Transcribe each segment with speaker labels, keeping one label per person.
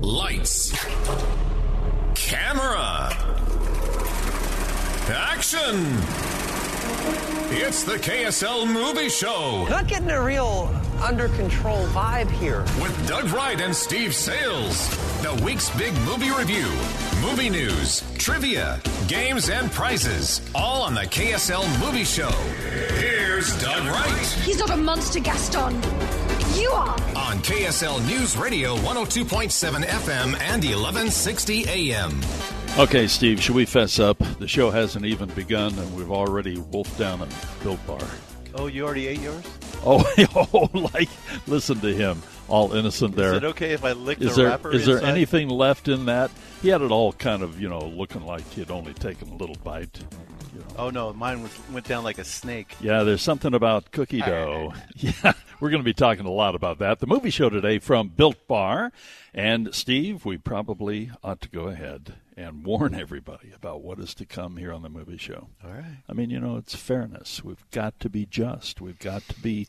Speaker 1: Lights. Camera. Action. It's the KSL Movie Show
Speaker 2: Not getting a real under control vibe here.
Speaker 1: with Doug Wright and Steve Sales. The week's big movie review, movie news, trivia, games, and prizes. All on the KSL Movie Show. Here's Doug Wright
Speaker 3: He's not a monster, Gaston. You are.
Speaker 1: on KSL News Radio 102.7 FM and 1160 AM.
Speaker 4: Okay, Steve, should we fess up? The show hasn't even begun, and we've already wolfed down a built bar.
Speaker 5: Oh, you already ate yours?
Speaker 4: Oh, oh, like listen to him, all innocent there.
Speaker 5: Is it okay if I lick
Speaker 4: Is
Speaker 5: the
Speaker 4: there
Speaker 5: wrapper?
Speaker 4: is there
Speaker 5: inside?
Speaker 4: anything left in that? He had it all kind of you know looking like he'd only taken a little bite. you know.
Speaker 5: Oh no, mine was, went down like a snake.
Speaker 4: Yeah, there's something about cookie dough. Yeah, we're going to be talking a lot about that. The movie show today from Built Bar. And Steve, we probably ought to go ahead and warn everybody about what is to come here on the movie show.
Speaker 5: All right,
Speaker 4: I mean, you know, it's fairness. We've got to be just. We've got to be.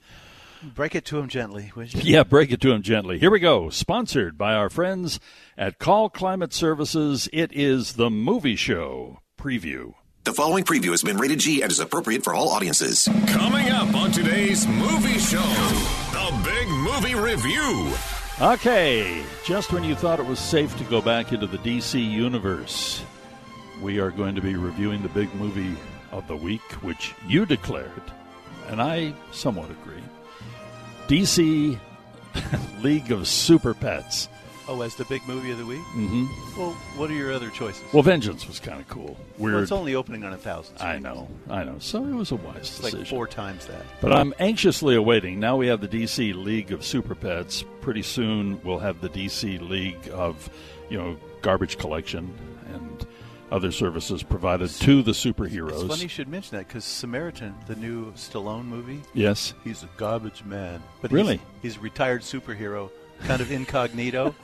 Speaker 5: break it to him gently, would you?
Speaker 4: Yeah, break it to him gently. Here we go. Sponsored by our friends at Call Climate Services. It is the movie show preview.
Speaker 6: The following preview has been rated G and is appropriate for all audiences.
Speaker 1: Coming up on today's movie show, the big movie review.
Speaker 4: Okay, just when you thought it was safe to go back into the DC universe, we are going to be reviewing the big movie of the week, which you declared, and I somewhat agree. DC League of Super Pets.
Speaker 5: Oh, as the big movie of the week. Mm-hmm. Well, what are your other choices?
Speaker 4: Well, Vengeance was kind of cool. Weird.
Speaker 5: Well, it's only opening on a thousand. so
Speaker 4: I know, I know. So it was a wise
Speaker 5: It's
Speaker 4: decision.
Speaker 5: like four times that.
Speaker 4: But I'm anxiously awaiting. Now we have the DC League of Super Pets. Pretty soon we'll have the DC League of, you know, garbage collection and other services provided to the
Speaker 5: It's funny you
Speaker 4: superheroes.
Speaker 5: should mention that because Samaritan, the new Stallone movie,
Speaker 4: Yes.
Speaker 5: he's a garbage man. But
Speaker 4: Really?
Speaker 5: he's, he's a retired superhero, kind of incognito,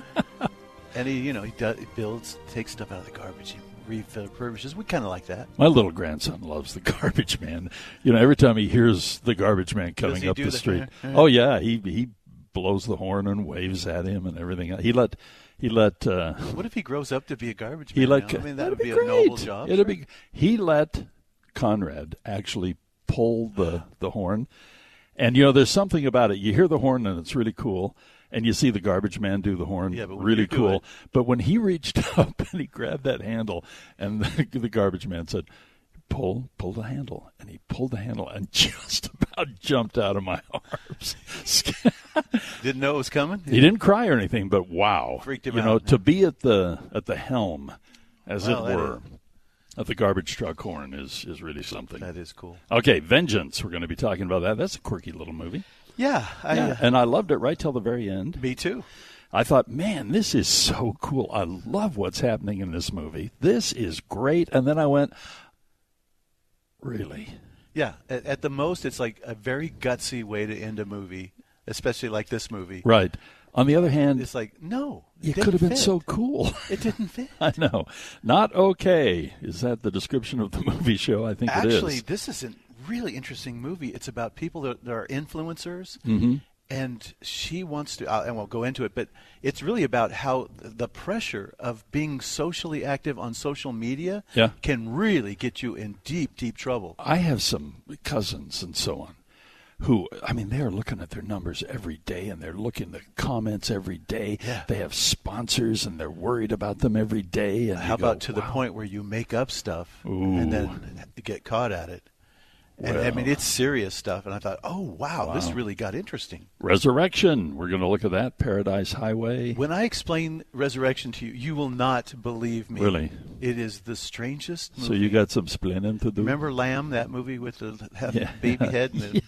Speaker 5: and he, you know, he, does, he builds, takes stuff out of the garbage, he refurbishes. We kind of like that.
Speaker 4: My little grandson loves the garbage man. You know, every time he hears the garbage man coming
Speaker 5: he
Speaker 4: up
Speaker 5: do
Speaker 4: the
Speaker 5: the-
Speaker 4: street, oh yeah, he he blows the horn and waves at him and everything. He let he let uh,
Speaker 5: What if he grows up to be a garbage man?
Speaker 4: He let
Speaker 5: now? I mean, that
Speaker 4: that'd
Speaker 5: would be, a
Speaker 4: great.
Speaker 5: noble job.
Speaker 4: It'd
Speaker 5: sure.
Speaker 4: be he let Conrad actually pull the the horn, and you know there's something about it. You hear the horn and it's really cool, and you see the garbage man do the horn,
Speaker 5: Yeah, but when
Speaker 4: really
Speaker 5: you do
Speaker 4: cool.
Speaker 5: it-
Speaker 4: But when he reached up and he grabbed that handle, and the, the garbage man said. Pull, pull the handle, and he pulled the handle and just about jumped out of my arms.
Speaker 5: Didn't know it was coming.
Speaker 4: He didn't cry or anything, but wow,
Speaker 5: Freaked him
Speaker 4: you know,
Speaker 5: out.
Speaker 4: to be at the at the helm, as
Speaker 5: Wow,
Speaker 4: it
Speaker 5: that
Speaker 4: were,
Speaker 5: is-
Speaker 4: of the garbage truck horn is is really something.
Speaker 5: That is cool.
Speaker 4: Okay, Vengeance. We're going to be talking about that. That's a quirky little movie,
Speaker 5: Yeah, I, uh,
Speaker 4: yeah. and I uh, loved it right till the very end.
Speaker 5: me too.
Speaker 4: I thought, man, this is so cool. I love what's happening in this movie. This is great. And then I went, really?
Speaker 5: Yeah, at, at the most, it's like a very gutsy way to end a movie, especially like this movie.
Speaker 4: Right. On the other hand,
Speaker 5: It's like no,
Speaker 4: it
Speaker 5: didn't
Speaker 4: could have been
Speaker 5: fit.
Speaker 4: so cool.
Speaker 5: It didn't fit.
Speaker 4: I know. Not okay. Is that the description of the movie show? I think
Speaker 5: Actually,
Speaker 4: it is.
Speaker 5: this is a really interesting movie. It's about people that, that are influencers,
Speaker 4: Mm-hmm.
Speaker 5: and she wants to. I I won't go into it, but it's really about how th- the pressure of being socially active on social media
Speaker 4: Yeah.
Speaker 5: can really get you in deep, deep trouble.
Speaker 4: I have some cousins and so on who, I mean, they are looking at their numbers every day and they're looking at the comments every day.
Speaker 5: Yeah.
Speaker 4: They have sponsors and they're worried about them every day. And
Speaker 5: How
Speaker 4: you go,
Speaker 5: about to the
Speaker 4: "Wow."
Speaker 5: point where you make up stuff and then get caught at it? And I mean, it's serious stuff. And I thought, oh wow, this really got interesting.
Speaker 4: Resurrection. We're going to look at that. Paradise Highway.
Speaker 5: When I explain resurrection to you, you will not believe me.
Speaker 4: Really?
Speaker 5: it is the strangest. Movie.
Speaker 4: So you got some splaining to do.
Speaker 5: Remember Lamb, that movie with the he-
Speaker 4: Yeah.
Speaker 5: baby head? And the,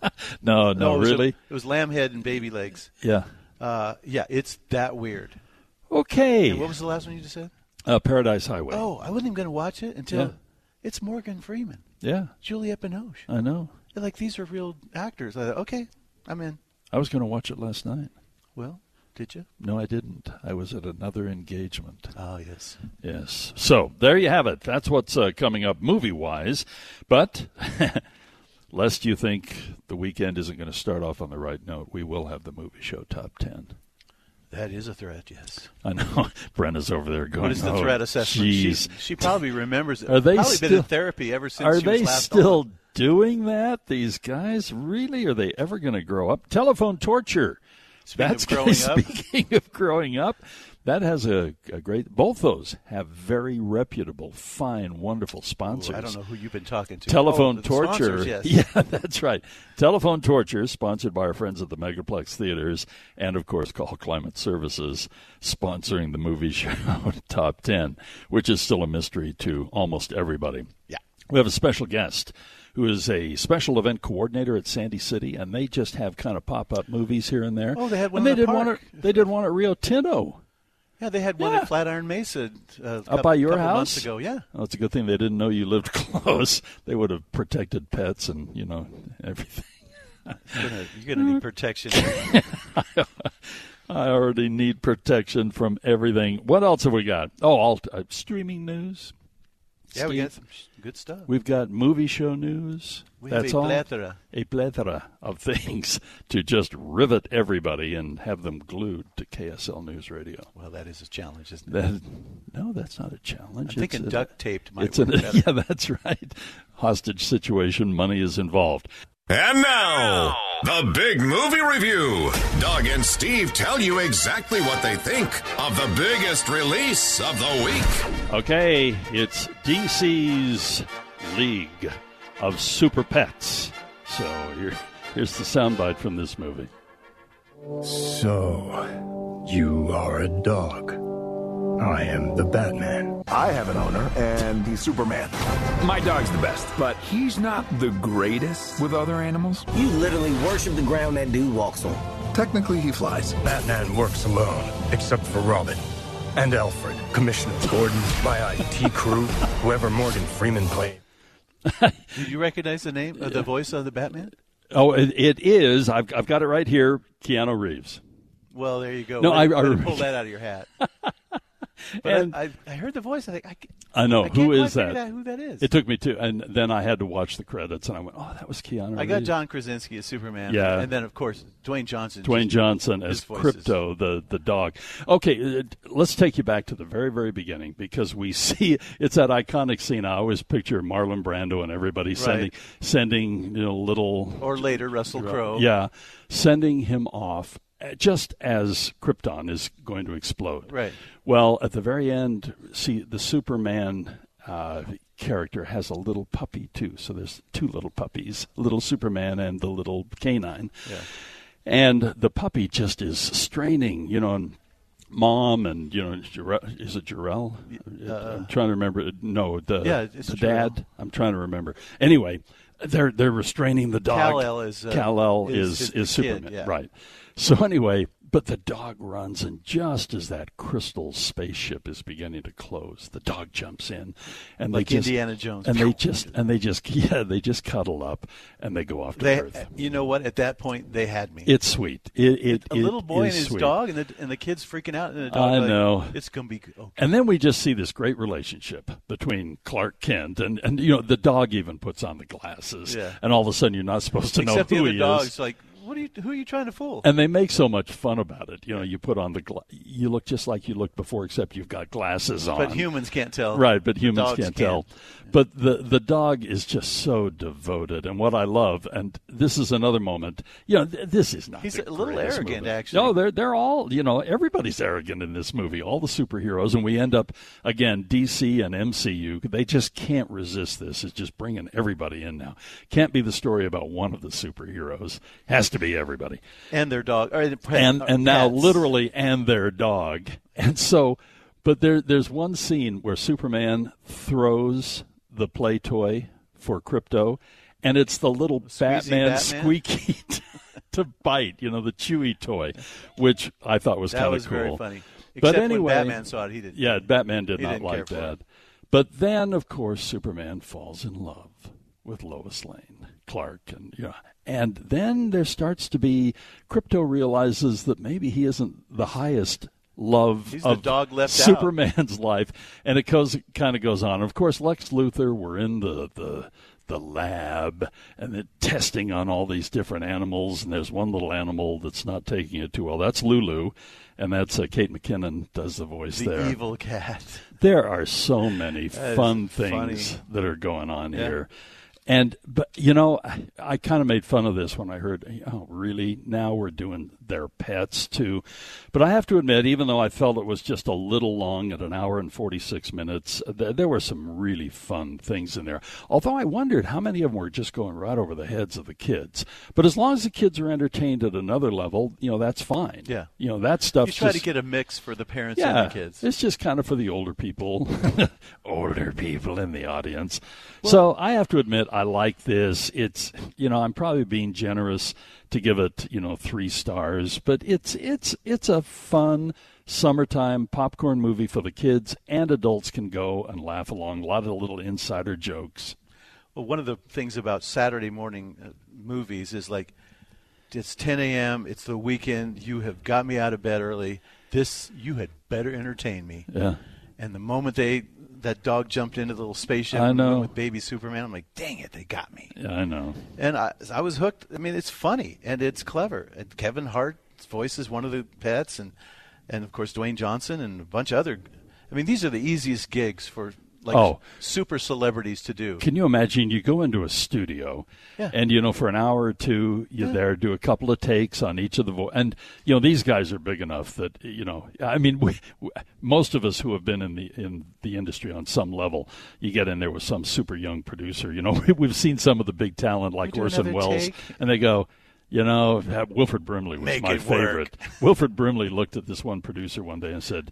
Speaker 5: Oh,
Speaker 4: No, no,
Speaker 5: it was a-
Speaker 4: really?
Speaker 5: it was lamb head and baby legs.
Speaker 4: yeah.
Speaker 5: Uh, yeah, it's that weird.
Speaker 4: Okay.
Speaker 5: And what was the last one you just said?
Speaker 4: uh, Paradise Highway.
Speaker 5: Oh, I wasn't even going to watch it until
Speaker 4: Yeah.
Speaker 5: it's Morgan Freeman,
Speaker 4: Yeah,
Speaker 5: Juliette Binoche.
Speaker 4: I know.
Speaker 5: They're like these are real actors. I thought, okay, I'm in.
Speaker 4: I was going to watch it last night.
Speaker 5: Well, did you?
Speaker 4: No, I didn't. I was at another engagement.
Speaker 5: Oh yes.
Speaker 4: Yes. So there you have it. That's what's uh, coming up movie wise. But lest you think the weekend isn't going to start off on the right note, we will have the movie show top 10.
Speaker 5: That is a threat. Yes.
Speaker 4: I know Brenna's over there going.
Speaker 5: What is the
Speaker 4: "Oh,
Speaker 5: threat assessment? She,
Speaker 4: Jeez.
Speaker 5: she probably remembers it.
Speaker 4: Are they
Speaker 5: probably
Speaker 4: still
Speaker 5: been in therapy ever since?
Speaker 4: Are
Speaker 5: she
Speaker 4: they
Speaker 5: was last
Speaker 4: still
Speaker 5: on.
Speaker 4: doing that? These guys really are they ever going to grow up? Telephone torture.
Speaker 5: Speaking
Speaker 4: That's
Speaker 5: of growing up.
Speaker 4: Speaking of growing up, that has a, a great. Both those have very reputable, fine, wonderful sponsors.
Speaker 5: Ooh, I don't know who you've been talking to.
Speaker 4: Telephone
Speaker 5: Oh, the
Speaker 4: torture.
Speaker 5: sponsors, Yes.
Speaker 4: Yeah, that's right. Telephone torture, sponsored by our friends at the Megaplex Theaters, and of course, Call Climate Services, sponsoring the movie show Top 10, which is still a mystery to almost everybody. Yeah. We have a special guest who is a special event coordinator at Sandy City, and they just have kind of pop up movies here and there.
Speaker 5: Oh, they had one
Speaker 4: And they
Speaker 5: in the
Speaker 4: did one.
Speaker 5: park.
Speaker 4: At, they did one at Rio Tinto.
Speaker 5: Yeah, they had one
Speaker 4: Yeah.
Speaker 5: at Flatiron Mesa uh, a
Speaker 4: Up by your
Speaker 5: couple
Speaker 4: house?
Speaker 5: months ago. Yeah.
Speaker 4: Well, it's a good thing they didn't know you lived close. They would have protected pets and, you know, everything.
Speaker 5: You're gonna- you're going to
Speaker 4: Mm-hmm.
Speaker 5: need protection.
Speaker 4: I already need protection from everything. What else have we got? Oh, all, uh, streaming news.
Speaker 5: yeah, we
Speaker 4: Steve.
Speaker 5: got some sh- good stuff.
Speaker 4: We've got movie show news.
Speaker 5: We have
Speaker 4: That's
Speaker 5: a
Speaker 4: all.
Speaker 5: plethora.
Speaker 4: A plethora of things to just rivet everybody and have them glued to KSL News Radio.
Speaker 5: Well, that is a challenge, isn't it?
Speaker 4: That, no, that's not a challenge.
Speaker 5: I'm thinking
Speaker 4: a-
Speaker 5: duct taped might
Speaker 4: it's
Speaker 5: work
Speaker 4: an-
Speaker 5: better.
Speaker 4: yeah, that's right. Hostage situation, money is involved.
Speaker 1: And now, the big movie review. Doug and Steve tell you exactly what they think of the biggest release of the week.
Speaker 4: Okay, it's DC's League of Super Pets. So here, here's the soundbite from this movie.
Speaker 7: So, you are a dog. I am the Batman.
Speaker 8: I have an owner, and he's Superman. My dog's the best, but he's not the greatest with other animals.
Speaker 9: You literally worship the ground that dude walks on.
Speaker 8: Technically, he flies.
Speaker 7: Batman works alone, except for Robin and Alfred, Commissioner Gordon, my IT crew, whoever Morgan Freeman played.
Speaker 5: Do you recognize the name, uh, the voice of the Batman?
Speaker 4: Oh, it, it is. I've, I've got it right here. Keanu Reeves.
Speaker 5: Well, there you go.
Speaker 4: No,
Speaker 5: Way-
Speaker 4: I-
Speaker 5: way
Speaker 4: I
Speaker 5: to
Speaker 4: remember-
Speaker 5: pull that out of your hat. But
Speaker 4: And-
Speaker 5: I, I, I heard the voice. I think I, c-
Speaker 4: I know.
Speaker 5: I can't
Speaker 4: who
Speaker 5: quite
Speaker 4: is
Speaker 5: figure
Speaker 4: that?
Speaker 5: out Who that is?
Speaker 4: It took me two, and then I had to watch the credits, and I went, "Oh, that was Keanu."
Speaker 5: I got
Speaker 4: Reeves.
Speaker 5: John Krasinski as Superman.
Speaker 4: Yeah.
Speaker 5: and then of course Dwayne Johnson.
Speaker 4: Dwayne
Speaker 5: just-
Speaker 4: Johnson
Speaker 5: his
Speaker 4: as
Speaker 5: voices.
Speaker 4: Crypto, the, the dog. Okay, uh, let's take you back to the very, very beginning because we see it's that iconic scene. I always picture Marlon Brando and everybody sending, sending you know, little
Speaker 5: Or later Russell Crowe.
Speaker 4: Yeah, sending him off uh, just as Krypton is going to explode.
Speaker 5: Right.
Speaker 4: Well, at the very end, see the Superman uh, character has a little puppy too. So there's two little puppies, little Superman and the little canine. Yeah. And the puppy just is straining, you know, and mom and you know, Jor- is it Jarrell? I'm trying to remember. No, the
Speaker 5: Uh, Yeah, it's
Speaker 4: the
Speaker 5: Jor-El.
Speaker 4: dad. I'm trying to remember. Anyway, they're they're restraining the dog dog-
Speaker 5: Kal-El is, uh,
Speaker 4: Kal-El is
Speaker 5: is- is
Speaker 4: is,
Speaker 5: the kid,
Speaker 4: Superman,
Speaker 5: yeah.
Speaker 4: right? So anyway, but the dog runs, and just as that crystal spaceship is beginning to close, the dog jumps in, and
Speaker 5: Like
Speaker 4: they just,
Speaker 5: Indiana Jones.
Speaker 4: and they just and they just yeah, they just cuddle up, and they go off to
Speaker 5: They,
Speaker 4: Earth.
Speaker 5: you know what? At that point, they had me.
Speaker 4: It's sweet. It, it
Speaker 5: a
Speaker 4: it
Speaker 5: little boy and
Speaker 4: is
Speaker 5: his
Speaker 4: sweet.
Speaker 5: dog, and the and the kid's freaking out, and the dog.
Speaker 4: I
Speaker 5: like,
Speaker 4: know.
Speaker 5: it's gonna be good. okay.
Speaker 4: And then we just see this great relationship between Clark Kent and, and you know the dog even puts on the glasses,
Speaker 5: Yeah.
Speaker 4: and all of a sudden you're not supposed to
Speaker 5: Except
Speaker 4: know
Speaker 5: the
Speaker 4: who
Speaker 5: other
Speaker 4: he
Speaker 5: dog's
Speaker 4: is.
Speaker 5: like, what are you? Who are you trying to fool?
Speaker 4: And they make so much fun about it. You know, you put on the gla- you look just like you looked before, except you've got glasses on.
Speaker 5: but humans can't tell.
Speaker 4: right? But
Speaker 5: The
Speaker 4: humans
Speaker 5: dogs
Speaker 4: can't tell. But the the dog is just so devoted, and what I love, and this is another moment. You know, th- this is not.
Speaker 5: He's
Speaker 4: the
Speaker 5: a little
Speaker 4: greatest
Speaker 5: arrogant,
Speaker 4: movie.
Speaker 5: actually.
Speaker 4: No, they're they're all you know. Everybody's arrogant in this movie. All the superheroes, and we end up again DC and MCU. They just can't resist this. It's just bringing everybody in now. Can't be the story about one of the superheroes. Has to be everybody
Speaker 5: And their dog. Or, uh, and
Speaker 4: and and now
Speaker 5: pets.
Speaker 4: literally and their dog and so but there there's one scene where superman throws the play toy for crypto and it's the little Batman,
Speaker 5: Batman?
Speaker 4: squeaky t- to bite, you know, the chewy toy, which I thought was
Speaker 5: That
Speaker 4: kind of cool.
Speaker 5: was very funny.
Speaker 4: But
Speaker 5: Except when
Speaker 4: anyway,
Speaker 5: Batman saw it, he didn't-
Speaker 4: Yeah, Batman did
Speaker 5: he
Speaker 4: not
Speaker 5: didn't care
Speaker 4: like
Speaker 5: for
Speaker 4: that. But then, of course, Superman falls in love with Lois Lane, Clark, and you know, and then there starts to be Crypto realizes that maybe he isn't the highest love
Speaker 5: He's the
Speaker 4: of
Speaker 5: dog left out.
Speaker 4: Superman's life, and it goes kind of goes on. Of course, Lex Luthor, we're in the the the lab and they're testing on all these different animals and there's one little animal that's not taking it too well that's lulu and that's uh, kate mckinnon does the voice
Speaker 5: The
Speaker 4: there
Speaker 5: evil cat.
Speaker 4: there are so many
Speaker 5: That is
Speaker 4: fun
Speaker 5: funny.
Speaker 4: things that are going on
Speaker 5: Yeah.
Speaker 4: here. And but you know, I, I kind of made fun of this when I heard, oh, really? Now we're doing their pets too. But I have to admit, even though I felt it was just a little long at an hour and 46 minutes, th- there were some really fun things in there. Although I wondered how many of them were just going right over the heads of the kids. But as long as the kids are entertained at another level, you know, that's fine.
Speaker 5: Yeah.
Speaker 4: You know, that stuff
Speaker 5: You try
Speaker 4: just-
Speaker 5: to get a mix for the parents
Speaker 4: yeah,
Speaker 5: and the kids.
Speaker 4: It's just kind of for the older people, older people in the audience. so I have to admit, I like this. It's you know, I'm probably being generous to give it you know three stars, but it's it's it's a fun summertime popcorn movie for the kids and adults can go and laugh along. A lot of little insider jokes.
Speaker 5: Well, one of the things about Saturday morning uh, movies is like, it's 10 a.m. It's the weekend. You have got me out of bed early. This you had better entertain me.
Speaker 4: Yeah.
Speaker 5: And the moment they that dog jumped into the little spaceship
Speaker 4: I
Speaker 5: and went
Speaker 4: know.
Speaker 5: with baby Superman, I'm like, dang it, they got me.
Speaker 4: Yeah, I know.
Speaker 5: And I, I was hooked. I mean, it's funny and it's clever. And Kevin Hart's voice is one of the pets, and and of course Dwayne Johnson and a bunch of other. I mean, these are the easiest gigs for like
Speaker 4: Oh.
Speaker 5: super celebrities to do.
Speaker 4: Can you imagine? You go into a studio,
Speaker 5: Yeah.
Speaker 4: and you know for an hour or two, you're
Speaker 5: Yeah.
Speaker 4: there, do a couple of takes on each of the vo- and you know these guys are big enough that you know. I mean, we, we- most of us who have been in the in the industry on some level, you get in there with some super young producer. You know, we've seen some of the big talent like
Speaker 5: do
Speaker 4: Orson
Speaker 5: another
Speaker 4: Welles,
Speaker 5: take?
Speaker 4: and they go. You know, that Wilfred Brimley was
Speaker 5: Make
Speaker 4: my
Speaker 5: it work.
Speaker 4: favorite. Wilfred Brimley looked at this one producer one day and said,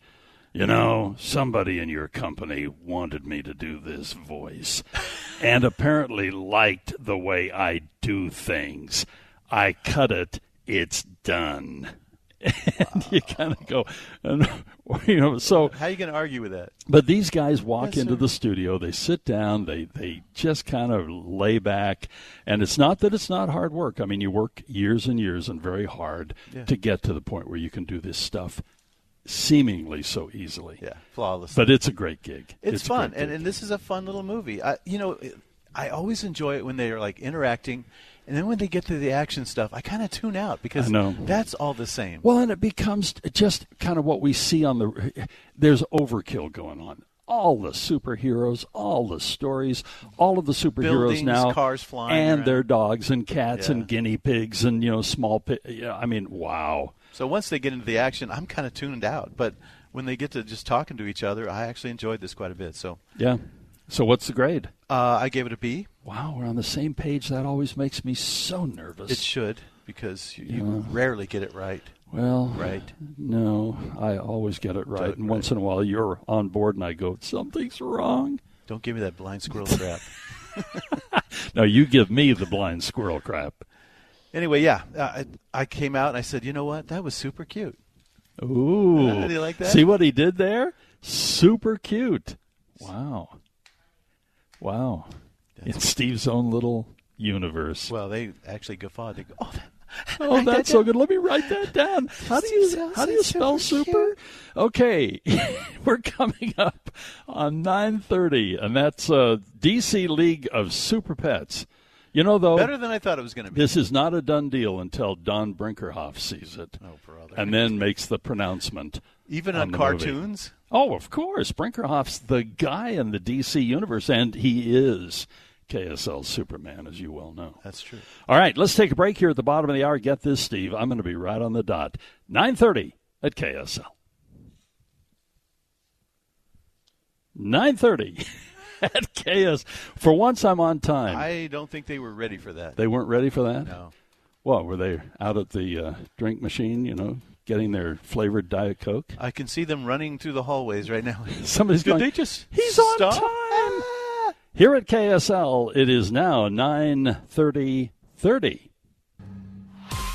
Speaker 4: You know, somebody in your company wanted me to do this voice and apparently liked the way I do things. I cut it, it's done. And you kind of go, and, you know, so
Speaker 5: How are you going to argue with that?
Speaker 4: but these guys walk
Speaker 5: Yes,
Speaker 4: into
Speaker 5: sir.
Speaker 4: the studio, they sit down, they, they just kind of lay back. And it's not that it's not hard work. I mean, you work years and years and very hard
Speaker 5: Yeah.
Speaker 4: to get to the point where you can do this stuff seemingly so easily.
Speaker 5: Yeah, flawless.
Speaker 4: But it's a great gig.
Speaker 5: It's,
Speaker 4: a
Speaker 5: fun,
Speaker 4: great
Speaker 5: and,
Speaker 4: gig.
Speaker 5: and this is a fun little movie. I, you know, it- I always enjoy it when they are like interacting, and then when they get to the action stuff, I kind of tune out because
Speaker 4: I know.
Speaker 5: that's all the same.
Speaker 4: Well, and it becomes just kind of what we see on the. There's overkill going on. All the superheroes, all the stories, all of the superheroes
Speaker 5: Buildings,
Speaker 4: now,
Speaker 5: cars flying
Speaker 4: and
Speaker 5: around.
Speaker 4: their dogs and cats
Speaker 5: Yeah.
Speaker 4: and guinea pigs and you know small. Pi- yeah, I mean, wow.
Speaker 5: So once they get into the action, I'm kind of tuned out. But when they get to just talking to each other, I actually enjoyed this quite a bit. So
Speaker 4: Yeah. So what's the grade?
Speaker 5: uh, I gave it a B.
Speaker 4: Wow, we're on the same page. That always makes me so nervous.
Speaker 5: It should because you, you rarely get it right.
Speaker 4: well,
Speaker 5: Right.
Speaker 4: No, I always get it right,
Speaker 5: Right,
Speaker 4: and once in a while you're on board, and I go, something's wrong.
Speaker 5: Don't give me that blind squirrel crap.
Speaker 4: Now you give me the blind squirrel crap.
Speaker 5: Anyway, yeah, I, I came out and I said, you know what? That was super cute.
Speaker 4: Ooh.
Speaker 5: Did he like that?
Speaker 4: See what he did there? Super cute. Wow. Wow. In Steve's own little universe.
Speaker 5: Well, they actually guffawed. They go, oh, that,
Speaker 4: Oh, that's so good. Let me write that down. How do you
Speaker 5: Steve's
Speaker 4: how do you
Speaker 5: so
Speaker 4: spell super? Okay, we're coming up on nine thirty, and that's uh, DC League of Super Pets. You know, though,
Speaker 5: better than I thought it was going to be.
Speaker 4: This is not a done deal until Don Brinkerhoff sees it. And then makes the pronouncement.
Speaker 5: Even on
Speaker 4: the movie.
Speaker 5: cartoons?
Speaker 4: Oh, of course. Brinkerhoff's the guy in the DC universe, and he is KSL Superman, as you well know.
Speaker 5: That's true.
Speaker 4: All right, let's take a break here at the bottom of the hour. Get this, Steve. I'm going to be right on the dot. 9.30 at KSL. 9.30 at KS. For once, I'm on time.
Speaker 5: I don't think they were ready for that.
Speaker 4: They weren't ready for that?
Speaker 5: No.
Speaker 4: Well, were they out at the uh, drink machine, you know, getting their flavored Diet Coke?
Speaker 5: I can see them running through the hallways right now.
Speaker 4: Somebody's
Speaker 5: Did
Speaker 4: going,
Speaker 5: they just
Speaker 4: he's on
Speaker 5: stop?
Speaker 4: time. Here at KSL, it is now 9:30 30.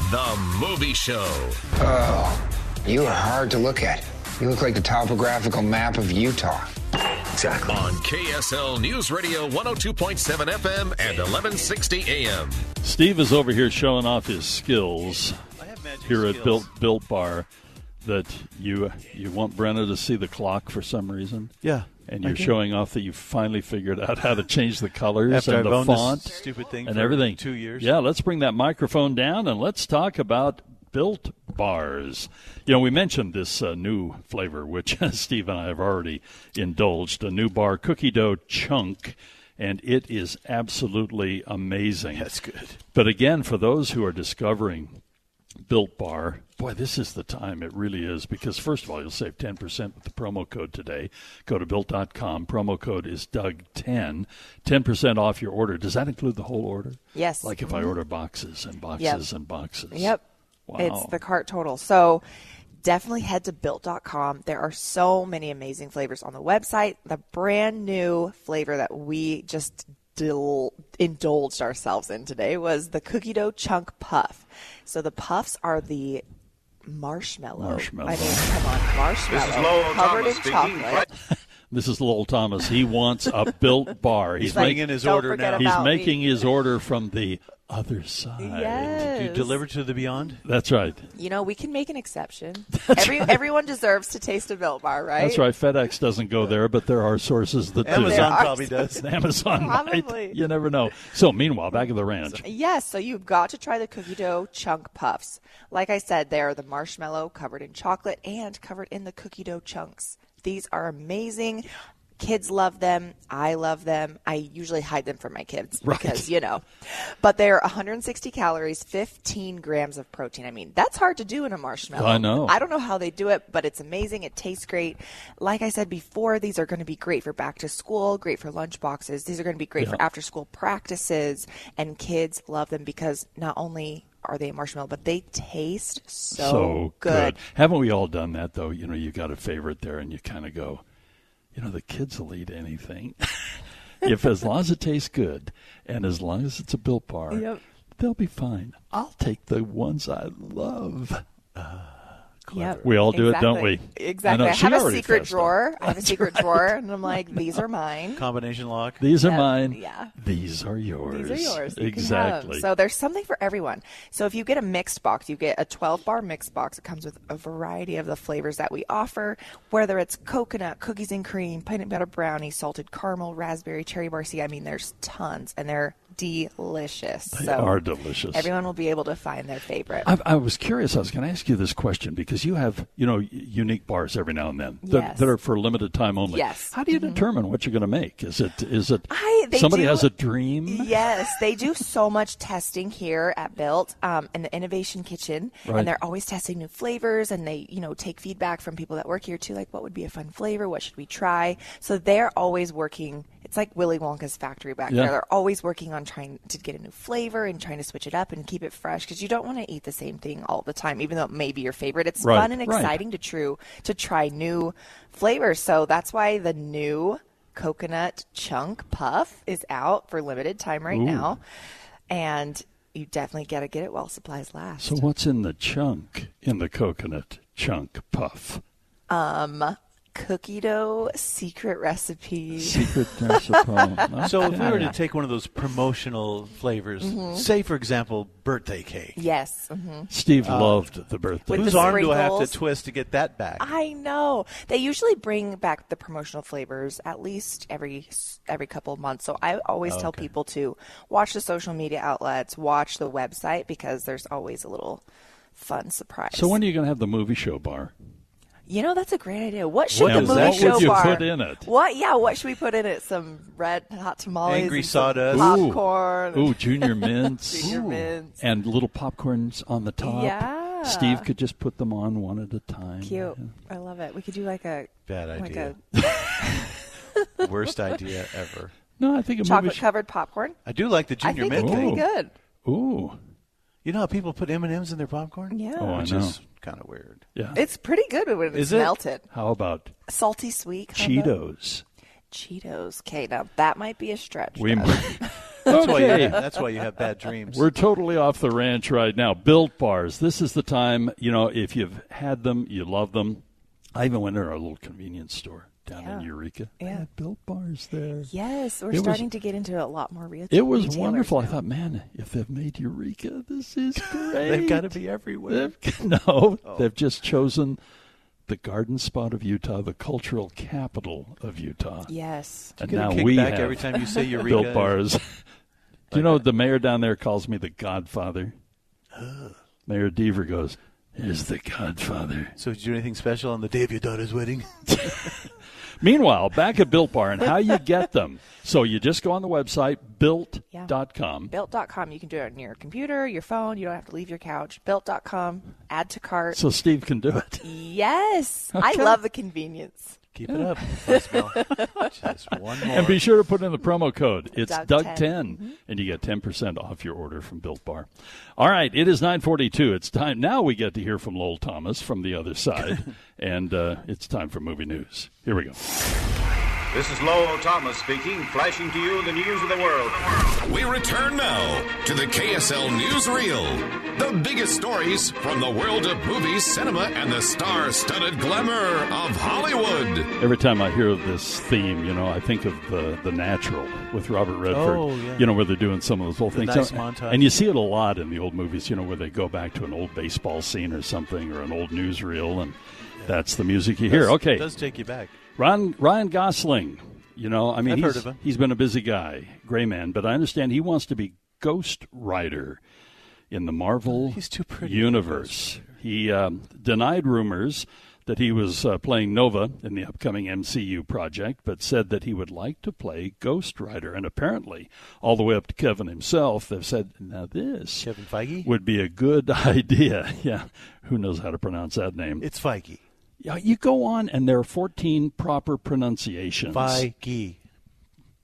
Speaker 1: The Movie Show.
Speaker 10: Oh, you are hard to look at. You look like the topographical map of Utah.
Speaker 1: Exactly. On KSL News Radio 102.7 FM and 1160 AM.
Speaker 4: Steve is over here showing off his skills here at
Speaker 5: skills.
Speaker 4: Built Built Bar that you you want Brenna to see the clock for some reason.
Speaker 5: Yeah,
Speaker 4: And
Speaker 5: I
Speaker 4: you're
Speaker 5: do.
Speaker 4: showing off that you finally figured out how to change the colors
Speaker 5: After
Speaker 4: and
Speaker 5: I've
Speaker 4: the
Speaker 5: owned this
Speaker 4: font
Speaker 5: stupid thing
Speaker 4: and
Speaker 5: for
Speaker 4: everything.
Speaker 5: two years.
Speaker 4: Yeah, let's bring that microphone down and let's talk about Built Bars. You know, we mentioned this uh, new flavor, which Steve and I have already indulged a new bar, Cookie Dough Chunk, and it is absolutely amazing. That's
Speaker 5: good.
Speaker 4: But again, for those who are discovering Built Bar, boy, this is the time. It really is. Because, first of all, you'll save 10% with the promo code today. Go to built.com. Promo code is Doug10. 10% off your order. Does that include the whole order?
Speaker 11: Yes. Mm-hmm.
Speaker 4: Like if I order boxes and boxes and boxes.
Speaker 11: Yep.
Speaker 4: Wow.
Speaker 11: It's the cart total. So definitely head to built.com. There are so many amazing flavors on the website. The brand new flavor that we just dil- indulged ourselves in today was the cookie dough chunk puff. So the puffs are the marshmallow.
Speaker 4: Marshmallow.
Speaker 11: I mean, come on, marshmallow.
Speaker 12: Lowell
Speaker 11: covered
Speaker 12: Thomas
Speaker 11: in
Speaker 12: speaking.
Speaker 11: chocolate.
Speaker 4: This is Lowell Thomas. He wants a built bar.
Speaker 5: He's like, Bringing his "Don't order forget now."
Speaker 4: He's
Speaker 5: about me.
Speaker 4: making his order from the other side.
Speaker 11: Yes. You
Speaker 5: deliver to the beyond?
Speaker 4: That's right.
Speaker 11: You know, we can make an exception. Every, Everyone deserves to taste a Built Bar, right?
Speaker 4: That's right. FedEx doesn't go there, but there are sources that do.
Speaker 5: Amazon probably does.
Speaker 4: Amazon
Speaker 11: Probably.
Speaker 4: might. You never know. So, meanwhile, back at the ranch.
Speaker 11: Yes, so you've got to try the cookie dough chunk puffs. Like I said, they are the marshmallow covered in chocolate and covered in the cookie dough chunks. These are amazing. Kids love them. I love them. I usually hide them from my kids
Speaker 13: Right.
Speaker 11: because, you know. But they're 160 calories, 15 grams of protein. I mean, that's hard to do in a marshmallow.
Speaker 4: I know.
Speaker 11: I don't know how they do it, but it's amazing. It tastes great. Like I said before, these are going to be great for back to school, great for lunch boxes. These are going to be great for
Speaker 4: Yeah.
Speaker 11: after school practices, and kids love them because not only are they a marshmallow, but they taste so, good.
Speaker 4: Haven't we all done that though? You know, you got a favorite there, and you kind of go, you know, the kids will eat anything if as long as it tastes good and as long as it's a built bar.
Speaker 11: Yep.
Speaker 4: They'll be fine. I'll take the ones I love.
Speaker 11: Yep.
Speaker 4: We all do it, don't
Speaker 11: Exactly.
Speaker 4: we?
Speaker 11: Exactly.
Speaker 4: I
Speaker 11: I,
Speaker 4: know, she
Speaker 11: have a
Speaker 4: already
Speaker 11: secret
Speaker 4: fessed up.
Speaker 11: drawer. I have a secret drawer, and I'm like, these are mine.
Speaker 5: Combination lock.
Speaker 4: These are
Speaker 11: Yeah,
Speaker 4: mine.
Speaker 11: yeah.
Speaker 4: These are yours.
Speaker 11: These are yours. You can have 'em.
Speaker 4: Exactly.
Speaker 11: So there's something for everyone. So if you get a mixed box, you get a 12 bar mixed box. It comes with a variety of the flavors that we offer, whether it's coconut, cookies and cream, peanut butter brownie, salted caramel, raspberry, cherry barcia. I mean, there's tons, and they're delicious.
Speaker 4: They
Speaker 11: so
Speaker 4: are delicious.
Speaker 11: Everyone will be able to find their favorite.
Speaker 4: I, I was curious. I was going to ask you this question because you have, you know, y- unique bars every now and then that,
Speaker 11: Yes.
Speaker 4: that are for limited time only.
Speaker 11: Yes. Mm-hmm.
Speaker 4: How do you determine what you're going to make? Is it is it
Speaker 11: I- they
Speaker 4: somebody
Speaker 11: do-
Speaker 4: has a dream?
Speaker 11: Yes, they do so much testing here at Built um, in the Innovation Kitchen,
Speaker 4: Right.
Speaker 11: and they're always testing new flavors. And they, you know, take feedback from people that work here too, like what would be a fun flavor, what should we try. So they're always working. It's like Willy Wonka's factory back
Speaker 13: Yeah.
Speaker 11: there. They're always working on trying to get a new flavor and trying to switch it up and keep it fresh because you don't want to eat the same thing all the time, even though it may be your favorite. It's
Speaker 13: Right,
Speaker 11: fun and
Speaker 13: right.
Speaker 11: exciting to true to try new flavors. So that's why the new coconut chunk puff is out for limited time right
Speaker 4: Ooh.
Speaker 11: now, and you definitely gotta get it while supplies last.
Speaker 4: So what's in the chunk in the coconut chunk puff?
Speaker 11: Um, cookie dough secret recipe.
Speaker 4: Secret recipe.
Speaker 5: So if we were to
Speaker 11: Okay.
Speaker 5: take one of those promotional flavors,
Speaker 11: Mhm.
Speaker 5: say for example, birthday cake.
Speaker 11: Yes. mhm.
Speaker 4: Steve
Speaker 5: Uh,
Speaker 4: loved the birthday.
Speaker 5: Whose
Speaker 11: the
Speaker 5: arm do I have to
Speaker 11: sprinkles.
Speaker 5: twist to get that back?
Speaker 11: I know. They usually bring back the promotional flavors at least every every couple of months. So I always tell
Speaker 13: Okay.
Speaker 11: people to watch the social media outlets, watch the website because there's always a little fun surprise.
Speaker 4: So when are you going to have the movie show bar?
Speaker 11: you know that's a great idea. What should
Speaker 4: What
Speaker 11: the
Speaker 4: is
Speaker 11: movie
Speaker 4: that? What
Speaker 11: show
Speaker 4: would you
Speaker 11: bar?
Speaker 4: put in it?
Speaker 11: What? Yeah, what should we put in it? Some red hot tamales,
Speaker 5: Angry
Speaker 11: and some
Speaker 5: sawdust.
Speaker 4: Ooh.
Speaker 11: popcorn.
Speaker 4: Ooh, junior mints.
Speaker 11: Junior Ooh. mints.
Speaker 4: And little popcorns on the top.
Speaker 11: Yeah.
Speaker 4: Steve could just put them on one at a time.
Speaker 11: Cute. I love it. We could do like a
Speaker 5: Bad
Speaker 11: like
Speaker 5: idea. Worst idea ever.
Speaker 4: No, I
Speaker 11: a
Speaker 4: think a
Speaker 11: chocolate
Speaker 4: movie show.
Speaker 11: covered popcorn.
Speaker 5: I do like the
Speaker 11: I
Speaker 5: junior
Speaker 11: think it
Speaker 5: mint
Speaker 11: could be
Speaker 5: thing.
Speaker 11: good.
Speaker 4: Ooh.
Speaker 5: You know how people put M and M's in their popcorn?
Speaker 11: Yeah. Oh, I
Speaker 5: which
Speaker 4: know.
Speaker 5: is kind of weird.
Speaker 4: Yeah.
Speaker 11: It's pretty good when it's
Speaker 5: Is it?
Speaker 11: melted.
Speaker 4: How about
Speaker 11: Salty sweet. combo.
Speaker 4: Cheetos?
Speaker 14: Cheetos. Okay, now that might be a stretch.
Speaker 4: We-
Speaker 14: Doug.
Speaker 5: That's, why you
Speaker 4: Okay.
Speaker 5: have, that's why you have bad dreams.
Speaker 4: We're totally off the ranch right now. Built bars. This is the time, you know, if you've had them, you love them. I even went to our little convenience store down in Eureka.
Speaker 14: yeah,
Speaker 4: built bars there.
Speaker 14: Yes,
Speaker 4: It
Speaker 14: we're
Speaker 4: was-
Speaker 14: starting to get into a lot more real.
Speaker 4: It was
Speaker 14: retailers
Speaker 4: wonderful. I
Speaker 14: now.
Speaker 4: thought, man, if they've made Eureka, this is great.
Speaker 5: They've got to be Oh. everywhere.
Speaker 4: They've- no, they've just chosen the garden spot of Utah, the cultural capital of Utah.
Speaker 14: Yes.
Speaker 4: And
Speaker 5: Do you get a
Speaker 4: now
Speaker 5: kickback
Speaker 4: we have
Speaker 5: every time you say Eureka?
Speaker 4: built bars. Do you know the mayor down there calls me the Godfather? Mayor Deaver goes, "Is the Godfather."
Speaker 5: So, did you do anything special on the day of your daughter's wedding?
Speaker 4: Meanwhile, back at Built Bar and how you get them. So you just go on the website built.com.
Speaker 14: Built.com. You can do it on your computer, your phone. You don't have to leave your couch. Built.com. Add to cart.
Speaker 4: So Steve can do it.
Speaker 14: yes, I
Speaker 4: Okay.
Speaker 14: love the convenience.
Speaker 5: Keep it up. Just one more.
Speaker 4: And be sure to put in the promo code. It's
Speaker 14: Doug10.
Speaker 4: Doug10, and you get 10% off your order from Built Bar. All right, it is 942. It's time. Now we get to hear from Lowell Thomas from the other side, and uh, it's time for movie news. Here we go.
Speaker 15: This is Lowell Thomas speaking, flashing to you the news of the world.
Speaker 1: We return now to the KSL Newsreel. The biggest stories from the world of movies, cinema, and the star studded glamour of Hollywood.
Speaker 4: Every time I hear this theme, you know, I think of the the Natural with Robert Redford.
Speaker 5: Oh, yeah.
Speaker 4: You know where they're doing some of those old
Speaker 5: The
Speaker 4: things,
Speaker 5: nice
Speaker 4: So-
Speaker 5: montage.
Speaker 4: and you see it a lot in the old movies. You know where they go back to an old baseball scene or something, or an old newsreel, and that's the music you hear.
Speaker 5: Does-
Speaker 4: Okay,
Speaker 5: does take you back.
Speaker 4: Ryan Ryan Gosling. You know, I mean,
Speaker 5: I've
Speaker 4: he's,
Speaker 5: heard of him.
Speaker 4: he's been a busy guy, Gray Man, but I understand he wants to be Ghost Rider in the Marvel universe. He um, denied rumors that he was uh, playing Nova in the upcoming MCU project, but said that he would like to play Ghost Rider. And apparently, all the way up to Kevin himself, they've said, "Now this
Speaker 5: Kevin Feige
Speaker 4: would be a good idea." yeah, who knows how to pronounce that name?
Speaker 5: It's Feige.
Speaker 4: Yeah, you go on, and there are 14 proper pronunciations.
Speaker 5: Feige.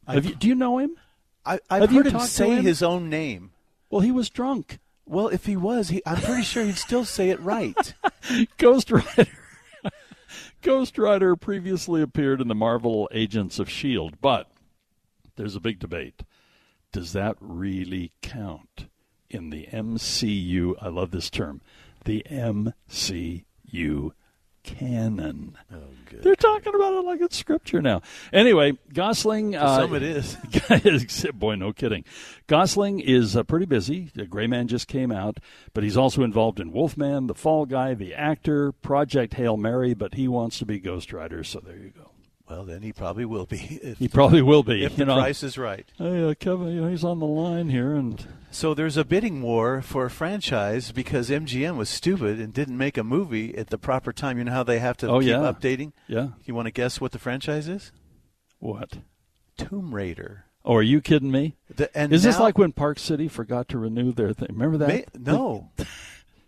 Speaker 4: Have you- do you know him?
Speaker 5: I, I've
Speaker 4: Have you
Speaker 5: heard him
Speaker 4: talked to
Speaker 5: say
Speaker 4: him?
Speaker 5: his own name.
Speaker 4: Well, he was drunk.
Speaker 5: Well, if he was, he, I'm pretty sure he'd still say it right.
Speaker 4: Ghost Rider. Ghost Rider previously appeared in the Marvel Agents of S.H.I.E.L.D., E but there's a big debate. Does that really count in the MCU? I love this term. The MCU canon. Oh, good. They're talking about it like it's scripture now. Anyway, Gosling. uh,
Speaker 5: To some it is.
Speaker 4: Boy, no kidding. Gosling is uh, pretty busy. The Gray Man just came out, but he's also involved in Wolfman, The Fall Guy, The Actor, Project Hail Mary, but he wants to be Ghost Rider, so there you go.
Speaker 5: Well, then he probably will be. If,
Speaker 4: He probably will be,
Speaker 5: If
Speaker 4: you
Speaker 5: the
Speaker 4: know.
Speaker 5: price is right.
Speaker 4: Hey, uh, Kevin, you know, he's on the line here, and
Speaker 5: So there's a bidding war for a franchise because MGM was stupid and didn't make a movie at the proper time. You know how they have to
Speaker 4: Oh,
Speaker 5: keep
Speaker 4: yeah.
Speaker 5: updating?
Speaker 4: Yeah.
Speaker 5: You want to guess what the franchise is?
Speaker 4: what?
Speaker 5: Tomb Raider.
Speaker 4: Oh, are you kidding me?
Speaker 5: The- and
Speaker 4: is this
Speaker 5: now-
Speaker 4: like when Park City forgot to renew their thing? Remember that?
Speaker 5: May- no.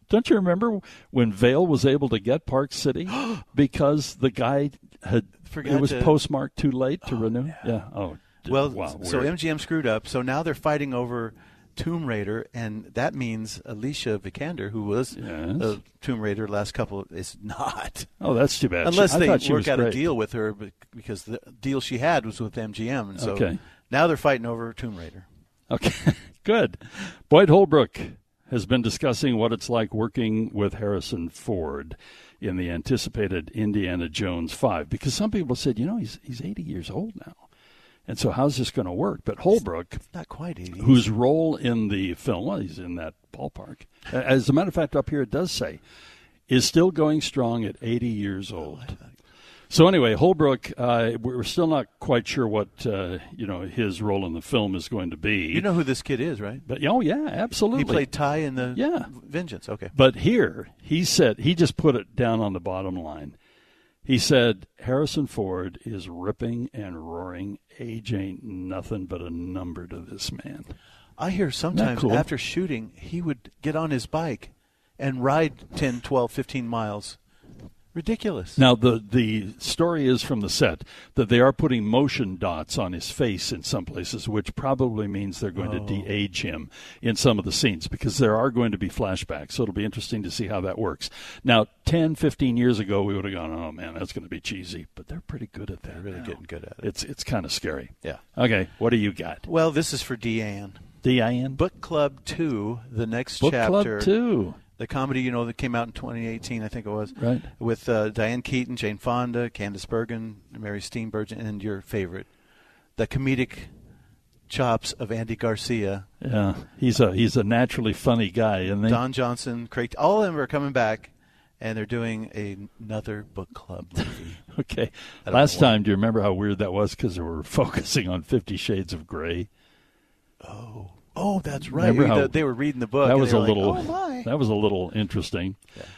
Speaker 4: Don't you remember when Vale was able to get Park City because the guy had
Speaker 5: Forgot
Speaker 4: it was
Speaker 5: to-
Speaker 4: postmarked too late to renew? Yeah. Oh. d-
Speaker 5: Well,
Speaker 4: wow,
Speaker 5: so
Speaker 4: weird.
Speaker 5: MGM screwed up. So now they're fighting over Tomb Raider, and that means Alicia Vikander, who was a Tomb Raider last couple, is not.
Speaker 4: Oh, that's too bad. She-
Speaker 5: Unless
Speaker 4: I
Speaker 5: they
Speaker 4: thought she
Speaker 5: work
Speaker 4: was
Speaker 5: out a
Speaker 4: great.
Speaker 5: deal with her, be- because the deal she had was with MGM, and so
Speaker 4: Okay.
Speaker 5: now they're fighting over Tomb Raider.
Speaker 4: Okay, good. Boyd Holbrook has been discussing what it's like working with Harrison Ford in the anticipated Indiana Jones 5 because some people said, you know, he's, he's 80 years old now. And so how's this going to work? But Holbrook,
Speaker 5: Not quite eighty.
Speaker 4: whose role in the film, well, he's in that ballpark. A- As a matter of fact, up here it does say, is still going strong at 80 years
Speaker 5: Oh,
Speaker 4: old. So anyway, Holbrook, uh, we're still not quite sure what uh, you know his role in the film is going to be.
Speaker 5: You know who this kid is, right?
Speaker 4: But oh yeah, absolutely.
Speaker 5: He played Ty in the
Speaker 4: Yeah.
Speaker 5: Vengeance. Okay.
Speaker 4: But here, he said he just put it down on the bottom line. He said Harrison Ford is ripping and roaring. Age ain't nothing but a number to this man.
Speaker 5: I hear sometimes
Speaker 4: cool?
Speaker 5: after shooting, he would get on his bike and ride 10, 12, 15 miles Ridiculous.
Speaker 4: Now the the story is from the set that they are putting motion dots on his face in some places, which probably means they're going to de-age him in some of the scenes because there are going to be flashbacks. So it'll be interesting to see how that works. Now, 10, 15 years ago, we would have gone, "Oh man, that's going to be cheesy," but they're pretty good at that. They're really getting good at it. It's it's kind of scary.
Speaker 5: Yeah.
Speaker 4: Okay, what do you got?
Speaker 5: Well, this is for Deanne.
Speaker 4: Deanne.
Speaker 5: Book Club 2, the next
Speaker 4: Book Club
Speaker 5: chapter.
Speaker 4: 2.
Speaker 5: The comedy, you know, that came out in 2018, I think it was.
Speaker 4: Right.
Speaker 5: With uh, Diane Keaton, Jane Fonda, Candace Bergen, Mary Steenburgen, and your favorite, the comedic chops of Andy Garcia,
Speaker 4: Yeah, he's a he's a naturally funny guy, and they
Speaker 5: Don Johnson, Craig. All of them are coming back, and they're doing a- another Book Club movie.
Speaker 4: Okay.
Speaker 5: I don't
Speaker 4: Last
Speaker 5: know why.
Speaker 4: time, do you remember how weird that was? Because they were focusing on Fifty Shades of Grey.
Speaker 5: Oh, that's right.
Speaker 4: Remember how-
Speaker 5: The- they were reading the book.
Speaker 4: That
Speaker 5: and
Speaker 4: was
Speaker 5: they
Speaker 4: a
Speaker 5: were like,
Speaker 4: little.
Speaker 5: "Oh, my."
Speaker 4: that was a little interesting.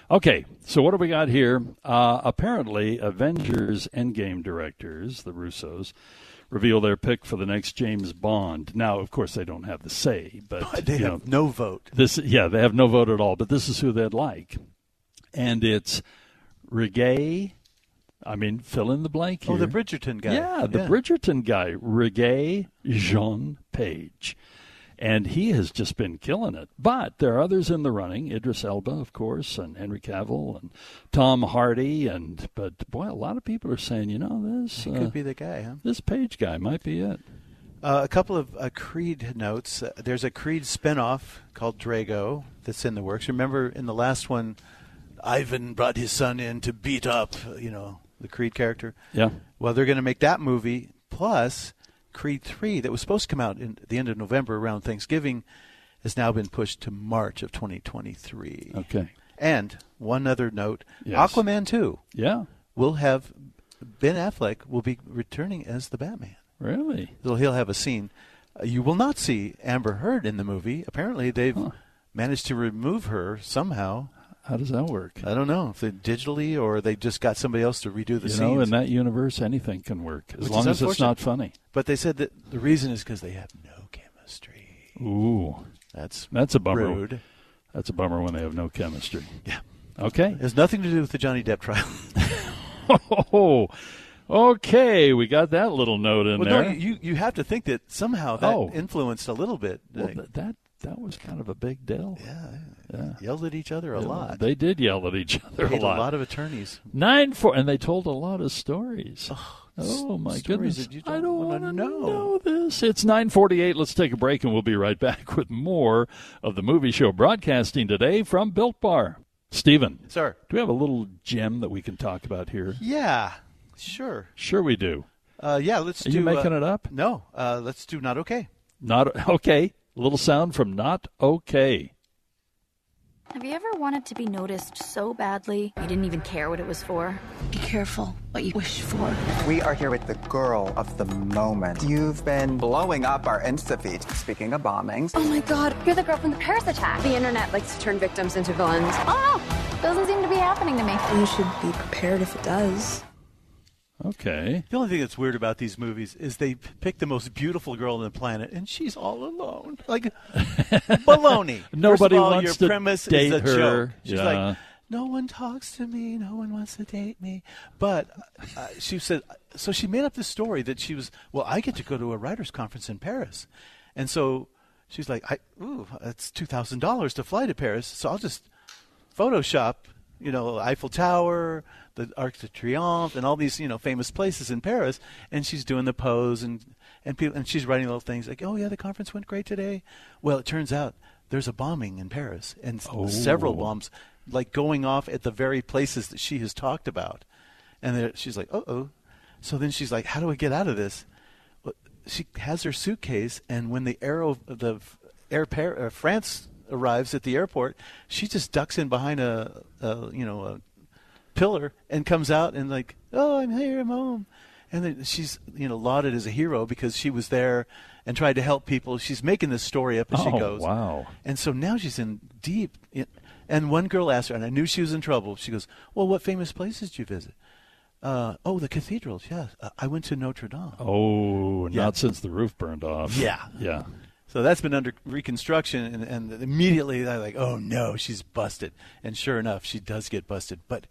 Speaker 4: Okay, so what do we got here? Uh, apparently, Avengers Endgame directors, the Russos, reveal their pick for the next James Bond. Now, of course, they don't have the say, but
Speaker 5: They
Speaker 4: you
Speaker 5: have
Speaker 4: know,
Speaker 5: no vote.
Speaker 4: This, yeah, they have no vote at all. But this is who they'd like, and it's Reggae. I mean, fill in the blank here.
Speaker 5: Oh, the Bridgerton guy.
Speaker 4: Yeah, the
Speaker 5: Yeah.
Speaker 4: Bridgerton guy, Reggae Jean Page. And he has just been killing it. But there are others in the running Idris Elba, of course, and Henry Cavill, and Tom Hardy. And But boy, a lot of people are saying, you know, this,
Speaker 5: He
Speaker 4: uh,
Speaker 5: could be the guy, huh?
Speaker 4: this Page guy might be it.
Speaker 5: Uh, a couple of uh, Creed notes. Uh, there's a Creed spinoff called Drago that's in the works. Remember in the last one, Ivan brought his son in to beat up, uh, you know, the Creed character.
Speaker 4: Yeah.
Speaker 5: Well, they're going to make that movie plus Creed 3 that was supposed to come out in the end of November around Thanksgiving has now been pushed to March of 2023.
Speaker 4: Okay.
Speaker 5: And one other note,
Speaker 4: Oh. Yes.
Speaker 5: Aquaman 2.
Speaker 4: Yeah.
Speaker 5: Will have Ben Affleck will be returning as the Batman.
Speaker 4: Really?
Speaker 5: He'll, he'll have a scene. Uh, you will not see Amber Heard in the movie. Apparently, they've managed to remove her somehow.
Speaker 4: How does that work?
Speaker 5: I don't know if they digitally or they just got somebody else to redo the
Speaker 4: you
Speaker 5: scenes.
Speaker 4: know, in that universe, anything can work as
Speaker 5: which
Speaker 4: long
Speaker 5: is
Speaker 4: as it's not
Speaker 5: unfortunate.
Speaker 4: funny.
Speaker 5: But they said that the reason is because they have no chemistry.
Speaker 4: Ooh.
Speaker 5: That's
Speaker 4: That's a bummer.
Speaker 5: rude.
Speaker 4: That's a bummer when they have no chemistry.
Speaker 5: Yeah.
Speaker 4: Okay.
Speaker 5: It has nothing to do with the Johnny Depp trial.
Speaker 4: Oh, okay. We got that little note in
Speaker 5: well,
Speaker 4: there.
Speaker 5: no, you you have to think that somehow that
Speaker 4: Oh.
Speaker 5: influenced a little bit.
Speaker 4: Well,
Speaker 5: Like,
Speaker 4: th- that that was kind of a big deal.
Speaker 5: Yeah, yelled at each other a
Speaker 4: Yeah,
Speaker 5: lot.
Speaker 4: They did yell at each other
Speaker 5: Paid
Speaker 4: a lot.
Speaker 5: of attorneys.
Speaker 4: Nine four, and they told a lot of stories. Oh, my
Speaker 5: stories
Speaker 4: goodness!
Speaker 5: that you
Speaker 4: I
Speaker 5: don't
Speaker 4: don't
Speaker 5: wanna
Speaker 4: wanna
Speaker 5: know.
Speaker 4: this. It's nine forty-eight. Let's take a break, and we'll be right back with more of the movie show broadcasting today from Built Bar. Stephen,
Speaker 5: Sir.
Speaker 4: do we have a little gem that we can talk about here?
Speaker 5: Yeah, sure.
Speaker 4: Sure, we do.
Speaker 5: Uh, yeah, let's
Speaker 4: Are
Speaker 5: do.
Speaker 4: you making
Speaker 5: uh,
Speaker 4: it up?
Speaker 5: No, uh, let's do not okay.
Speaker 4: Not okay. Little sound from not okay.
Speaker 16: Have you ever wanted to be noticed so badly you didn't even care what it was for? Be careful what you wish for.
Speaker 17: We are here with the girl of the moment. You've been blowing up our Insta feed. Speaking of bombings,
Speaker 18: Oh my god, you're the girl from the Paris attack. The internet likes to turn victims into villains. Oh, doesn't seem to be happening to me. You should be prepared if it does.
Speaker 4: Okay.
Speaker 5: The only thing that's weird about these movies is they p- pick the most beautiful girl on the planet, and she's all alone. Like baloney. First
Speaker 4: Nobody
Speaker 5: of all,
Speaker 4: wants
Speaker 5: your
Speaker 4: to
Speaker 5: premise
Speaker 4: date
Speaker 5: is a
Speaker 4: her.
Speaker 5: joke. She's
Speaker 4: Yeah.
Speaker 5: like, no one talks to me. No one wants to date me. But uh, she said, so she made up this story that she was, well, I get to go to a writer's conference in Paris. And so she's like, I, ooh, that's $2,000 to fly to Paris. So I'll just Photoshop, you know, Eiffel Tower, the Arc de Triomphe, and all these, you know, famous places in Paris. And she's doing the pose and, and people, and she's writing little things like, oh, yeah, the conference went great today. Well, it turns out there's a bombing in Paris and s- several
Speaker 4: Oh.
Speaker 5: bombs like going off at the very places that she has talked about. And there, she's like, uh oh. So then she's like, how do I get out of this? Well, She has her suitcase, and when the aero, the f- air Par- uh, France arrives at the airport, she just ducks in behind a, a you know a pillar and comes out and like, oh, I'm here, I'm home. And then she's you know lauded as a hero because she was there and tried to help people. She's making this story up as she
Speaker 4: Oh,
Speaker 5: goes.
Speaker 4: wow.
Speaker 5: And so now she's in deep. And one girl asked her, and I knew she was in trouble. She goes, "Well, what famous places did you visit?" Uh, oh, the cathedrals. Yeah, uh, I went to Notre Dame.
Speaker 4: Oh,
Speaker 5: Yeah.
Speaker 4: not since the roof burned off.
Speaker 5: Yeah.
Speaker 4: Yeah.
Speaker 5: So that's been under reconstruction, and, and immediately they're like, "Oh no, she's busted!" And sure enough, she does get busted. But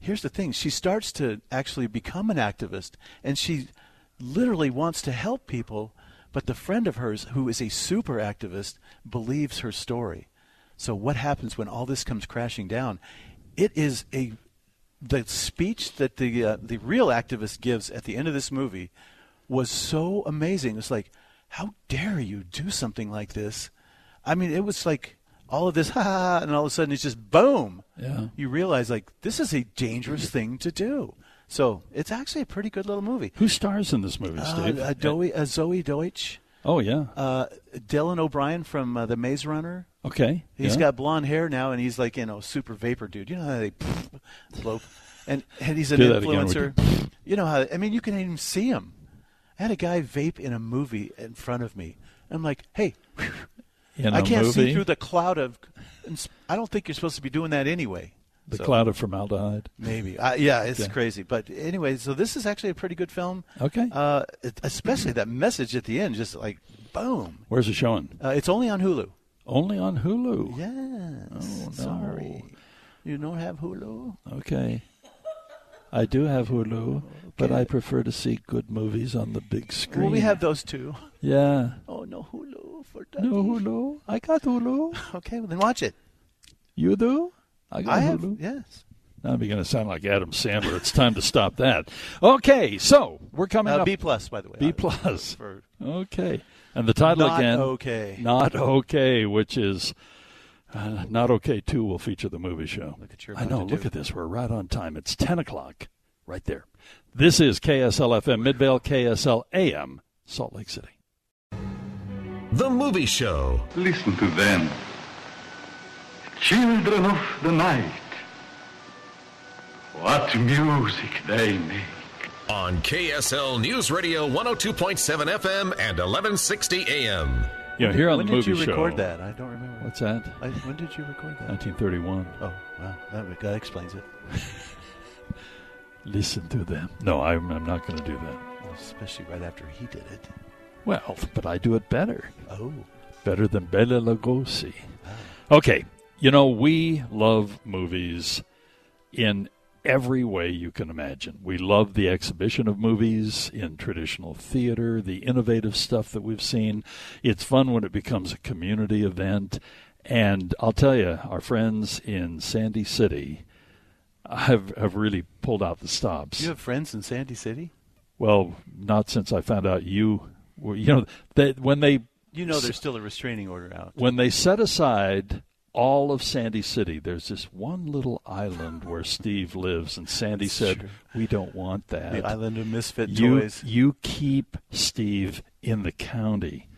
Speaker 5: here's the thing she starts to actually become an activist and she literally wants to help people but the friend of hers who is a super activist believes her story so what happens when all this comes crashing down it is a the speech that the uh, the real activist gives at the end of this movie was so amazing it's like how dare you do something like this i mean it was like all of this ha, ha, ha and all of a sudden it's just boom
Speaker 4: Yeah.
Speaker 5: you realize like this is a dangerous thing to do. So it's actually a pretty good little movie.
Speaker 4: Who stars in this movie, Steve?
Speaker 5: Uh, uh, Doe- uh, Zoe Deutsch,
Speaker 4: Oh yeah.
Speaker 5: uh, Dylan O'Brien from uh, The Maze Runner.
Speaker 4: Okay.
Speaker 5: He's
Speaker 4: yeah.
Speaker 5: got blonde hair now, and he's like you know super vapor dude. You know how they blow, and and he's an
Speaker 4: Do that again, would
Speaker 5: influencer. You know how I mean you can even see him. I had a guy vape in a movie in front of me. I'm like, hey,
Speaker 4: In
Speaker 5: I
Speaker 4: a
Speaker 5: can't see
Speaker 4: movie?
Speaker 5: through the cloud of. I don't think you're supposed to be doing that anyway.
Speaker 4: the
Speaker 5: So-
Speaker 4: cloud of formaldehyde.
Speaker 5: Maybe. Uh, yeah, it's
Speaker 4: Yeah.
Speaker 5: crazy. But anyway, so this is actually a pretty good film.
Speaker 4: Okay.
Speaker 5: Uh, it- especially that message at the end, just like boom.
Speaker 4: Where's it showing?
Speaker 5: Uh, it's only on Hulu.
Speaker 4: Only on Hulu.
Speaker 5: Yes.
Speaker 4: Oh, no.
Speaker 5: Sorry. You don't have Hulu?
Speaker 4: Okay. I do have Hulu, but I prefer to see good movies on the big screen.
Speaker 5: Well, we have those two.
Speaker 4: Yeah.
Speaker 5: Oh, no Hulu for daddy.
Speaker 4: No Hulu. I got Hulu.
Speaker 5: Okay, well, then watch it.
Speaker 4: You do? I got
Speaker 5: I
Speaker 4: Hulu.
Speaker 5: have, yes.
Speaker 4: Now I'm going to sound like Adam Sandler. It's time to stop that. Okay, so we're coming
Speaker 5: Uh,
Speaker 4: up.
Speaker 5: B plus, by the way.
Speaker 4: B plus.
Speaker 5: For-
Speaker 4: Okay, and the title
Speaker 5: Not
Speaker 4: again.
Speaker 5: okay.
Speaker 4: Not okay, which is uh, not okay. Two will feature the movie show. Look
Speaker 5: at your.
Speaker 4: I know. Look at this. We're right on time. It's ten o'clock, right there. This is KSL FM Midvale, KSL AM, Salt Lake City.
Speaker 1: The Movie Show.
Speaker 19: Listen to them. Children of the night. What music they make.
Speaker 1: On KSL News Radio 102.7 FM and 1160 AM.
Speaker 4: You know, here on
Speaker 5: when
Speaker 4: the
Speaker 5: did
Speaker 4: movie
Speaker 5: you
Speaker 4: show.
Speaker 5: record that? I don't remember.
Speaker 4: What's that?
Speaker 5: I, when did you record that?
Speaker 4: 1931.
Speaker 5: Oh, wow. That, that explains it.
Speaker 4: Listen to them. No, I'm, I'm not going to do that.
Speaker 5: Especially right after he did it.
Speaker 4: Well, but I do it better.
Speaker 5: Oh.
Speaker 4: Better than Bela Lugosi. Okay, you know, we love movies in every way you can imagine. We love the exhibition of movies in traditional theater, the innovative stuff that we've seen. It's fun when it becomes a community event. And I'll tell you, our friends in Sandy City have, have really pulled out the stops.
Speaker 5: You have friends in Sandy City?
Speaker 4: Well, not since I found out you were. You know, they, when they
Speaker 5: You know there's still a restraining order out.
Speaker 4: when they set aside all of Sandy City, there's this one little island where Steve lives, and Sandy said, "We don't want that."
Speaker 5: The island of misfit
Speaker 4: you,
Speaker 5: toys.
Speaker 4: You keep Steve in the county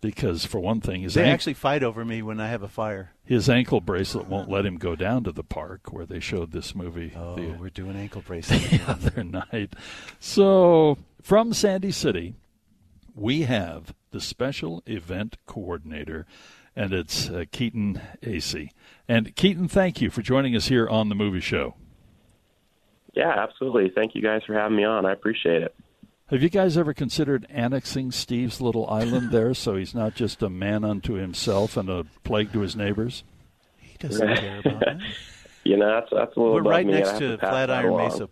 Speaker 4: because, for one thing, his
Speaker 5: They
Speaker 4: anch-
Speaker 5: actually fight over me when I have a fire.
Speaker 4: his ankle bracelet won't let him go down to the park where they showed this movie. Oh,
Speaker 5: we're doing ankle bracelets
Speaker 4: the other night. So from Sandy City, we have the special event coordinator, and it's uh, Keaton Acey. And Keaton, thank you for joining us here on the movie show.
Speaker 11: Yeah, absolutely. Thank you guys for having me on. I appreciate it.
Speaker 4: Have you guys ever considered annexing Steve's little island there so he's not just a man unto himself and a plague to his neighbors?
Speaker 5: He doesn't care about that.
Speaker 11: You know, that's that's a little.
Speaker 5: We're
Speaker 11: above
Speaker 5: right
Speaker 11: me. I
Speaker 5: next
Speaker 11: have
Speaker 5: to
Speaker 11: pass that
Speaker 5: Flatiron
Speaker 11: along.
Speaker 5: Mesa,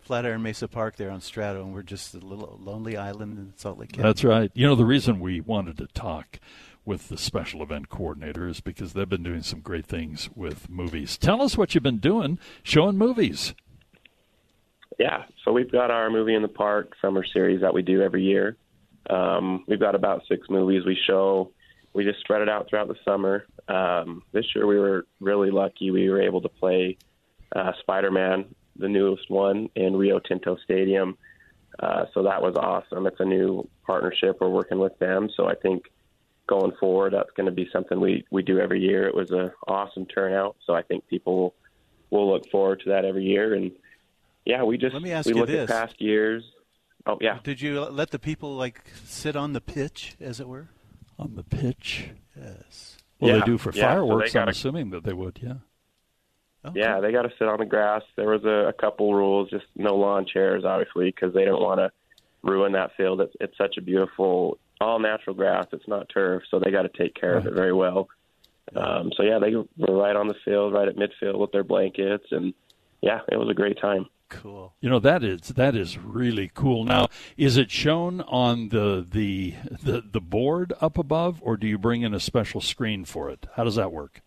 Speaker 5: Flatiron Mesa Park there on Strato, and we're just a little lonely island in Salt Lake County.
Speaker 4: That's right. You know, the reason we wanted to talk with the special event coordinator is because they've been doing some great things with movies. Tell us what you've been doing showing movies.
Speaker 11: Yeah, so we've got our movie in the park summer series that we do every year. Um, we've got about six movies we show. We just spread it out throughout the summer. Um, this year we were really lucky. We were able to play uh, Spider-Man, the newest one, in Rio Tinto Stadium. Uh, so that was awesome. It's a new partnership. We're working with them. So I think going forward, that's going to be something we, we do every year. It was an awesome turnout. So I think people will look forward to that every year. And yeah, we just
Speaker 5: Let me ask
Speaker 11: we
Speaker 5: you
Speaker 11: look
Speaker 5: this.
Speaker 11: at past years. Oh yeah,
Speaker 5: Did you let the people like sit on the pitch, as it were?
Speaker 4: On the pitch.
Speaker 5: Yes.
Speaker 4: Well,
Speaker 11: Yeah,
Speaker 4: they do for
Speaker 11: yeah, so
Speaker 4: fireworks.
Speaker 11: they
Speaker 4: I'm
Speaker 11: gotta-
Speaker 4: assuming that they would. Yeah.
Speaker 11: yeah, they got to sit on the grass. There was a, a couple rules, just no lawn chairs, obviously, because they don't want to ruin that field. It's, it's such a beautiful, all natural grass. It's not turf, so they got to take care of it very well. Um, so yeah, they were right on the field, right at midfield with their blankets, and yeah, it was a great time.
Speaker 5: Cool.
Speaker 4: You know that is that is really cool. Now, is it shown on the the the, the board up above, or do you bring in a special screen for it? How does that work?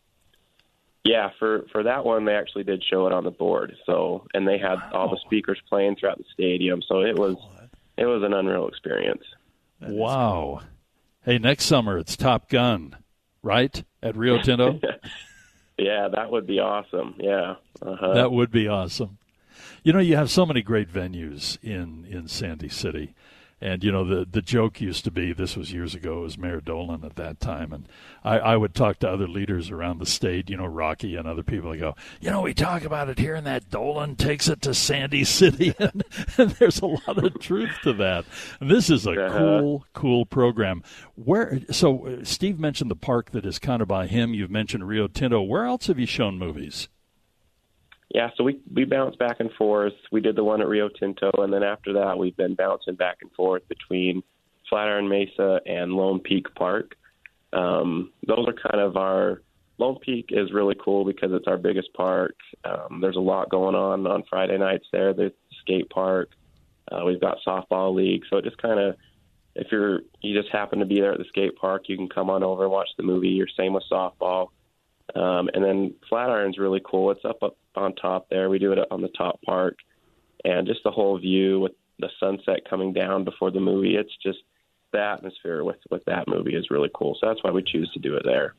Speaker 11: Yeah, for for that one, they actually did show it on the board. So, and they had all the speakers playing throughout the stadium. So it was it was an unreal experience.
Speaker 4: wow. Hey, next summer it's Top Gun, right at Rio Tinto.
Speaker 11: Yeah, that would be awesome. Yeah, uh-huh.
Speaker 4: that would be awesome. You know, you have so many great venues in in Sandy City, and you know the the joke used to be this was years ago. It was Mayor Dolan at that time, and I, I would talk to other leaders around the state. You know, Rocky and other people. I go, you know, we talk about it here, and that Dolan takes it to Sandy City, and, and there's a lot of truth to that. And this is a cool, cool program. Where so uh, Steve mentioned the park that is kind of by him. You've mentioned Rio Tinto. Where else have you shown movies?
Speaker 11: Yeah, so we we bounce back and forth. We did the one at Rio Tinto, and then after that, we've been bouncing back and forth between Flatiron Mesa and Lone Peak Park. Um, those are kind of our Lone Peak is really cool because it's our biggest park. Um, there's a lot going on on Friday nights there. There's the skate park. Uh, we've got softball league, so it just kind of if you're you just happen to be there at the skate park, you can come on over and watch the movie. Or same with softball. Um, and then Flatiron's really cool. It's up, up on top there. We do it on the top part, and just the whole view with the sunset coming down before the movie. It's just the atmosphere with with that movie is really cool. So that's why we choose to do it there.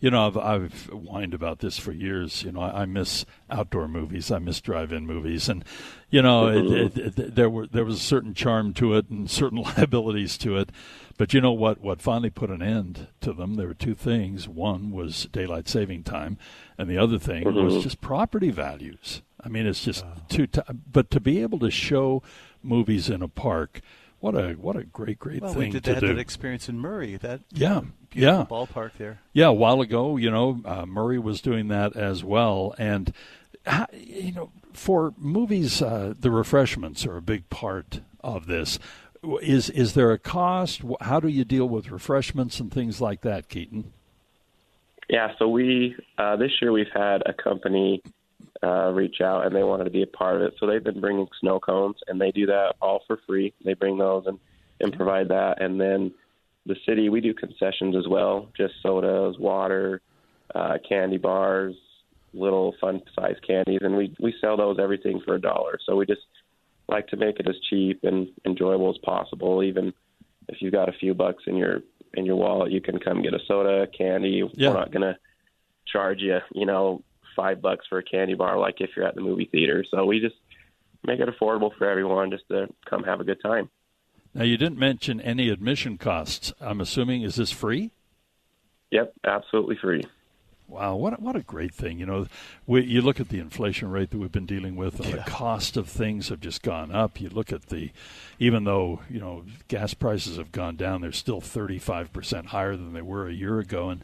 Speaker 4: You know, I've, I've whined about this for years. You know, I, I miss outdoor movies. I miss drive-in movies, and you know, it, it, it, there were there was a certain charm to it and certain liabilities to it. But you know what? What finally put an end to them? There were two things. One was daylight saving time, and the other thing was
Speaker 8: Mhm.
Speaker 4: just property values. I mean, it's just too. T- but to be able to show movies in a park, what a what a great great
Speaker 5: Well,
Speaker 4: thing
Speaker 5: we did
Speaker 4: to
Speaker 5: that,
Speaker 4: do.
Speaker 5: that experience in Murray. That
Speaker 4: Yeah,
Speaker 5: beautiful
Speaker 4: yeah.
Speaker 5: ballpark there.
Speaker 4: Yeah, a while ago, you know, uh, Murray was doing that as well, and how, you know, for movies, uh, the refreshments are a big part of this. W- Is is there a cost? Wh- How do you deal with refreshments and things like that, Keaton?
Speaker 11: Yeah, so we uh, this year we've had a company uh, reach out and they wanted to be a part of it. So they've been bringing snow cones and they do that all for free. They bring those and and provide that, and then the city we do concessions as well, just sodas, water, uh, candy bars, little fun size candies, and we we sell those everything for a dollar. So we just like to make it as cheap and enjoyable as possible. Even if you've got a few bucks in your in your wallet, you can come get a soda, candy.
Speaker 4: Yeah.
Speaker 11: We're not gonna charge you, you know, five bucks for a candy bar like if you're at the movie theater. So we just make it affordable for everyone just to come have a good time.
Speaker 4: Now, you didn't mention any admission costs. I'm assuming is this free?
Speaker 11: Yep, absolutely free.
Speaker 4: Wow, what a, what a great thing! You know, we, you look at the inflation rate that we've been dealing with, and the cost of things have just gone up. You look at the, even though you know gas prices have gone down, they're still thirty five percent higher than they were a year ago. And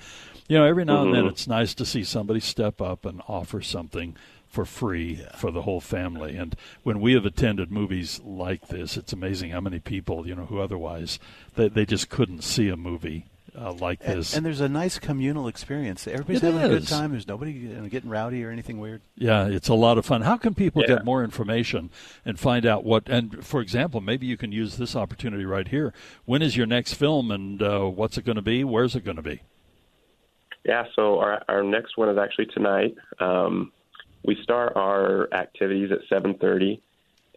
Speaker 4: you know, every now and then,
Speaker 5: Mm-hmm.
Speaker 8: Mhm.
Speaker 4: it's nice to see somebody step up and offer something for free for the whole family. And when we have attended movies like this, it's amazing how many people you know who otherwise they they just couldn't see a movie uh, like
Speaker 5: And,
Speaker 4: this.
Speaker 5: and there's a nice communal experience. Everybody's
Speaker 4: It
Speaker 5: having a good
Speaker 4: is.
Speaker 5: time. There's nobody you know, getting rowdy or anything weird.
Speaker 4: Yeah, it's a lot of fun. How can people
Speaker 5: Yeah.
Speaker 4: get more information and find out what? And for example, maybe you can use this opportunity right here. When is your next film, and uh, what's it going to be? Where's it going to be?
Speaker 11: Yeah, so our our next one is actually tonight. Um, we start our activities at 7:30,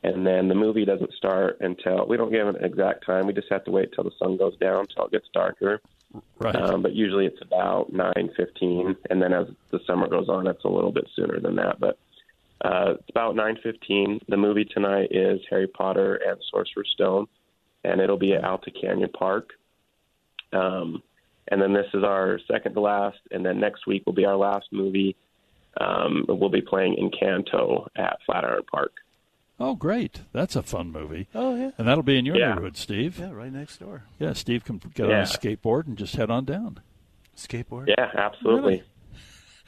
Speaker 11: and then the movie doesn't start until we don't give an exact time. We just have to wait till the sun goes down, till it gets darker.
Speaker 4: Right.
Speaker 11: Um, but usually it's about 9:15, and then as the summer goes on, it's a little bit sooner than that. But uh, it's about 9:15. The movie tonight is Harry Potter and Sorcerer's Stone, and it'll be at Alta Canyon Park. Um, and then this is our second to last, and then next week will be our last movie. Um, we'll be playing Encanto at Flatiron Park.
Speaker 4: Oh, great! That's a fun movie.
Speaker 5: Oh yeah.
Speaker 4: And that'll be in your
Speaker 5: Yeah.
Speaker 4: neighborhood, Steve.
Speaker 5: Yeah, right next door.
Speaker 4: Yeah, Steve can get on
Speaker 5: Yeah.
Speaker 4: a skateboard and just head on down.
Speaker 5: Skateboard.
Speaker 11: Yeah, absolutely.
Speaker 4: Really?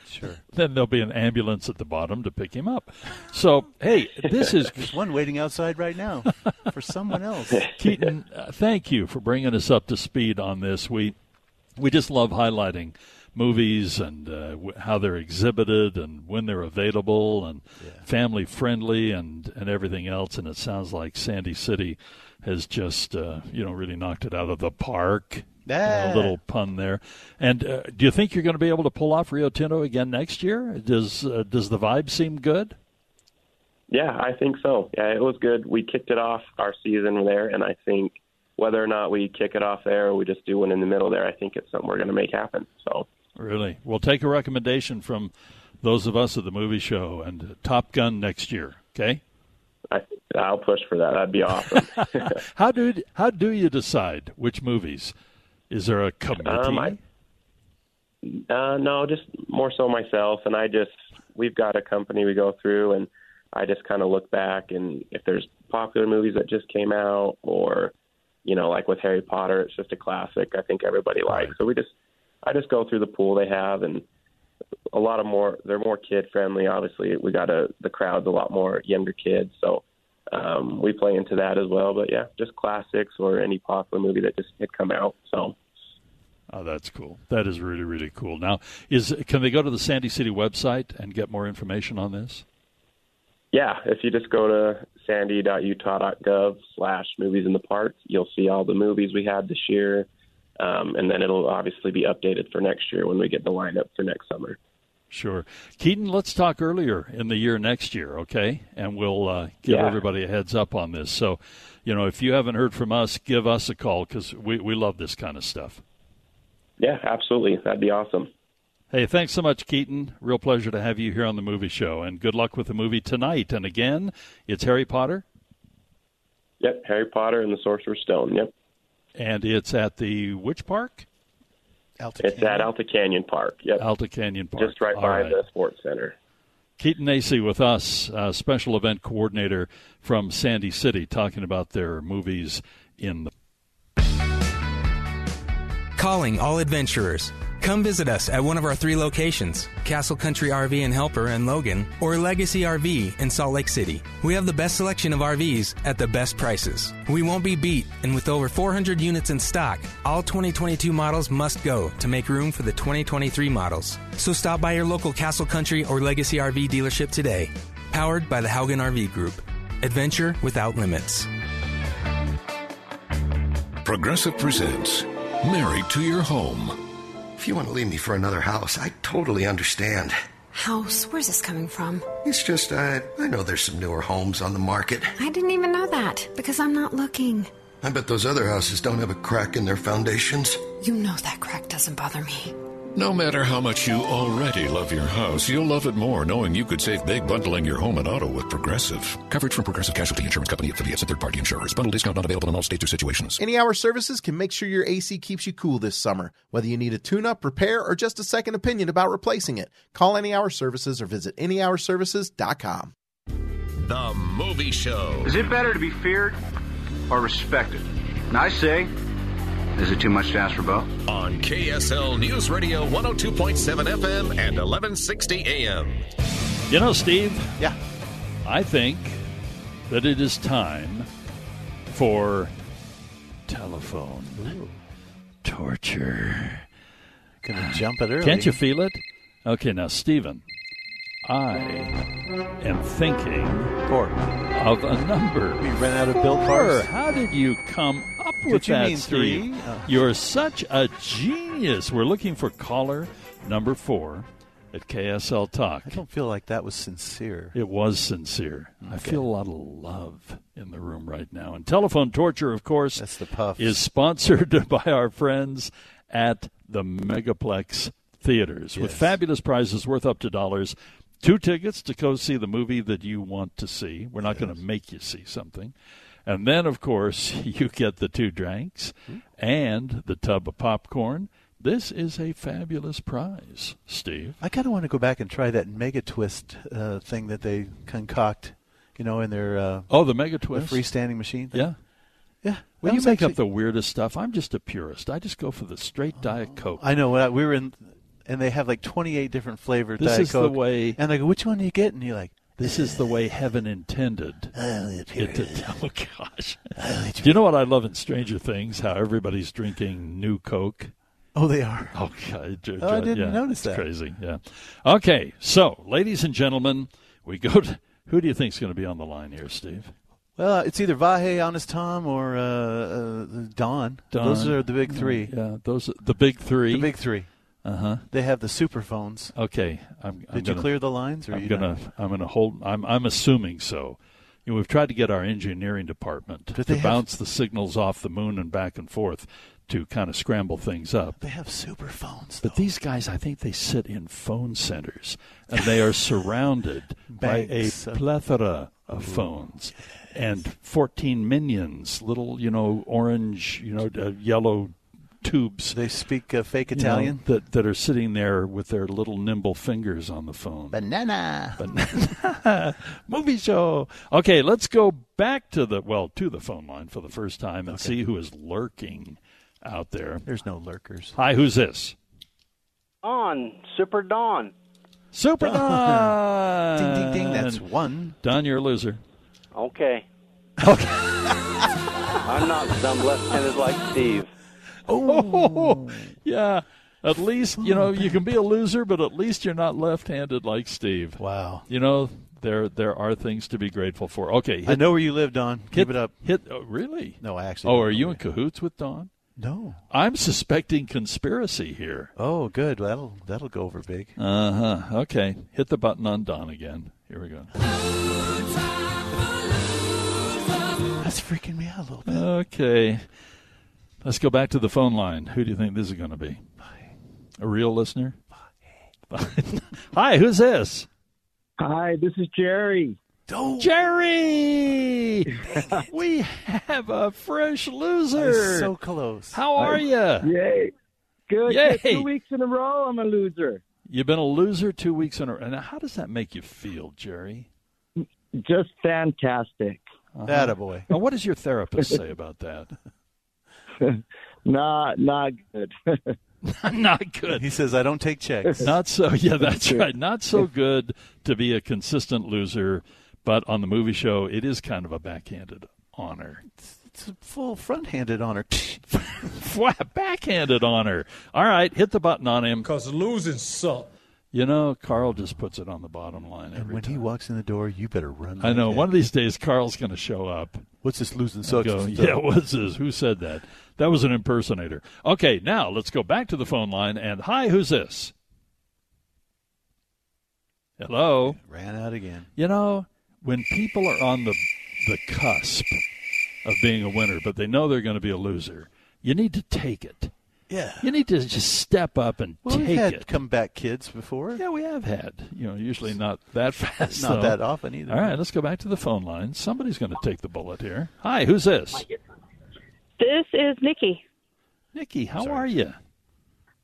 Speaker 5: Sure.
Speaker 4: Then there'll be an ambulance at the bottom to pick him up. So, hey, this is
Speaker 5: There's one waiting outside right now for someone else.
Speaker 4: Keaton, uh, thank you for bringing us up to speed on this. We we just love highlighting movies and uh, w- how they're exhibited and when they're available and family friendly and, and everything else. And it sounds like Sandy City has just, uh, you know, really knocked it out of the park.
Speaker 5: Yeah.
Speaker 4: A little pun there. And uh, do you think you're going to be able to pull off Rio Tinto again next year? Does uh, does the vibe seem good?
Speaker 11: Yeah, I think so. Yeah, it was good. We kicked it off our season there, and I think whether or not we kick it off there or we just do one in the middle there, I think it's something we're going to make happen. So
Speaker 4: Really? Well, take a recommendation from those of us at the movie show and Top Gun next year. Okay.
Speaker 11: I, I'll push for that. That'd be awesome.
Speaker 4: How do how do you decide which movies? Is there a committee?
Speaker 11: Um, I- Uh, no, just more so myself. And I just, we've got a company we go through, and I just kind of look back and if there's popular movies that just came out, or, you know, like with Harry Potter, it's just a classic I think everybody likes. So we just, I just go through the pool they have, and a lot of more, they're more kid friendly, obviously. We got a, the crowd's a lot more younger kids. So, um, we play into that as well. But yeah, just classics or any popular movie that just had come out. So,
Speaker 4: oh, that's cool. That is really really cool. Now, is can they go to the Sandy City website and get more information on this?
Speaker 11: Yeah, if you just go to sandy.utah.gov slash movies in the park, you'll see all the movies we had this year. Um, and then it'll obviously be updated for next year when we get the lineup for next summer.
Speaker 4: Sure, Keaton. Let's talk earlier in the year next year, okay? And we'll uh, give
Speaker 11: Yeah.
Speaker 4: everybody a heads up on this. So, you know, if you haven't heard from us, give us a call because we we love this kind of stuff.
Speaker 11: Yeah, absolutely. That'd be awesome.
Speaker 4: Hey, thanks so much, Keaton. Real pleasure to have you here on the movie show, and good luck with the movie tonight. And again, it's Harry Potter,
Speaker 11: Yep, Harry Potter and the Sorcerer's Stone. Yep.
Speaker 4: and it's at the which park?
Speaker 11: it's at Alta Canyon Park. Yep.
Speaker 4: Alta Canyon Park.
Speaker 11: Just right
Speaker 4: All
Speaker 11: by
Speaker 4: right.
Speaker 11: the Sports Center.
Speaker 4: Keaton Acey with us, uh, special event coordinator from Sandy City, talking about their movies in the.
Speaker 20: Calling all adventurers. Come visit us at one of our three locations Castle Country RV in Helper and Logan, or Legacy RV in Salt Lake City. We have the best selection of RVs at the best prices. We won't be beat, and with over 400 units in stock, all 2022 models must go to make room for the 2023 models. So stop by your local Castle Country or Legacy RV dealership today. Powered by the Haugen RV Group. Adventure without limits.
Speaker 21: Progressive presents Married to Your Home. If you want to leave me for another house, I totally understand.
Speaker 18: House, where's this coming from?
Speaker 21: It's just I, I know there's some newer homes on the market.
Speaker 18: I didn't even know that because I'm not looking.
Speaker 21: I bet those other houses don't have a crack in their foundations.
Speaker 18: You know that crack doesn't bother me.
Speaker 21: No matter
Speaker 8: how
Speaker 21: much you
Speaker 8: already
Speaker 21: love
Speaker 8: your
Speaker 21: house,
Speaker 8: you'll love it
Speaker 21: more
Speaker 8: knowing you could
Speaker 21: save
Speaker 8: big
Speaker 21: bundling
Speaker 8: your
Speaker 21: home
Speaker 8: and
Speaker 21: auto
Speaker 8: with
Speaker 21: Progressive.
Speaker 8: Coverage from Progressive Casualty Insurance Company affiliates and third-party insurers. Bundle discount not available in all states or situations.
Speaker 22: Any Hour Services can make sure your AC keeps you cool this summer. Whether you need a tune up, repair, or just a second opinion about replacing it, call Any Hour Services or visit anyhourservices.com.
Speaker 6: The movie show.
Speaker 15: Is it better to be feared or respected? And I say, is it too much to ask for both?
Speaker 1: On KSL News Radio 102.7 FM and 1160 AM.
Speaker 4: You know, Steve.
Speaker 22: Yeah.
Speaker 4: I think that it is time for telephone torture.
Speaker 5: Gonna jump it early.
Speaker 4: Can't you feel it? Okay, now, Stephen, I am thinking
Speaker 5: Four.
Speaker 4: of a number.
Speaker 5: We ran out of Bill
Speaker 4: Four.
Speaker 5: Parks.
Speaker 4: How did you come up
Speaker 5: Did
Speaker 4: with
Speaker 5: you
Speaker 4: that,
Speaker 5: mean
Speaker 4: Steve?
Speaker 5: three? Uh.
Speaker 4: You're such a genius. We're looking for caller number four at KSL Talk. I
Speaker 5: don't feel like that was sincere.
Speaker 4: It was sincere. I feel a lot of love in the room right now. And telephone torture, of course, That's the puff. is sponsored by our friends at the Megaplex Theaters with
Speaker 5: Yes.
Speaker 4: fabulous prizes worth up to dollars. Two tickets to go see the movie that you want to see. We're not going to make you see something. And then, of course, you get the two drinks and the tub of popcorn. This is a fabulous prize, Steve.
Speaker 5: I kind of want to go back and try that mega twist uh, thing that they concoct, you know, in their uh,
Speaker 4: Oh, the mega twist.
Speaker 5: the freestanding machine. Thing.
Speaker 4: Yeah.
Speaker 5: yeah.
Speaker 4: Well,
Speaker 5: That
Speaker 4: you
Speaker 5: was
Speaker 4: make up
Speaker 5: actually- Oh,
Speaker 4: the weirdest stuff. I'm just a purist. I just go for the straight Diet Coke.
Speaker 5: I know. when I- We were in, and they have like 28 different flavored
Speaker 4: This
Speaker 5: Diet
Speaker 4: is the
Speaker 5: Coke.
Speaker 4: way-
Speaker 5: And I go, which one do you get? And you're like,
Speaker 4: This is the way heaven intended.
Speaker 5: Oh, the
Speaker 4: it
Speaker 5: purist.
Speaker 4: to- oh, gosh. Do you know what I love in Stranger Things? How everybody's drinking new Coke.
Speaker 5: Oh, they are.
Speaker 4: Okay. j-
Speaker 5: Oh, I
Speaker 4: j-
Speaker 5: didn't
Speaker 4: yeah,
Speaker 5: notice
Speaker 4: it's
Speaker 5: that.
Speaker 4: Crazy. Yeah. Okay. So, ladies and gentlemen, we go to who do you think is going to be on the line here, Steve?
Speaker 5: Well, it's either Vahe, Honest Tom, or uh, uh, Don. Those
Speaker 4: Don.
Speaker 5: are the big three.
Speaker 4: Yeah, those the big three.
Speaker 5: The big three.
Speaker 4: Uh huh.
Speaker 5: They have the super phones.
Speaker 4: Okay. I'm, I'm
Speaker 5: Did you
Speaker 4: gonna-
Speaker 5: clear the lines, or
Speaker 4: I'm
Speaker 5: you
Speaker 4: gonna I'm gonna hold. I'm I'm assuming so. You know, we've tried to get our engineering department
Speaker 5: But
Speaker 4: to
Speaker 5: they have-
Speaker 4: bounce the signals off the moon and back and forth to kind of scramble things up.
Speaker 5: They have super phones.
Speaker 4: But these guys, I think they sit in phone centers and they are surrounded by a
Speaker 5: Banks of-
Speaker 4: plethora of phones and 14 minions, little, you know, orange, you know, uh, yellow tubes.
Speaker 5: They speak uh, fake
Speaker 4: you know,
Speaker 5: Italian.
Speaker 4: that, that are sitting there with their little nimble fingers on the phone.
Speaker 5: Banana.
Speaker 4: Banana. Movie show. Okay, let's go back to the, well, to the phone line for the first time and see who is lurking out there.
Speaker 5: There's no lurkers.
Speaker 4: Hi, who's this?
Speaker 23: On Super Dawn.
Speaker 4: Super Don.
Speaker 23: Ding, ding, ding.
Speaker 5: That's one.
Speaker 4: Don, you're a loser.
Speaker 23: Okay. Okay. I'm not dumb left-handed like Steve.
Speaker 4: Oh, yeah. At least you know you can be a loser, but at least you're not left-handed like Steve.
Speaker 5: Wow.
Speaker 4: You know there there are things to be grateful for. Okay,
Speaker 5: I know where you live, Don. Keep it up.
Speaker 4: Hit. Oh, really?
Speaker 5: No, I actually.
Speaker 4: Oh,
Speaker 5: don't
Speaker 4: are
Speaker 5: know
Speaker 4: you
Speaker 5: where
Speaker 4: in cahoots with Don?
Speaker 5: No.
Speaker 4: I'm suspecting conspiracy here.
Speaker 5: Oh, good. That'll that'll go over big.
Speaker 4: Uh huh. Okay, hit the button on Don again. Here we go. Oh.
Speaker 5: That's freaking me out a little bit.
Speaker 4: Okay. Let's go back to the phone line. Who do you think this is going to be? A real listener? Hi, who's this?
Speaker 24: Hi, this is Jerry.
Speaker 4: Jerry! we have a fresh loser.
Speaker 24: so
Speaker 5: close.
Speaker 4: How are you?
Speaker 24: Yay. Good.
Speaker 4: Yay.
Speaker 24: Two weeks in a row, I'm a loser.
Speaker 4: You've been a loser two weeks in a row. Now, how does that make you feel, Jerry?
Speaker 24: Just fantastic.
Speaker 5: Attaboy.
Speaker 4: Now, what does your therapist say about that?
Speaker 24: Not, not good.
Speaker 4: not good.
Speaker 5: He says I don't take checks.
Speaker 4: Not so. Yeah, that's right. Not so good to be a consistent loser, but on the movie show, it is kind of a backhanded honor.
Speaker 5: It's a full front-handed honor.
Speaker 4: Fwa- backhanded honor. All right, hit the button on him. Because losing sucks. You know, Carl just puts it on the bottom line every
Speaker 5: when he walks in the door, you better run.
Speaker 4: I
Speaker 5: like
Speaker 4: know.
Speaker 5: heck.
Speaker 4: One of these days, Carl's going to show up.
Speaker 5: What's this losing
Speaker 4: and
Speaker 5: sucks?
Speaker 4: go, yeah, what's this? Who said that? That was an impersonator. Okay, now let's go back to the phone line. And hi, who's this? Hello.
Speaker 5: Ran out again.
Speaker 4: You know, when people are on the the cusp of being a winner, but they know they're going to be a loser, you need to take it.
Speaker 5: Yeah.
Speaker 4: You need to just step up and
Speaker 5: Well,
Speaker 4: take
Speaker 5: we've had
Speaker 4: it.
Speaker 5: comeback kids before.
Speaker 4: Yeah, we have had. You know, usually not that fast.
Speaker 5: Not
Speaker 4: though.
Speaker 5: that often either.
Speaker 4: All right, let's go back to the phone line. Somebody's going to take the bullet here. Hi, who's this?
Speaker 25: This is Nikki.
Speaker 4: Nikki, how are you?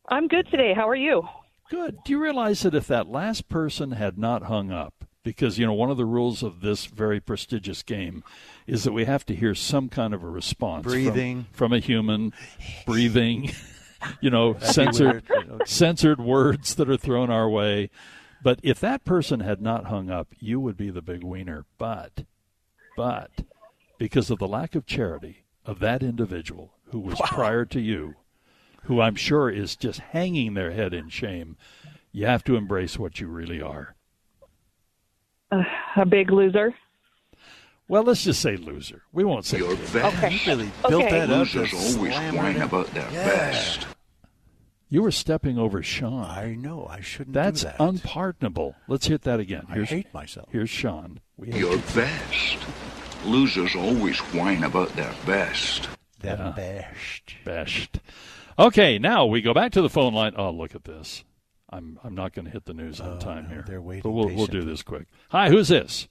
Speaker 25: I'm good today. How are you?
Speaker 4: Good. Do you realize that if that last person had not hung up, because you know one of the rules of this very prestigious game is that we have to hear some kind of a response from-
Speaker 5: Breathing.
Speaker 4: from, a human, breathing, you know,
Speaker 5: That'd be
Speaker 4: censored
Speaker 5: weird, but okay.
Speaker 4: censored words that are thrown our way. But if that person had not hung up, you would be the big wiener. But, but because of the lack of charity of that individual who was prior to you, who I'm sure is just hanging their head in shame, you have to embrace what you really are.
Speaker 25: Uh, a big loser.
Speaker 4: Well, let's just say loser. We won't say You're
Speaker 25: Okay. You really built Okay. that up to Losers always slam whine right in. about their
Speaker 4: best. You were stepping over Sean. I
Speaker 5: know. I shouldn't.
Speaker 4: That's
Speaker 5: do that.
Speaker 4: unpardonable. Let's hit that again.
Speaker 5: I
Speaker 4: Here's,
Speaker 5: hate myself.
Speaker 4: Here's Sean. We hate
Speaker 19: Your
Speaker 4: you.
Speaker 19: best. Losers always whine about their best.
Speaker 5: Their
Speaker 4: best. Best. Okay, now we go back to the phone line. Oh, look at this. I'm I'm not going to hit the news
Speaker 5: Oh,
Speaker 4: on time here. They're waiting. But we'll we'll do this quick. Hi, who's this?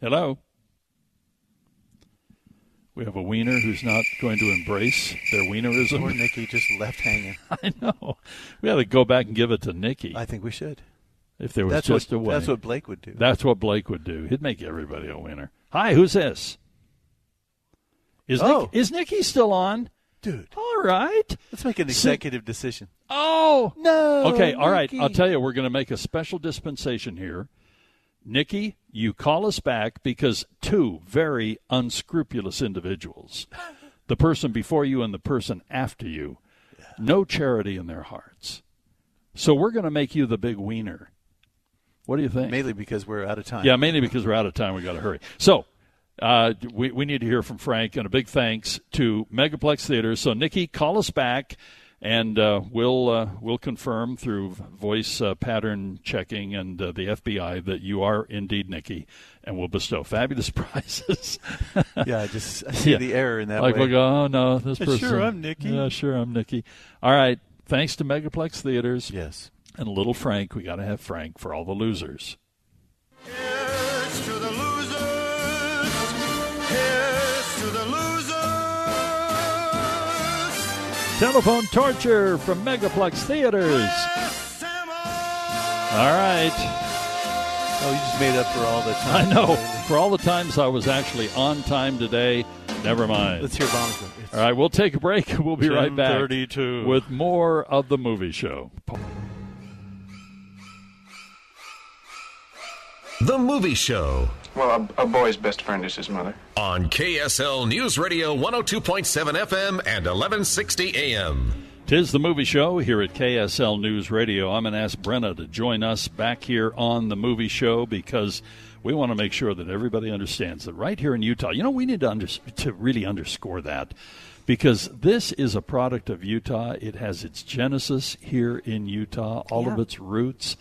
Speaker 4: Hello. We have a wiener who's not going to embrace their wienerism.
Speaker 5: Poor Nikki just left hanging.
Speaker 4: I know. We ought to go back and give it to Nikki.
Speaker 5: I think we should.
Speaker 4: If there was
Speaker 5: That's
Speaker 4: just
Speaker 5: what-
Speaker 4: a way.
Speaker 5: that's what Blake would do.
Speaker 4: That's what Blake would do. He'd make everybody a winner. Hi, who's this? Is Nick-
Speaker 5: Oh.
Speaker 4: is Nikki still on?
Speaker 5: Dude.
Speaker 4: All right.
Speaker 5: Let's make an
Speaker 4: Sit-
Speaker 5: executive decision.
Speaker 4: Oh
Speaker 5: no.
Speaker 4: okay, all right.
Speaker 5: Nikki.
Speaker 4: I'll tell you, we're going to make a special dispensation here. Nikki, you call us back because two very unscrupulous individuals the person before you and the person after you, no charity in their hearts. So we're going to make you the big wiener. What do you think?
Speaker 5: Mainly because we're out of time.
Speaker 4: Yeah, mainly because we're out of time. We got to hurry. So uh, we we need to hear from Frank, and a big thanks to Megaplex Theater. So Nikki, call us back, and uh, we'll uh, we'll confirm through voice uh, pattern checking and uh, the FBI that you are indeed Nikki, and we'll bestow fabulous prizes.
Speaker 5: Yeah, I just- I see the error in that
Speaker 4: Like
Speaker 5: way.
Speaker 4: we'll go, oh no, this
Speaker 5: Sure,
Speaker 4: person.
Speaker 5: I'm Nikki.
Speaker 4: Yeah, sure, I'm Nikki. All right, thanks to Megaplex Theaters.
Speaker 5: Yes,
Speaker 4: and little Frank. We got to have Frank for all the losers. Telephone torture from Megaplex Theaters. All right.
Speaker 5: Oh, you just made up for all the
Speaker 4: I know. For all the times I was actually on time today, never mind.
Speaker 5: Let's hear Bonzo. It's-
Speaker 4: All right, we'll take a break. We'll be right back
Speaker 5: 10:32.
Speaker 4: with more of the movie show.
Speaker 1: The Movie Show
Speaker 2: Well, a, a boy's best friend is his mother.
Speaker 1: on KSL News Radio 102.7 FM and 1160 AM.
Speaker 4: Tis the movie show here at KSL News Radio. I'm going to ask Brenna to join us back here on the movie show because we want to make sure that everybody understands that right here in Utah, you know, we need to, under- to really underscore that because this is a product of Utah. It has its genesis here in Utah, all of
Speaker 3: Yeah.
Speaker 4: its roots.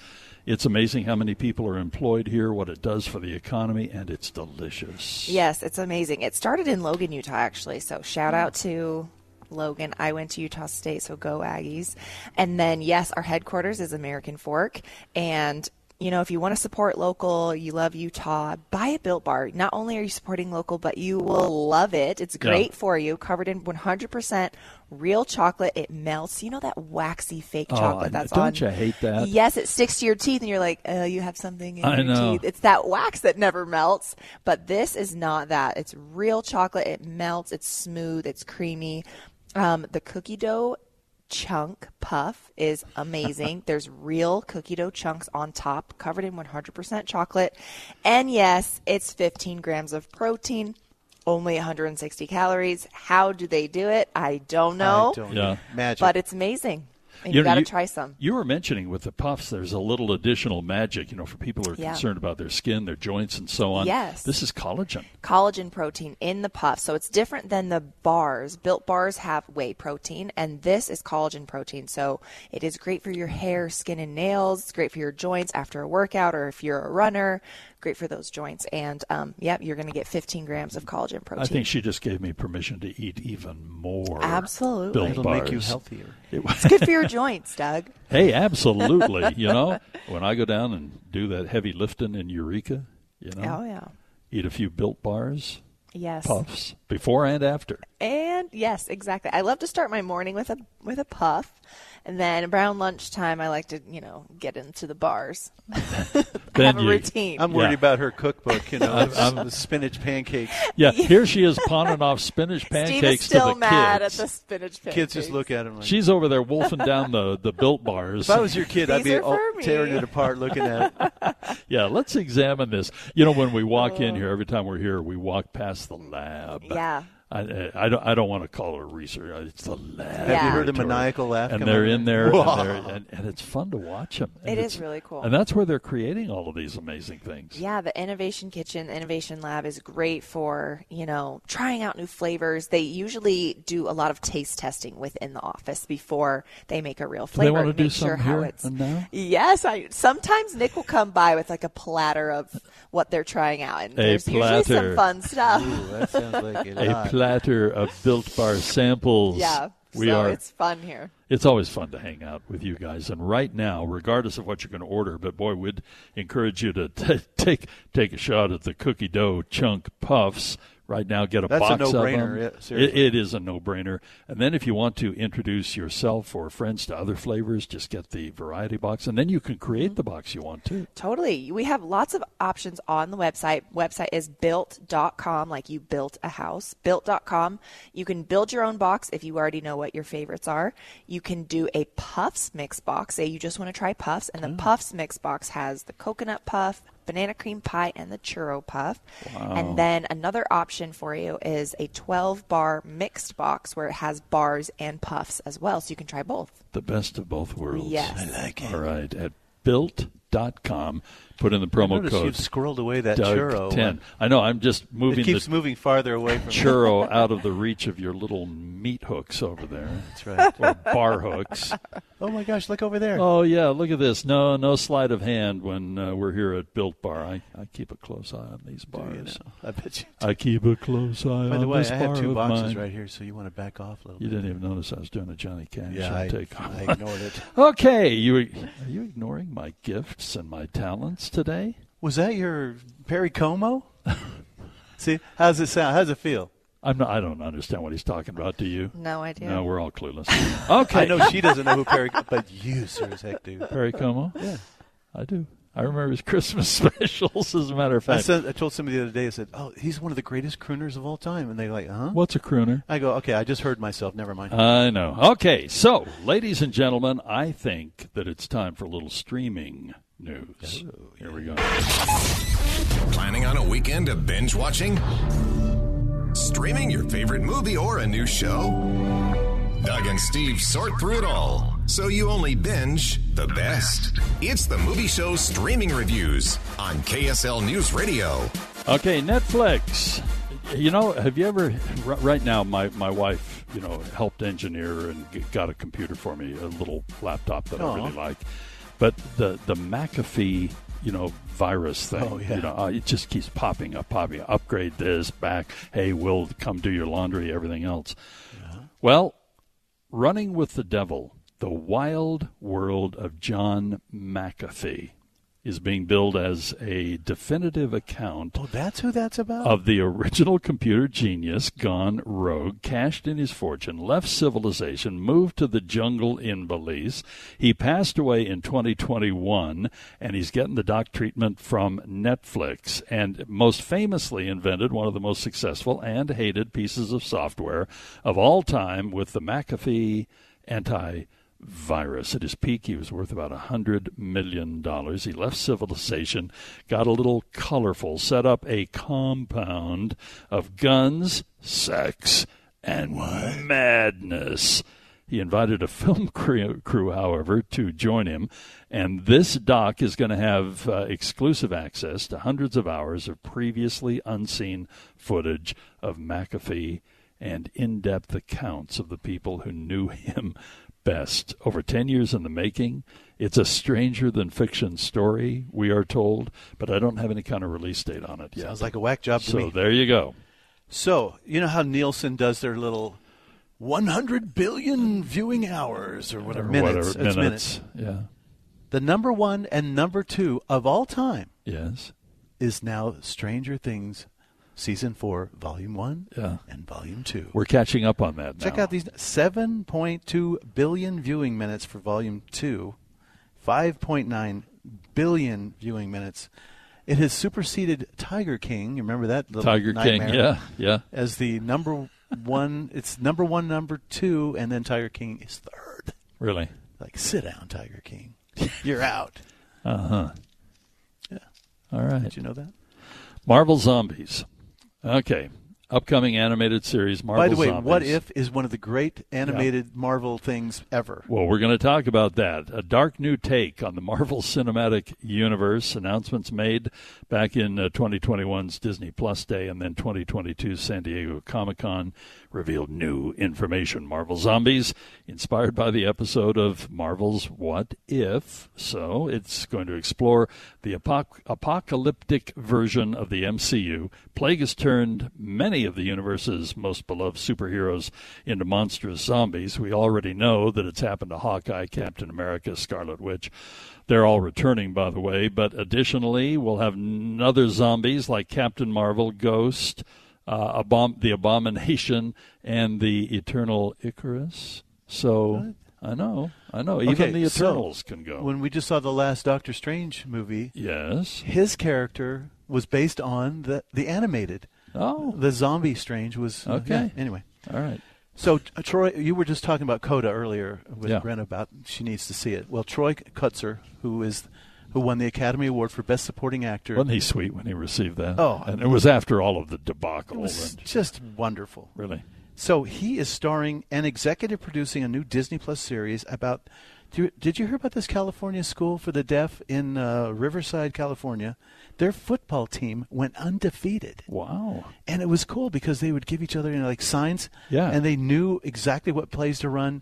Speaker 4: It's amazing how many people are employed here, what it does for the economy, and it's delicious.
Speaker 14: Yes, it's amazing. It started in Logan, Utah, actually. So shout out to Logan. I went to Utah State, so go Aggies. And then, yes, our headquarters is American Fork. And you know, if you want to support local, you love Utah, buy a Built Bar. Not only are you supporting local, but you will love it. It's
Speaker 9: Yeah.
Speaker 14: great for you, covered in 100% real chocolate. It melts. You know that waxy fake
Speaker 4: Oh,
Speaker 14: chocolate that's
Speaker 4: don't
Speaker 14: on
Speaker 4: you hate that?
Speaker 14: Yes, it sticks to your teeth, and you're like, oh, you have something in
Speaker 4: I
Speaker 14: your
Speaker 4: know.
Speaker 14: teeth. It's that wax that never melts, but this is not that. It's real chocolate. It melts. It's smooth. It's creamy. Um, the cookie dough chunk puff is amazing. There's real cookie dough chunks on top, covered in 100% chocolate. And yes, it's 15 grams of protein. Only 160 calories. How do they do it? I don't know.
Speaker 4: don't Yeah.
Speaker 5: Magic.
Speaker 14: But it's amazing. And you,
Speaker 4: know,
Speaker 14: got to try some.
Speaker 4: You were mentioning with the puffs, there's a little additional magic, you know, for people who are
Speaker 14: Yeah.
Speaker 4: concerned about their skin, their joints, and so on.
Speaker 14: Yes.
Speaker 4: This is collagen.
Speaker 14: collagen protein in the puff. So it's different than the bars. Built bars have whey protein, and this is collagen protein. So it is great for your hair, skin, and nails. It's great for your joints after a workout or if you're a runner. Great for those joints. And um, yep, you're going to get 15 grams of collagen protein.
Speaker 4: I think she just gave me permission to eat even more.
Speaker 14: Absolutely.
Speaker 4: Built
Speaker 14: It'll make you
Speaker 4: bars.
Speaker 14: healthier.
Speaker 4: It-
Speaker 14: it's good for your joints, Doug.
Speaker 4: hey, absolutely. you know, when I go down and do that heavy lifting in Eureka, you know,
Speaker 14: Oh, yeah.
Speaker 4: eat a few built bars,
Speaker 14: Yes.
Speaker 4: puffs, before and after.
Speaker 14: And yes, exactly. I love to start my morning with a with a puff, and then around lunchtime, I like to you know get into the bars. I have a routine.
Speaker 5: I'm worried
Speaker 4: Yeah.
Speaker 5: about her cookbook, you know,
Speaker 4: I'm- I'm-
Speaker 5: the spinach pancakes.
Speaker 4: Yeah, here she is pawning off spinach pancakes
Speaker 14: Steve is still
Speaker 4: to the
Speaker 14: mad
Speaker 4: kids.
Speaker 14: at the spinach pancakes.
Speaker 5: Kids just look at him like,
Speaker 4: She's over there wolfing down the, the built bars.
Speaker 5: if I was your kid, I'd
Speaker 14: These
Speaker 5: be
Speaker 14: are
Speaker 5: all
Speaker 14: for me.
Speaker 5: tearing it apart looking at it.
Speaker 4: Yeah, let's examine this. You know, when we walk in here, every time we're here, we walk past the lab.
Speaker 14: Oh. Yeah.
Speaker 4: I, I, I don't. I don't want to call it a research. It's the lab.
Speaker 5: Have you heard a maniacal laugh
Speaker 4: And
Speaker 5: come
Speaker 4: they're
Speaker 5: out?
Speaker 4: in there, and,
Speaker 5: Whoa.
Speaker 4: they're, and, and it's fun to watch them.
Speaker 14: It is really cool.
Speaker 4: and that's where they're creating all of these amazing things.
Speaker 14: Yeah, the Innovation Kitchen, the Innovation Lab is great for, you know, trying out new flavors. They usually do a lot of taste testing within the office before they make a real
Speaker 4: Do they
Speaker 14: flavor.
Speaker 4: want to
Speaker 14: and
Speaker 4: do
Speaker 14: make sure
Speaker 4: some
Speaker 14: how
Speaker 4: here
Speaker 14: it's
Speaker 4: and now?
Speaker 14: Yes, I sometimes Nick will come by with like a platter of what they're trying out and
Speaker 4: A
Speaker 14: there's usually some
Speaker 4: platter.
Speaker 14: fun stuff.
Speaker 5: that sounds like it.
Speaker 4: A
Speaker 5: lot.
Speaker 4: platter of built bar samples.
Speaker 14: Yeah,
Speaker 4: we
Speaker 14: so
Speaker 4: are.
Speaker 14: it's fun here.
Speaker 4: It's always fun to hang out with you guys, and right now, regardless of what you're going to order, but boy, we'd encourage you to t- take take a shot at the cookie dough chunk puffs. Right now, get a
Speaker 5: That's a
Speaker 4: box of
Speaker 5: no-brainer,
Speaker 4: them.
Speaker 5: yeah,
Speaker 4: it,
Speaker 5: seriously.
Speaker 4: it is a no-brainer. And then, if you want to introduce yourself or friends to other flavors, just get the variety box, and then you can
Speaker 14: Mm-hmm.
Speaker 4: create the box you want to.
Speaker 14: Totally. We have lots of options on the website. Website is built.com, like you built a house. Built.com. You can build your own box if you already know what your favorites are. You can do a puffs mix box. Say you just want to try puffs, and the puffs mix box has the coconut puff, banana cream pie and the churro puff.
Speaker 3: Wow.
Speaker 14: And then another option for you is a 12 bar mixed box where it has bars and puffs as well. So you can try both.
Speaker 4: The best of both worlds.
Speaker 14: Yes.
Speaker 4: I like it. All right. At built.com, put in the
Speaker 5: I
Speaker 4: promo
Speaker 5: noticed
Speaker 4: code.
Speaker 5: You've scrolled away that
Speaker 4: Doug
Speaker 5: churro.
Speaker 4: 10. I know. I'm just moving
Speaker 5: It keeps
Speaker 4: the
Speaker 5: moving farther away from
Speaker 4: churro out of the reach of your little meat hooks over there. That's
Speaker 5: right.
Speaker 4: Or bar hooks.
Speaker 5: Oh my gosh! Look over there.
Speaker 4: Oh, yeah. Look at this. No, no sleight of hand when uh, we're here at Built Bar. I, I keep a close eye on these bars.
Speaker 5: I bet you.
Speaker 4: I keep a close eye
Speaker 5: By the
Speaker 4: on
Speaker 5: way, I
Speaker 4: Uh, this
Speaker 5: have
Speaker 4: bar
Speaker 5: two
Speaker 4: of
Speaker 5: boxes
Speaker 4: mine.
Speaker 5: right here, so you want to back off a little.
Speaker 4: You didn't even notice I was doing a Johnny Cash.
Speaker 5: Yeah, I-
Speaker 4: take.
Speaker 5: I ignored it.
Speaker 4: Okay, you are you ignoring my gifts and my talents today?
Speaker 5: Was that your Perry Como? See, how's it sound? How's it feel?
Speaker 4: I'm not. I don't understand what he's talking about. Do you?
Speaker 14: No idea.
Speaker 4: No, we're all clueless. Okay,
Speaker 5: I know she doesn't know who Perry, but you sure as heck do.
Speaker 4: Perry Como.
Speaker 5: Yeah.
Speaker 4: I do. I remember his Christmas specials. As a matter of
Speaker 5: I,
Speaker 4: fact,
Speaker 5: said, I told somebody the other day. I said, "Oh, he's one of the greatest crooners of all time," and they're like, "Huh?"
Speaker 4: what's a crooner?
Speaker 5: I go, "Okay, I just heard myself. Never mind."
Speaker 4: I know. Okay, so ladies and gentlemen, I think that it's time for a little streaming news.
Speaker 5: Oh,
Speaker 4: Here we go.
Speaker 1: Planning on a weekend of binge watching? Streaming your favorite movie or a new show? Doug and Steve sort through it all, so you only binge the best. It's the movie show streaming reviews on KSL News Radio.
Speaker 4: Okay, Netflix. You know, have you ever? r- Right now, my, my wife, you know, helped engineer and g- got a computer for me, a little laptop that
Speaker 7: Aw.
Speaker 4: I really like. But the the McAfee, you know, virus thing.
Speaker 7: Oh, yeah.
Speaker 4: You know, uh, it just keeps popping up, popping up. Upgrade this, back. Hey, we'll come do your laundry, everything else. Well, Running with the Devil, The Wild World of John McAfee, is being billed as a definitive account
Speaker 5: Oh, that's who that's about.
Speaker 4: of the original computer genius gone rogue, cashed in his fortune, left civilization, moved to the jungle in Belize. He passed away in 2021, and he's getting the doc treatment from Netflix, and most famously invented one of the most successful and hated pieces of software of all time with the McAfee anti virus. At his peak, he was worth about a hundred million dollars. He left civilization, got a little colorful, set up a compound of guns, sex, and madness. He invited a film crew, crew, however, to join him, and this doc is going to have uh, exclusive access to hundreds of hours of previously unseen footage of McAfee and in depth accounts of the people who knew him best. Over 10 years in the making, it's a stranger than fiction story, we are told, but I don't have any kind of release date on it yet.
Speaker 5: Sounds like a whack job to
Speaker 4: so
Speaker 5: me.
Speaker 4: there you go.
Speaker 5: So you know how Nielsen does their little 100 billion viewing hours or whatever minutes.
Speaker 4: Whatever,
Speaker 5: It's
Speaker 4: minutes. Yeah.
Speaker 5: The number one and number two of all time.
Speaker 4: Yes.
Speaker 5: Is now Stranger Things, season four, volume one,
Speaker 4: Yeah.
Speaker 5: and volume two.
Speaker 4: We're catching up on that
Speaker 5: Check
Speaker 4: now.
Speaker 5: out these 7.2 billion viewing minutes for volume two, 5.9 billion viewing minutes. It has superseded Tiger King. You remember that little
Speaker 4: Tiger King,
Speaker 5: nightmare?
Speaker 4: yeah, yeah.
Speaker 5: As the number one, it's number one, number two, and then Tiger King is third.
Speaker 4: Really?
Speaker 5: Like, sit down, Tiger King. You're out.
Speaker 4: Uh huh.
Speaker 5: Yeah.
Speaker 4: All right.
Speaker 5: Did you know that?
Speaker 4: Marvel Zombies. Okay. Upcoming animated series, Marvel
Speaker 5: By the way,
Speaker 4: Zombies.
Speaker 5: What If is one of the great animated Marvel things ever.
Speaker 4: Well, we're going to talk about that. A dark new take on the Marvel Cinematic Universe. Announcements made back in uh, 2021's Disney Plus Day and then 2022's San Diego Comic Con revealed new information. Marvel Zombies, inspired by the episode of Marvel's What If. So it's going to explore the apoc- apocalyptic version of the MCU. Plague has turned many of the universe's most beloved superheroes into monstrous zombies. We already know that it's happened to Hawkeye, Captain America, Scarlet Witch. They're all returning, by the way. But additionally, we'll have n- other zombies like Captain Marvel, Ghost, uh, Abom- the Abomination, and the Eternal Icarus. So I know, I know. Even
Speaker 5: Okay,
Speaker 4: the
Speaker 5: so
Speaker 4: Eternals can go.
Speaker 5: When we just saw the last Doctor Strange movie,
Speaker 4: yes,
Speaker 5: his character was based on the the animated.
Speaker 4: Oh,
Speaker 5: the zombie Strange was
Speaker 4: Okay.
Speaker 5: Uh, yeah, anyway,
Speaker 4: all right.
Speaker 5: So uh, Troy, you were just talking about Coda earlier with
Speaker 4: Yeah.
Speaker 5: Brent about she needs to see it. Well, Troy Kutzer, who is who won the Academy Award for Best Supporting Actor.
Speaker 4: Wasn't he sweet when he received that?
Speaker 5: Oh.
Speaker 4: and it was after all of the debacle.
Speaker 5: It was
Speaker 4: and-
Speaker 5: just wonderful.
Speaker 4: Really?
Speaker 5: So he is starring and executive producing a new Disney Plus series about. do you- Did you hear about this California school for the deaf in uh, Riverside, California? Their football team went undefeated.
Speaker 4: Wow!
Speaker 5: And it was cool because they would give each other you know, like signs.
Speaker 4: Yeah.
Speaker 5: And they knew exactly what plays to run,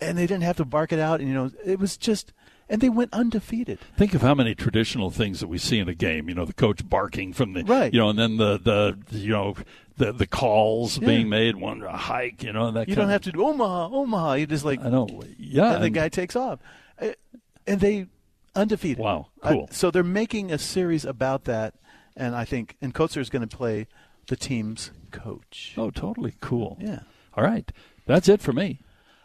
Speaker 5: and they didn't have to bark it out. And you know, it was just. And they went undefeated.
Speaker 4: Think of how many traditional things that we see in a game. You know, the coach barking from the
Speaker 5: Right.
Speaker 4: You know, and then the the you know the the calls
Speaker 5: Yeah.
Speaker 4: being made, one a hike. You know, and that
Speaker 5: you
Speaker 4: kind
Speaker 5: don't
Speaker 4: of,
Speaker 5: have to do Omaha, Omaha. You just like
Speaker 4: I know. Yeah,
Speaker 5: and the
Speaker 4: and-
Speaker 5: guy takes off, Uh, and they undefeated.
Speaker 4: Wow,
Speaker 5: I-
Speaker 4: cool.
Speaker 5: so they're making a series about that, and I think and Kotzer is going to play the team's coach.
Speaker 4: Oh, totally cool.
Speaker 5: Yeah.
Speaker 4: All right, that's it for me.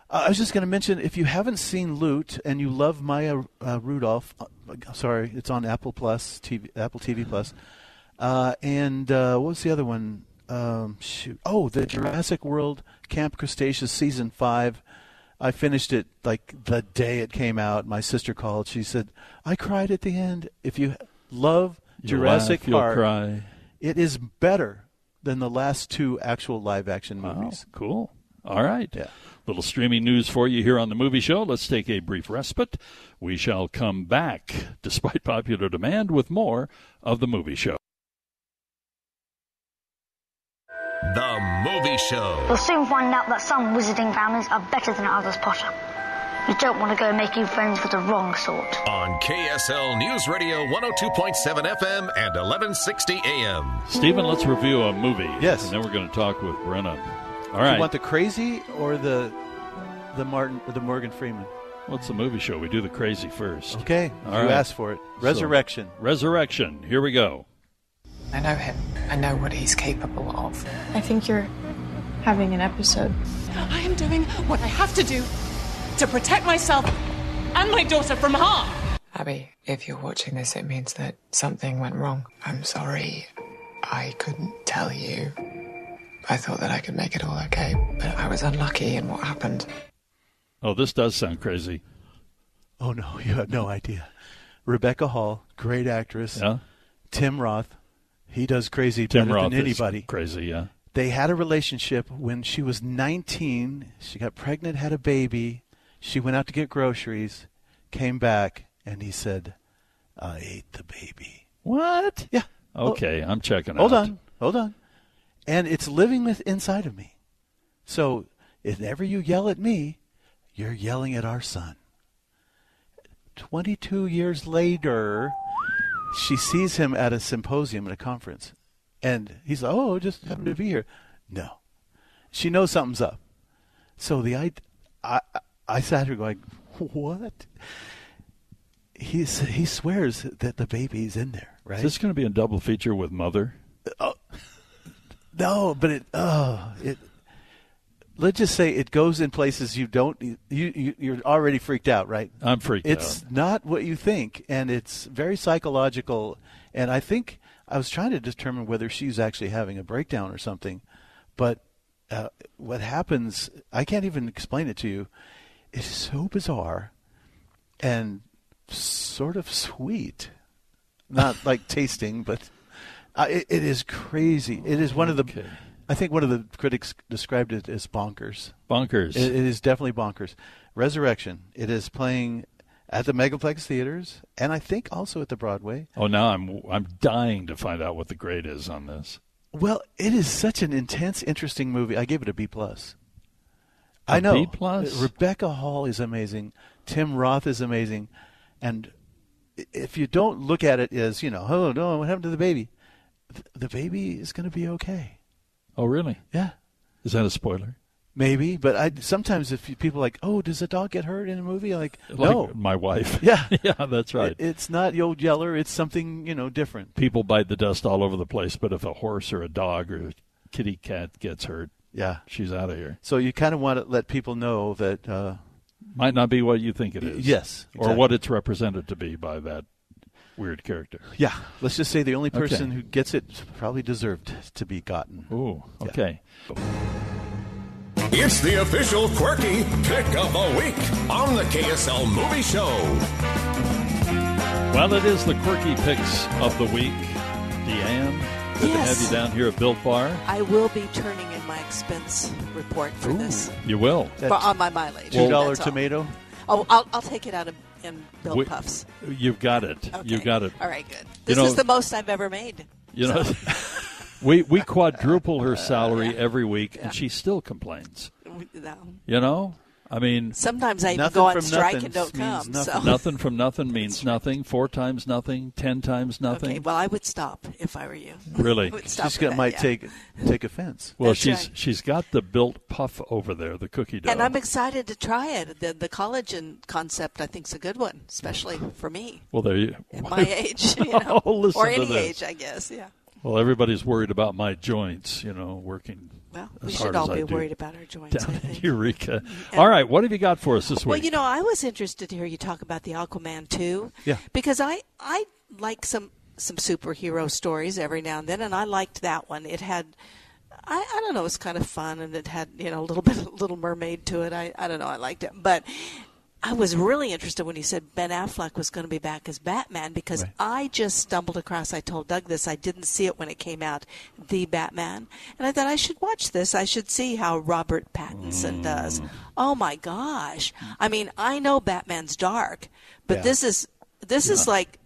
Speaker 5: Uh, I was just going to mention if you haven't seen Loot and you love Maya uh, Rudolph, uh, sorry, it's on Apple Plus TV, Apple TV Plus, uh, and uh, what was the other one? Um, shoot, oh, the Jurassic World Camp Cretaceous season five. I finished it like the day it came out. My sister called. She said I cried at the end. If you love
Speaker 4: You'll
Speaker 5: Jurassic
Speaker 4: laugh, you'll
Speaker 5: Park,
Speaker 4: cry.
Speaker 5: it is better than the last two actual live action movies.
Speaker 4: cool. All right. Little streaming news for you here on the movie show. Let's take a brief respite. We shall come back, despite popular demand, with more of the movie show.
Speaker 1: The Movie Show.
Speaker 3: You'll soon find out that some wizarding families are better than others, Potter. You don't want to go making friends with the wrong sort.
Speaker 1: On KSL News Radio 102.7 FM and 1160 AM.
Speaker 4: Stephen, let's review a movie.
Speaker 5: Yes.
Speaker 4: And then we're going to talk with Brenna. All
Speaker 5: Do
Speaker 4: right.
Speaker 5: You want the crazy or the the Martin or the Morgan Freeman?
Speaker 4: What's the movie show? We do the crazy first.
Speaker 5: Okay.
Speaker 4: All
Speaker 5: you asked for it.
Speaker 4: So,
Speaker 5: Resurrection.
Speaker 4: resurrection. Here we go.
Speaker 7: I know him. I know what he's capable of.
Speaker 9: I think you're having an episode.
Speaker 26: I am doing what I have to do to protect myself and my daughter from harm.
Speaker 7: Abby, if you're watching this, it means that something went wrong. I'm sorry. I couldn't tell you. I thought that I could make it all okay, but I was unlucky in what happened.
Speaker 4: Oh, this does sound crazy.
Speaker 5: Oh no, you have no idea. Rebecca Hall, great actress.
Speaker 4: Yeah.
Speaker 5: Tim Roth, he does crazy
Speaker 4: Tim
Speaker 5: better
Speaker 4: Roth
Speaker 5: than anybody.
Speaker 4: Is crazy, yeah.
Speaker 5: They had a relationship when she was 19. She got pregnant, had a baby. She went out to get groceries, came back, and he said, "I ate the baby."
Speaker 4: What?
Speaker 5: Yeah.
Speaker 4: Okay, I'm checking
Speaker 5: Oh. Hold
Speaker 4: out.
Speaker 5: on, hold on. And it's living with inside of me. So if ever you yell at me, you're yelling at our son. 22 years later, she sees him at a symposium at a conference. And he's like, oh, just happened to be here. No. She knows something's up. So the I, I, I sat here going, what? He, s- he swears that the baby's in there, right?
Speaker 4: Is this going to be a double feature with Mother?
Speaker 5: No, but it oh it. Let's just say it goes in places you don't you, you you're already freaked out, right?
Speaker 4: I'm freaked
Speaker 5: it's
Speaker 4: out.
Speaker 5: not what you think, and it's very psychological. And I think I was trying to determine whether she's actually having a breakdown or something, but uh, what happens? I can't even explain it to you. It's so bizarre, and sort of sweet, not like tasting, but uh, it, it is crazy. It is one of the. I think one of the critics described it as bonkers.
Speaker 4: Bonkers.
Speaker 5: It, it is definitely bonkers. Resurrection. It is playing at the Megaplex theaters, and I think also at the Broadway.
Speaker 4: Oh, now I'm I'm dying to find out what the grade is on this.
Speaker 5: Well, it is such an intense, interesting movie. I gave it a B plus.
Speaker 4: A
Speaker 5: I know.
Speaker 4: B plus?
Speaker 5: Rebecca Hall is amazing. Tim Roth is amazing, and i- if you don't look at it as you know, oh no, what happened to the baby? Th- The baby is going to be okay.
Speaker 4: Oh, really?
Speaker 5: Yeah.
Speaker 4: Is that a spoiler?
Speaker 5: Maybe, but I sometimes if you- people are like, oh, does a dog get hurt in a movie? Like,
Speaker 4: Like
Speaker 5: no,
Speaker 4: my wife.
Speaker 5: Yeah,
Speaker 4: yeah, that's right.
Speaker 5: It- it's not the old Yeller. It's something you know different.
Speaker 4: People bite the dust all over the place, but if a horse or a dog or a kitty cat gets hurt,
Speaker 5: yeah,
Speaker 4: she's out of here.
Speaker 5: So you kind of want to let people know that. Uh,
Speaker 4: Might not be what you think it is.
Speaker 5: Yes,
Speaker 4: or what
Speaker 5: exactly.
Speaker 4: it's represented to be by that weird character.
Speaker 5: yeah, let's just say the only
Speaker 4: Okay.
Speaker 5: person who gets it probably deserved to be gotten.
Speaker 4: Ooh, okay.
Speaker 1: It's the official quirky pick of the week on the KSL Movie Show.
Speaker 4: Well, it is the quirky picks of the week. Deanne,
Speaker 10: Yes.
Speaker 4: good to have you down here at Built Bar.
Speaker 10: I will be turning in my expense report for this.
Speaker 4: You will.
Speaker 10: For- on my mileage.
Speaker 5: Two dollar
Speaker 10: That's all.
Speaker 5: tomato.
Speaker 10: Oh, I'll, I'll take it out of and build
Speaker 4: We-
Speaker 10: puffs.
Speaker 4: You've got it. You've got it.
Speaker 10: All right, good.
Speaker 4: You
Speaker 10: This
Speaker 4: know-
Speaker 10: is the most I've ever made.
Speaker 4: You know, we we quadruple her salary every week, and she still complains.
Speaker 10: No.
Speaker 4: You know, I mean,
Speaker 10: Sometimes I even Nothing go on from strike nothing and don't means come, nothing. so.
Speaker 4: nothing from nothing means nothing. Four times nothing, ten times nothing.
Speaker 10: Okay, well, I would stop if I were you.
Speaker 4: Really?
Speaker 10: I would stop
Speaker 5: She's
Speaker 10: at
Speaker 5: got-
Speaker 10: that,
Speaker 5: might
Speaker 10: yeah.
Speaker 5: take take offense.
Speaker 4: Well,
Speaker 10: That's
Speaker 4: she's
Speaker 10: right.
Speaker 4: she's got the built puff over there, the cookie dough.
Speaker 10: And I'm excited to try it. The, the collagen concept, I think, is a good one, especially for me.
Speaker 4: well, there you.
Speaker 10: At my age, you know,
Speaker 4: Oh, listen
Speaker 10: or
Speaker 4: to
Speaker 10: any
Speaker 4: this.
Speaker 10: age, I guess. Yeah.
Speaker 4: Well, everybody's worried about my joints. You know, working.
Speaker 10: Well,
Speaker 4: as
Speaker 10: we should
Speaker 4: hard
Speaker 10: all
Speaker 4: as I
Speaker 10: be
Speaker 4: do
Speaker 10: worried about our joints,
Speaker 4: Down
Speaker 10: I
Speaker 4: in
Speaker 10: think.
Speaker 4: Eureka.
Speaker 10: And-
Speaker 4: all right, what have you got for us this
Speaker 10: Well,
Speaker 4: week?
Speaker 10: you know, I was interested to hear you talk about the Aquaman too.
Speaker 4: Yeah.
Speaker 10: Because I I like some some superhero stories every now and then, and I liked that one. It had. I, I don't know. It was kind of fun, and it had you know a little bit of Little Mermaid to it. I I don't know. I liked it, but I was really interested when you said Ben Affleck was going to be back as Batman because I just stumbled across. I told Doug this. I didn't see it when it came out, the Batman, and I thought I should watch this. I should see how Robert
Speaker 5: Mm.
Speaker 10: Pattinson does. Oh my gosh! I mean, I know Batman's dark, but
Speaker 16: Yeah.
Speaker 10: this is this is
Speaker 4: Yeah.
Speaker 10: like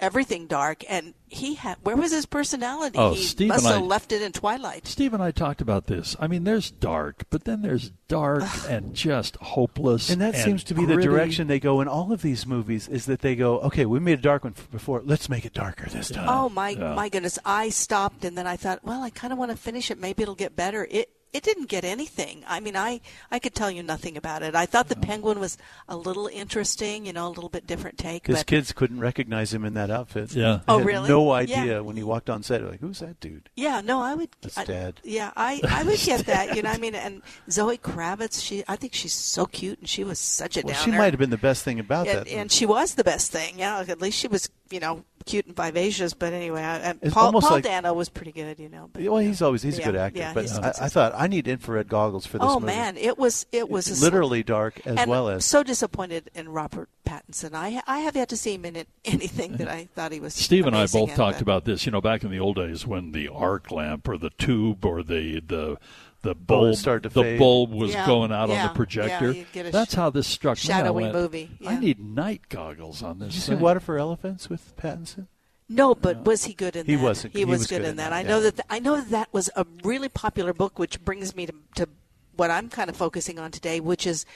Speaker 10: everything dark. And he had where was his personality?
Speaker 4: Oh,
Speaker 10: he
Speaker 4: Steve
Speaker 10: must
Speaker 4: and
Speaker 10: have
Speaker 4: I-
Speaker 10: left it in Twilight.
Speaker 4: Steve and I talked about this. I mean, there's dark, but then there's dark and just hopeless.
Speaker 5: And that seems to be the
Speaker 4: gritty.
Speaker 5: direction they go in all of these movies is that they go, okay, we made a dark one f- before, let's make it darker this time.
Speaker 10: Oh my my goodness! I stopped and then I thought, well, I kind of want to finish it. Maybe it'll get better. It it didn't get anything. I mean, I I could tell you nothing about it. I thought the penguin was a little interesting, you know, a little bit different take.
Speaker 5: His
Speaker 10: but
Speaker 5: kids couldn't recognize him in that outfit.
Speaker 4: Yeah.
Speaker 10: Oh,
Speaker 5: They had
Speaker 10: really?
Speaker 5: No
Speaker 10: Yeah.
Speaker 5: idea when he walked on set. Like, who's that dude?
Speaker 10: yeah, no, I would.
Speaker 5: That's
Speaker 10: I-
Speaker 5: dad.
Speaker 10: Yeah, I I would get that. You know, I mean, and Zoe Kravitz, she I think she's so cute and she was such a
Speaker 5: Well,
Speaker 10: downer.
Speaker 5: she might have been the best thing about
Speaker 10: and,
Speaker 5: that.
Speaker 10: and she was the best thing. Yeah, at least she was, you know, cute and vivacious. But anyway, I, and
Speaker 5: It's
Speaker 10: Paul,
Speaker 5: almost
Speaker 10: Paul
Speaker 5: like-
Speaker 10: Dano was pretty good, you know. But,
Speaker 5: well, he's always he's
Speaker 10: Yeah,
Speaker 5: a good actor,
Speaker 10: yeah,
Speaker 5: but
Speaker 10: he's-
Speaker 5: I, I thought I need infrared goggles for this
Speaker 10: oh
Speaker 5: movie.
Speaker 10: man, it was it was
Speaker 5: It's
Speaker 10: a sl-
Speaker 5: literally dark as
Speaker 10: and
Speaker 5: well as
Speaker 10: so disappointed in Robert Pattinson. I I have yet to see him in it- anything that I thought he was.
Speaker 4: Steve and I
Speaker 10: amazing
Speaker 4: both
Speaker 10: in,
Speaker 4: talked
Speaker 10: but-
Speaker 4: about this. You know, back in the old days when the arc lamp or the tube or the the the bulb
Speaker 5: it started to
Speaker 4: the
Speaker 5: fade.
Speaker 4: bulb was
Speaker 10: Yeah,
Speaker 4: going out
Speaker 10: yeah,
Speaker 4: on the projector.
Speaker 10: yeah, you'd get a
Speaker 4: That's
Speaker 10: sh-
Speaker 4: how this struck
Speaker 10: shadowy
Speaker 4: me. I went,
Speaker 10: movie,
Speaker 4: I
Speaker 10: yeah.
Speaker 4: need night goggles on this.
Speaker 5: Did you see
Speaker 4: thing.
Speaker 5: Water for Elephants with Pattinson?
Speaker 10: No, but was he good in
Speaker 5: He
Speaker 10: that?
Speaker 5: wasn't-
Speaker 10: He,
Speaker 5: he
Speaker 10: was,
Speaker 5: was
Speaker 10: good, in that. I
Speaker 5: yeah.
Speaker 10: know that. th- I know that that was a really popular book, which brings me to, to what I'm kind of focusing on today, which is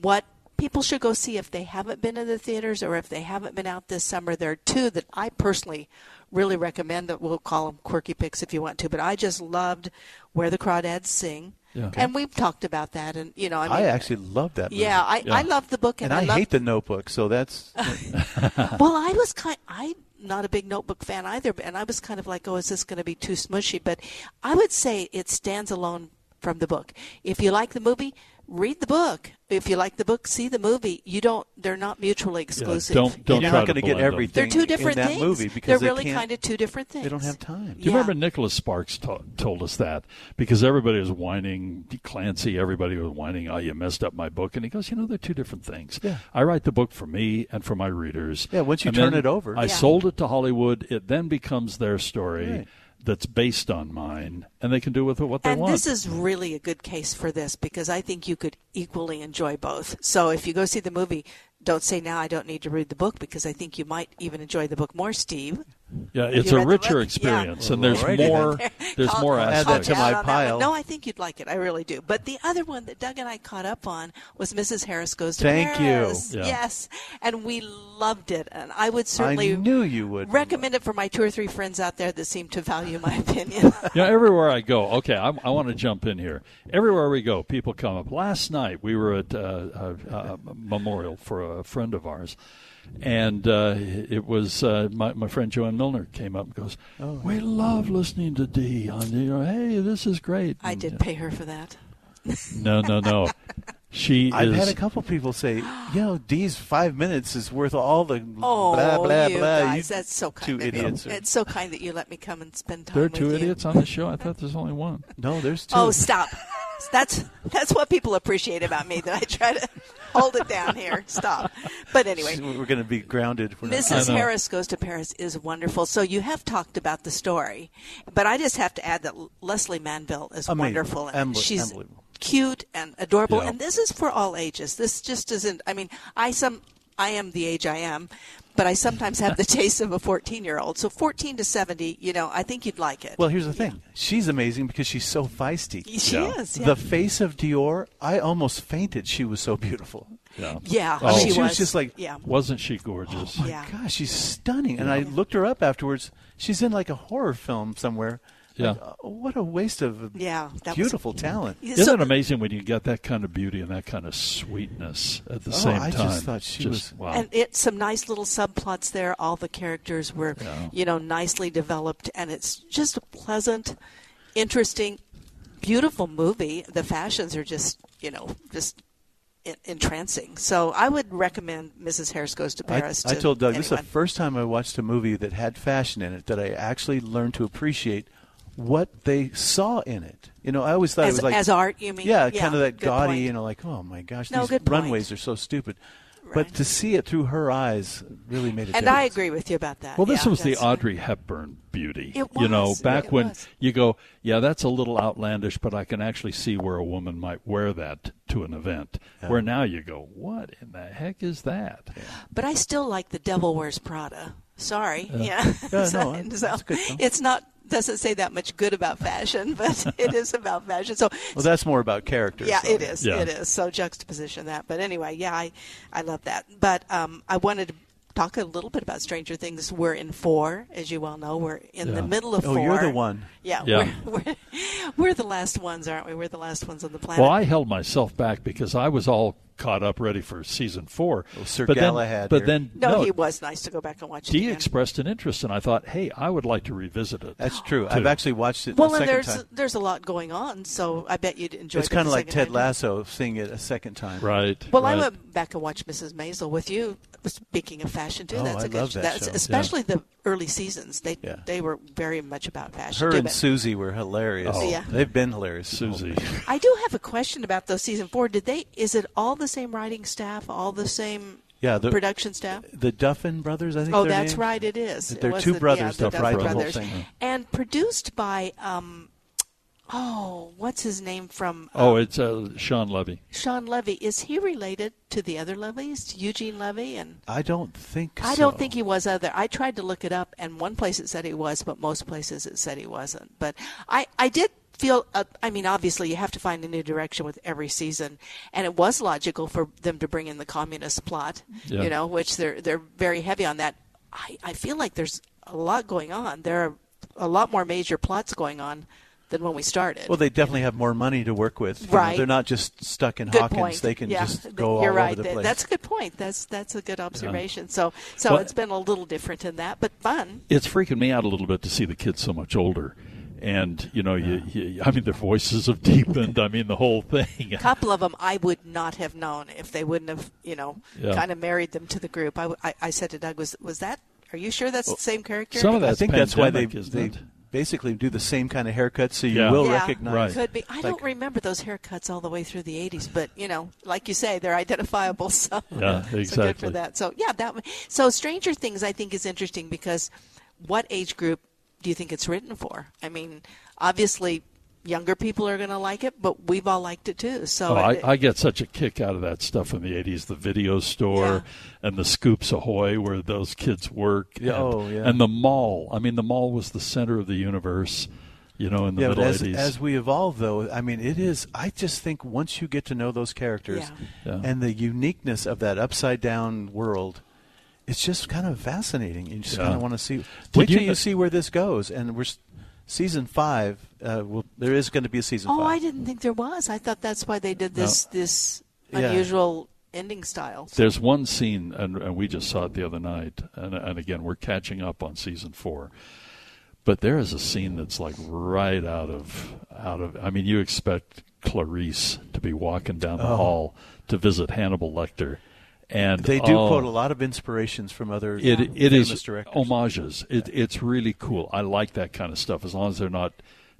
Speaker 10: what people should go see if they haven't been in the theaters or if they haven't been out this summer. There are two that I personally really recommend. That we'll call them quirky picks if you want to. But I just loved Where the Crawdads Sing,
Speaker 5: Yeah.
Speaker 10: and we've talked about that. And you know, I, mean,
Speaker 5: I actually love that. Movie.
Speaker 10: Yeah, I- Yeah. I love the book and I love-
Speaker 5: hate the Notebook. So that's
Speaker 10: well, I was kind. I not a big notebook fan either, and I was kind of like, oh, is this going to be too smushy? But I would say it stands alone from the book. If you like the movie, read the book. If you like the book, see the movie. You don't. They're not mutually exclusive.
Speaker 4: don't- don't
Speaker 5: You're
Speaker 4: try
Speaker 5: not
Speaker 4: to
Speaker 5: gonna
Speaker 4: blend
Speaker 5: get
Speaker 4: them.
Speaker 5: everything.
Speaker 10: They're two different
Speaker 5: in that
Speaker 10: things.
Speaker 5: movie because
Speaker 10: they're
Speaker 5: they
Speaker 10: really
Speaker 5: can't-
Speaker 10: kind of two different things.
Speaker 5: They don't have time.
Speaker 4: Do you remember Nicholas Sparks to told us that because everybody was whining Clancy, everybody was whining, "Oh, you messed up my book," and he goes, "You know, they're two different things.
Speaker 5: Yeah.
Speaker 4: I write the book for me and for my readers.
Speaker 5: Yeah, once you
Speaker 4: And
Speaker 5: turn
Speaker 4: then
Speaker 5: it over.
Speaker 4: I
Speaker 5: Yeah.
Speaker 4: sold it to Hollywood. It then becomes their story."
Speaker 10: Right.
Speaker 4: That's based on mine, and they can do with it what they
Speaker 10: and
Speaker 4: want.
Speaker 10: this is really a good case for this because I think you could equally enjoy both. So if you go see the movie, don't say now I don't need to read the book because I think you might even enjoy the book more, Steve.
Speaker 4: Yeah,
Speaker 10: Have
Speaker 4: it's
Speaker 10: you
Speaker 4: a
Speaker 10: read the
Speaker 4: richer
Speaker 10: book?
Speaker 4: experience,
Speaker 10: Yeah.
Speaker 4: and there's
Speaker 10: Alrighty then.
Speaker 4: more. There's
Speaker 10: Call-
Speaker 4: more
Speaker 10: call
Speaker 4: aspects.
Speaker 10: down on that one. No, I think you'd like it. I really do. But the other one that Doug and I caught up on was Mrs. Harris Goes to
Speaker 5: Thank you.
Speaker 10: Paris.
Speaker 5: Yeah.
Speaker 10: Yes, and we loved it. And I would certainly
Speaker 5: I knew you would.
Speaker 10: recommend it for my two or three friends out there that seem to value my opinion.
Speaker 4: yeah, everywhere I go. Okay, I'm, I want to jump in here. Everywhere we go, people come up. Last night we were at uh, a, a memorial for a friend of ours, and uh, it was uh, my, my friend Joanne Milner came up and goes,
Speaker 5: Oh,
Speaker 4: "We love listening to D on the- you know, Hey, this is great." uh,
Speaker 10: I did pay her for that.
Speaker 4: No, no, no. She
Speaker 5: I've
Speaker 4: is.
Speaker 5: had a couple people say, you know, D's five minutes is worth all the
Speaker 10: Oh,
Speaker 5: blah, blah,
Speaker 10: you
Speaker 5: blah.
Speaker 10: guys, that's so kind
Speaker 5: two
Speaker 10: of
Speaker 5: idiots.
Speaker 10: you. It's so kind that you let me come and spend time
Speaker 4: there are
Speaker 10: with
Speaker 4: two
Speaker 10: you.
Speaker 4: idiots on the show. I thought there's only one.
Speaker 5: No, there's two.
Speaker 10: Oh, stop. That's that's what people appreciate about me that I try to hold it down here. Stop. But anyway,
Speaker 5: We're going to be grounded. We're not-
Speaker 10: Mrs. Harris Goes to Paris is wonderful. So you have talked about the story, but I just have to add that Leslie Manville is
Speaker 5: Amazing.
Speaker 10: wonderful. And
Speaker 5: Unbel-
Speaker 10: she's
Speaker 5: unbelievable.
Speaker 10: cute and adorable.
Speaker 5: Yeah.
Speaker 10: And this is for all ages. This just isn't. I mean, I some I am the age I am, but I sometimes have the taste of a fourteen-year-old. So fourteen to seventy, you know, I think you'd like it.
Speaker 5: Well, here's the thing. She's amazing because she's so feisty.
Speaker 10: She Yeah. is, yeah.
Speaker 5: The face of Dior, I almost fainted. She was so beautiful.
Speaker 4: Yeah. Oh,
Speaker 10: Yeah,
Speaker 5: I mean,
Speaker 10: Oh. she
Speaker 5: she, was.
Speaker 10: was.
Speaker 5: just like,
Speaker 10: Yeah.
Speaker 4: Wasn't she gorgeous?
Speaker 5: my
Speaker 10: Yeah.
Speaker 5: gosh, she's stunning. And I looked her up afterwards. She's in like a horror film somewhere.
Speaker 4: Yeah.
Speaker 5: Like, uh, what a waste of
Speaker 10: Yeah, that was-
Speaker 5: beautiful talent.
Speaker 4: Isn't it amazing when you got that kind of beauty and that kind of sweetness at the
Speaker 5: Oh,
Speaker 4: same
Speaker 5: I
Speaker 4: time?
Speaker 5: just thought she was-
Speaker 4: wow.
Speaker 10: And it's some nice little subplots there. All the characters were, you know, nicely developed, and it's just a pleasant, interesting, beautiful movie. The fashions are just, you know, just en- entrancing. So I would recommend Mrs. Harris Goes to
Speaker 5: I,
Speaker 10: Paris.
Speaker 5: I
Speaker 10: to
Speaker 5: told Doug this is the
Speaker 10: anyone.
Speaker 5: first time I watched a movie that had fashion in it that I actually learned to appreciate what they saw in it. You know, I always thought
Speaker 10: As-
Speaker 5: it was like
Speaker 10: as art, you mean?
Speaker 5: Yeah,
Speaker 10: Yeah,
Speaker 5: kind of that
Speaker 10: good
Speaker 5: gaudy.
Speaker 10: point.
Speaker 5: You know, like oh my gosh,
Speaker 10: No,
Speaker 5: these
Speaker 10: good point.
Speaker 5: runways are so stupid. But to see it through her eyes really made a
Speaker 10: And
Speaker 5: difference.
Speaker 10: I agree with you about that.
Speaker 4: Well, this
Speaker 10: Yeah,
Speaker 4: was the
Speaker 10: that's-
Speaker 4: Audrey Hepburn beauty.
Speaker 10: It
Speaker 4: you know,
Speaker 10: was.
Speaker 4: back
Speaker 10: It
Speaker 4: when
Speaker 10: was.
Speaker 4: you go, yeah, that's a little outlandish, but I can actually see where a woman might wear that to an event. Where now you go, what in the heck is that?
Speaker 10: But I still like The Devil Wears Prada. Sorry. Yeah.
Speaker 4: Yeah,
Speaker 10: So-
Speaker 4: no,
Speaker 10: so it's not doesn't say that much good about fashion, but it is about fashion. So
Speaker 5: Well, that's more about character.
Speaker 10: Yeah,
Speaker 5: so-
Speaker 10: it is. It is. So juxtaposition that. But anyway, yeah, I, I love that. But um, I wanted to talk a little bit about Stranger Things. We're in four, as you well know. We're in
Speaker 5: Yeah.
Speaker 10: the middle of
Speaker 5: Oh,
Speaker 10: 4
Speaker 5: you're the one.
Speaker 10: Yeah.
Speaker 4: Yeah.
Speaker 10: We're, we're, we're the last ones, aren't we? We're the last ones on the planet.
Speaker 4: Well, I held myself back because I was all caught up ready for season four.
Speaker 5: Oh, Sir
Speaker 4: but Then,
Speaker 5: Galahad
Speaker 4: but
Speaker 5: here.
Speaker 4: then,
Speaker 10: no, he was nice to go back and watch it
Speaker 4: Dee
Speaker 10: again.
Speaker 4: expressed an interest, and I thought, hey, I would like to revisit it.
Speaker 5: That's true.
Speaker 4: too.
Speaker 5: I've actually watched it
Speaker 10: well,
Speaker 5: a
Speaker 10: and
Speaker 5: second
Speaker 10: there's
Speaker 5: time.
Speaker 10: there's a lot going on, so I bet you'd enjoy.
Speaker 5: It's
Speaker 10: kind of
Speaker 5: like Ted
Speaker 10: time.
Speaker 5: Lasso seeing it a second time.
Speaker 4: Right.
Speaker 10: Well, I went back and watched Mrs. Maisel with you. Speaking of fashion, too,
Speaker 5: Oh,
Speaker 10: that's
Speaker 5: I
Speaker 10: a good.
Speaker 5: love that
Speaker 10: that's
Speaker 5: show.
Speaker 10: especially the early seasons. They
Speaker 5: Yeah.
Speaker 10: they were very much about fashion.
Speaker 5: Her
Speaker 10: too,
Speaker 5: and
Speaker 10: but
Speaker 5: Susie were hilarious.
Speaker 10: Oh. Yeah.
Speaker 5: They've been hilarious. Susie.
Speaker 10: I do have a question about those season four. Did they? Is it all the same writing staff? All the same?
Speaker 5: Yeah, the-
Speaker 10: production staff.
Speaker 5: The Duffin brothers, I think.
Speaker 10: Oh,
Speaker 5: their
Speaker 10: that's
Speaker 5: name?
Speaker 10: right. It is.
Speaker 5: That
Speaker 10: It
Speaker 5: They're
Speaker 10: was
Speaker 5: two
Speaker 10: the- yeah,
Speaker 5: brothers
Speaker 10: the
Speaker 5: that
Speaker 10: Duff
Speaker 5: write the whole
Speaker 10: brothers.
Speaker 5: thing.
Speaker 10: and produced by um, oh, what's his name from
Speaker 4: oh, it's uh, Sean Levy.
Speaker 10: Sean Levy? Is he related to the other Levies, Eugene Levy and?
Speaker 5: I don't think.
Speaker 10: I
Speaker 5: so.
Speaker 10: don't think he was other. I tried to look it up, and one place it said he was, but most places it said he wasn't. But I, I did feel. Uh, I mean, obviously, you have to find a new direction with every season, and it was logical for them to bring in the communist plot,
Speaker 4: Yeah.
Speaker 10: you know, which they're they're very heavy on that. I, I feel like there's a lot going on. There are a lot more major plots going on than when we started.
Speaker 5: Well, they definitely have more money to work with. You know,
Speaker 10: Right.
Speaker 5: they're not just stuck in
Speaker 10: Good
Speaker 5: Hawkins.
Speaker 10: point.
Speaker 5: They can
Speaker 10: Yeah,
Speaker 5: just go
Speaker 10: You're
Speaker 5: all
Speaker 10: right.
Speaker 5: over the
Speaker 10: That-
Speaker 5: place.
Speaker 10: That's a good point. That's that's a good observation. So so
Speaker 4: Well-
Speaker 10: it's been a little different in that, but fun.
Speaker 4: it's freaking me out a little bit to see the kids so much older. And you know, you, you, I mean, their voices have deepened. I mean, the whole thing.
Speaker 10: couple of them I would not have known if they wouldn't have, you know,
Speaker 4: Yeah.
Speaker 10: kind of married them to the group. I, w- I- I said to Doug, was was that? Are you sure
Speaker 4: Oh.
Speaker 10: that's the same character?
Speaker 5: I think that's why they
Speaker 4: pandemic, isn't
Speaker 5: they
Speaker 4: it?
Speaker 5: basically do the same kind of haircut, so you
Speaker 4: Yeah.
Speaker 5: will
Speaker 10: yeah,
Speaker 5: recognize.
Speaker 10: Could be. I
Speaker 5: Like,
Speaker 10: don't remember those haircuts all the way through the '80s, but you know, like you say, they're identifiable. So
Speaker 4: Yeah,
Speaker 10: So good for
Speaker 4: exactly.
Speaker 10: that. So yeah, that. one- So Stranger Things, I think, is interesting because what age group do you think it's written for? I mean, obviously. Younger people are going to like it, but we've all liked it too. So
Speaker 4: Oh, I,
Speaker 10: it-
Speaker 4: I get such a kick out of that stuff in the '80s, the video store and the Scoops Ahoy, where those kids work.
Speaker 5: Yeah,
Speaker 4: and,
Speaker 5: oh, yeah.
Speaker 4: and the mall. I mean, the mall was the center of the universe. You know, in the
Speaker 5: yeah, but
Speaker 4: middle
Speaker 5: as,
Speaker 4: '80s.
Speaker 5: as we evolve, though, I mean, it is. I just think once you get to know those characters
Speaker 4: Yeah. Yeah.
Speaker 5: and the uniqueness of that upside down world, it's just kind of fascinating. You just
Speaker 4: Yeah.
Speaker 5: kind of want to see. wait
Speaker 4: you uh,
Speaker 5: till
Speaker 4: kn-
Speaker 5: you see where this goes, and we're s- season five. Uh, will there is going to be a season
Speaker 10: Oh,
Speaker 5: five.
Speaker 10: I didn't think there was. I thought that's why they did
Speaker 4: No.
Speaker 10: this this
Speaker 4: Yeah.
Speaker 10: unusual ending style.
Speaker 4: There's one scene, and, and we just saw it the other night, and, and again, we're catching up on season four. But there is a scene that's like right out of out of. I mean, you expect Clarice to be walking down the
Speaker 5: Oh.
Speaker 4: hall to visit Hannibal Lecter, and
Speaker 5: They do
Speaker 4: oh,
Speaker 5: quote a lot of inspirations from other
Speaker 4: It it
Speaker 5: famous
Speaker 4: is
Speaker 5: directors.
Speaker 4: homages. It, It's really cool. I like that kind of stuff as long as they're not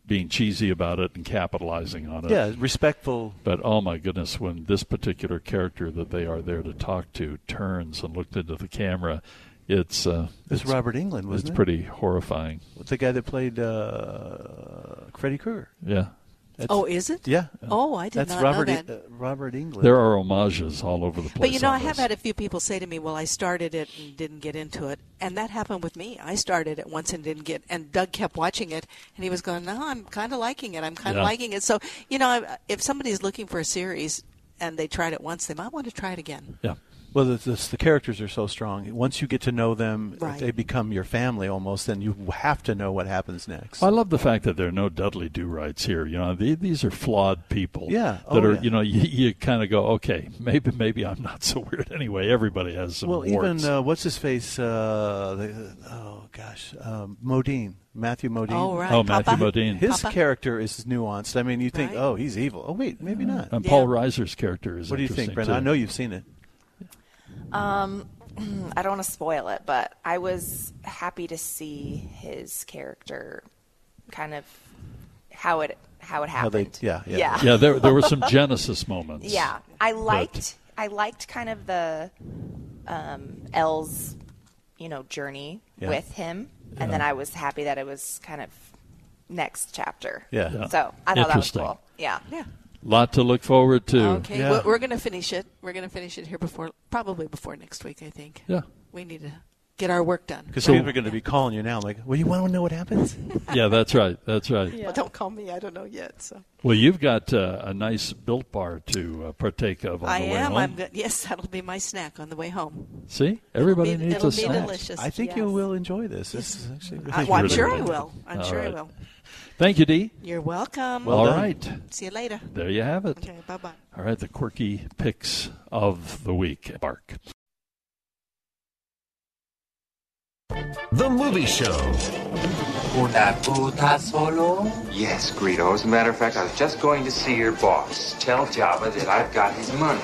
Speaker 4: being cheesy about it and capitalizing on it.
Speaker 5: Yeah, respectful.
Speaker 4: But oh my goodness, when this particular character that they are there to talk to turns and looked into the camera, it's uh,
Speaker 5: It's Robert Englund, wasn't
Speaker 4: it's
Speaker 5: it?
Speaker 4: pretty horrifying.
Speaker 5: The guy that played uh, Freddy Krueger.
Speaker 4: Yeah,
Speaker 5: That's-
Speaker 10: Oh, is it?
Speaker 5: Yeah.
Speaker 10: Oh, I did
Speaker 5: That's
Speaker 10: not know
Speaker 5: Robert
Speaker 10: that.
Speaker 5: uh, Robert Englund.
Speaker 4: there are homages all over the place.
Speaker 10: But you know,
Speaker 4: on
Speaker 10: I have
Speaker 4: this.
Speaker 10: had a few people say to me, "Well, I started it and didn't get into it," and that happened with me. I started it once and didn't get, and Doug kept watching it, and he was going, "No, I'm kind of liking it. I'm kind of
Speaker 4: Yeah.
Speaker 10: liking it." So you know, I- if somebody's looking for a series and they tried it once, they might want to try it again.
Speaker 4: Yeah.
Speaker 5: Well, the, the, the characters are so strong. Once you get to know them,
Speaker 10: Right.
Speaker 5: they become your family almost, and you have to know what happens next.
Speaker 4: I love the fact that there are no Dudley Do Rights here. You know, the- these are flawed people.
Speaker 5: Yeah.
Speaker 4: that
Speaker 5: Oh,
Speaker 4: are
Speaker 5: yeah.
Speaker 4: you know you, you kind of go okay maybe maybe I'm not so weird anyway. Everybody has some
Speaker 5: Well,
Speaker 4: warts.
Speaker 5: even uh, what's his face? Uh, the, oh gosh, um, Modine, Matthew Modine.
Speaker 4: Oh, right, Oh, Matthew Papa. Modine.
Speaker 5: His
Speaker 4: Papa.
Speaker 5: character is nuanced. I mean, you think, oh, he's evil. Oh, wait, maybe not.
Speaker 4: and Paul Reiser's character is.
Speaker 5: What do you think,
Speaker 4: interesting,
Speaker 5: Brent? I
Speaker 4: too.
Speaker 5: know you've seen it.
Speaker 14: Um, I don't want to spoil it, but I was happy to see his character, kind of how it how it
Speaker 4: How
Speaker 14: happened.
Speaker 4: they- yeah, yeah.
Speaker 14: yeah.
Speaker 4: Yeah, there- there were some Genesis moments.
Speaker 14: Yeah, I
Speaker 4: But-
Speaker 14: liked I liked kind of the um, L's, you know, journey
Speaker 5: Yeah.
Speaker 14: with him,
Speaker 5: Yeah.
Speaker 14: and then I was happy that it was kind of next chapter.
Speaker 4: Yeah. Yeah.
Speaker 14: So I thought that was
Speaker 4: Interesting.
Speaker 14: cool. Yeah.
Speaker 10: Yeah.
Speaker 4: Lot to look forward to.
Speaker 10: Okay, we're, we're going to finish it. We're going to finish it here before, probably before next week. I think.
Speaker 4: Yeah.
Speaker 10: We need to get our work done.
Speaker 5: Because people are going to be calling you now, like, well, you want to know what happens?
Speaker 4: yeah, that's right. That's right.
Speaker 10: Well, don't call me. I don't know yet. So
Speaker 4: Well, you've got uh, a nice built bar to uh, partake of on
Speaker 10: I
Speaker 4: the way
Speaker 10: am.
Speaker 4: home.
Speaker 10: I'm good. Yes, that'll be my snack on the way home.
Speaker 4: See, everybody
Speaker 10: It'll be-
Speaker 4: needs
Speaker 10: it'll
Speaker 4: a
Speaker 10: be
Speaker 4: snack.
Speaker 10: delicious,
Speaker 5: I think you will enjoy this. This is actually really
Speaker 10: Uh, well, I'm
Speaker 5: good.
Speaker 10: sure I will. I'm sure I will.
Speaker 4: Thank you, Dee.
Speaker 10: You're welcome.
Speaker 4: All right.
Speaker 10: See you later.
Speaker 4: There you have it.
Speaker 10: Okay, bye bye.
Speaker 4: All right, the quirky picks of the week. Bark.
Speaker 1: The Movie Show.
Speaker 16: Una puta solo? Yes, Greedo. As a matter of fact, I was just going to see your boss. Tell Jabba that I've got his money.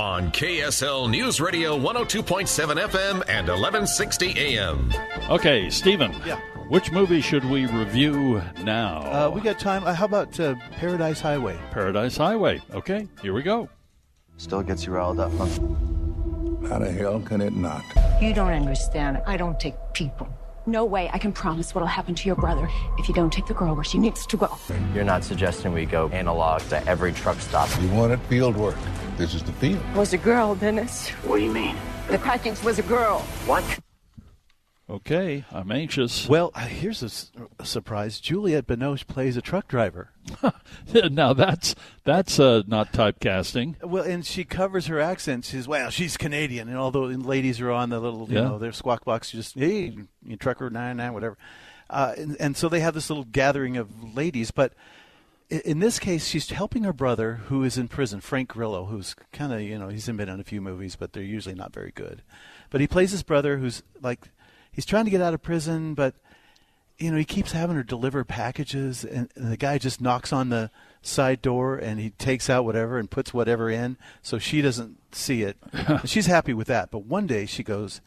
Speaker 1: On KSL News Radio 102.7 FM and 1160 AM.
Speaker 4: Okay, Stephen.
Speaker 5: Yeah.
Speaker 4: Which movie should we review now?
Speaker 5: Uh, we got time. Uh, how about uh, Paradise Highway?
Speaker 4: Paradise Highway. Okay, here we go.
Speaker 17: Still gets you riled up, huh? How the hell can it not?
Speaker 11: You don't understand. I don't take people.
Speaker 20: No way I can promise what'll happen to your brother if you don't take the girl where she needs to go.
Speaker 17: You're not suggesting we go analog to every truck stop. You wanted field work. This is the field.
Speaker 20: Was a girl, Dennis. What do you mean? The Cratchits was a girl. What?
Speaker 4: Okay, I'm anxious.
Speaker 5: Well, uh, here's a, s- a surprise. Juliette Binoche plays a truck driver.
Speaker 4: now that's that's uh, not typecasting.
Speaker 5: Well, and she covers her accent. She's well, she's Canadian, and all the ladies are on the little, you
Speaker 4: Yeah.
Speaker 5: know, their squawk box. You just hey, you trucker nine nine whatever, uh, and, and so they have this little gathering of ladies. But i- in this case, she's helping her brother who is in prison, Frank Grillo, who's kind of you know he's been in a few movies, but they're usually not very good. But he plays his brother who's like he's trying to get out of prison, but you know, he keeps having her deliver packages, and, and the guy just knocks on the side door and he takes out whatever and puts whatever in, so she doesn't see it. And She's happy with that, but one day she goes